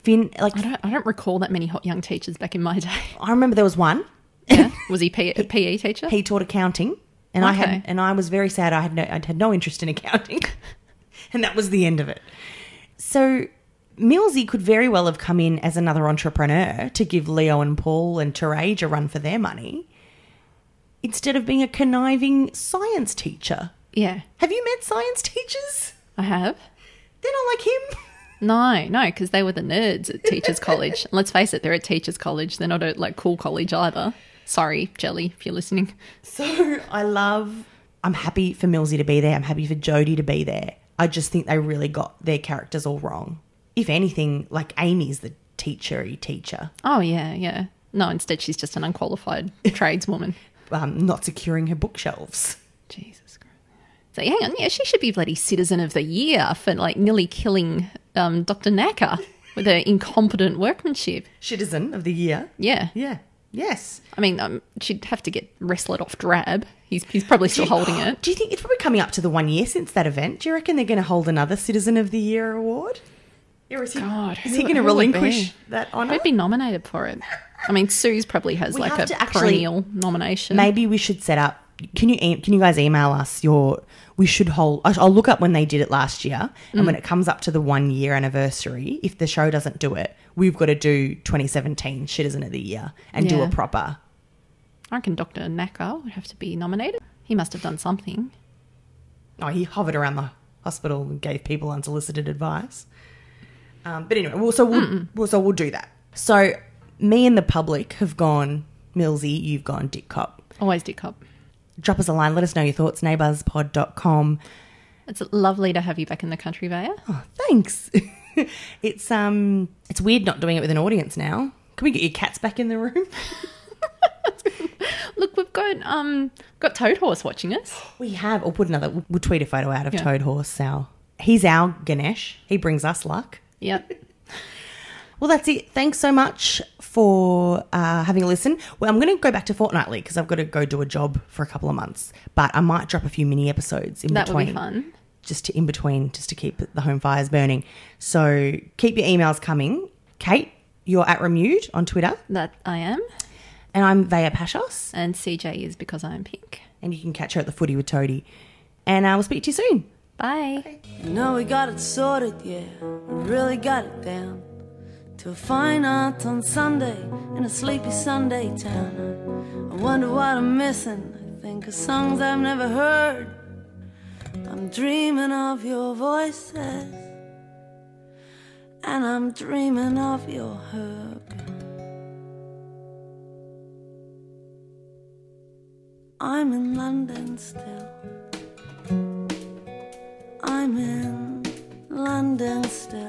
Speaker 2: Finn, like
Speaker 3: I don't, I don't recall that many hot young teachers back in my day.
Speaker 2: I remember there was one.
Speaker 3: Yeah. Was he P- a PE teacher?
Speaker 2: he taught accounting, and I had
Speaker 3: Okay.
Speaker 2: and I was very sad. I had no I had no interest in accounting, and that was the end of it. So Millsy could very well have come in as another entrepreneur to give Leo and Paul and Terage a run for their money, instead of being a conniving science teacher.
Speaker 3: yeah,
Speaker 2: Have you met science teachers?
Speaker 3: I have.
Speaker 2: They're not like him.
Speaker 3: No, no, because they were the nerds at Teachers College. And let's face it, they're at Teachers College. They're not at like cool college either. Sorry, Jelly, if you're listening.
Speaker 2: So I love. I'm happy for Millsy to be there. I'm happy for Jodie to be there. I just think they really got their characters all wrong. If anything, like Amy's the teachery teacher,
Speaker 3: Oh yeah, yeah. No, instead she's just an unqualified tradeswoman.
Speaker 2: um, not securing her bookshelves.
Speaker 3: Jesus Christ. So hang on, yeah, she should be bloody citizen of the year for like nearly killing um, Dr. Nacker with her incompetent workmanship.
Speaker 2: Citizen of the year.
Speaker 3: Yeah,
Speaker 2: Yeah. Yes.
Speaker 3: I mean, um, she'd have to get wrestled off drab. He's he's probably still holding it.
Speaker 2: Do you think it's probably coming up to the one year since that event? Do you reckon they're going to hold another Citizen of the Year award? Or is he,
Speaker 3: God,
Speaker 2: is
Speaker 3: who-
Speaker 2: he going to
Speaker 3: who would
Speaker 2: relinquish
Speaker 3: be?
Speaker 2: that honour?
Speaker 3: Who'd be nominated for it? I mean, Sue's probably has
Speaker 2: We
Speaker 3: like
Speaker 2: have
Speaker 3: a
Speaker 2: to actually-
Speaker 3: perennial nomination.
Speaker 2: Maybe we should set up. Can you e- can you guys email us your? We should hold. I- I'll look up when they did it last year, and when it comes up to the one year anniversary, if the show doesn't do it, we've got to do 2017 Citizen of the Year and do a
Speaker 3: Yeah.
Speaker 2: proper.
Speaker 3: I reckon Dr. Naka would have to be nominated. He must have done something.
Speaker 2: Oh, he hovered around the hospital and gave people unsolicited advice. Um, but anyway, well, so we'll, well, so we'll do that. So me and the public have gone Millsy, you've gone Dick Cop.
Speaker 3: Always do cop.
Speaker 2: Drop us a line. Let us know your thoughts. Neighbourspod.com.
Speaker 3: It's lovely to have you back in the country, Vaya.
Speaker 2: thanks. it's um, it's weird not doing it with an audience now. Can we get your cats back in the room?
Speaker 3: Look, we've got um got Toad Horse watching us.
Speaker 2: We have. Or put another. We'll tweet a photo out of
Speaker 3: Yeah.
Speaker 2: Toad Horse. Our he's our Ganesh. He brings us luck.
Speaker 3: Yep.
Speaker 2: Well, that's it. Thanks so much for uh, having a listen. Well, I'm going to go back to fortnightly because I've got to go do a job for a couple of months, but I might drop a few mini episodes in
Speaker 3: That would
Speaker 2: between.
Speaker 3: be fun.
Speaker 2: Just to in between, just to keep the home fires burning. So keep your emails coming. Kate, you're at Remude on Twitter.
Speaker 3: That I am.
Speaker 2: And I'm Vaya Pashos,
Speaker 3: And CJ is because I am pink.
Speaker 2: and you can catch her at the footy with Toadie. And I will speak to you soon.
Speaker 3: Bye.
Speaker 6: Now we got it sorted, yeah. We really got it down. To a fine art on Sunday in a sleepy Sunday town. I wonder what I'm missing. I think of songs I've never heard. I'm dreaming of your voices, and I'm dreaming of your hug. I'm in London still. I'm in London still. Oh,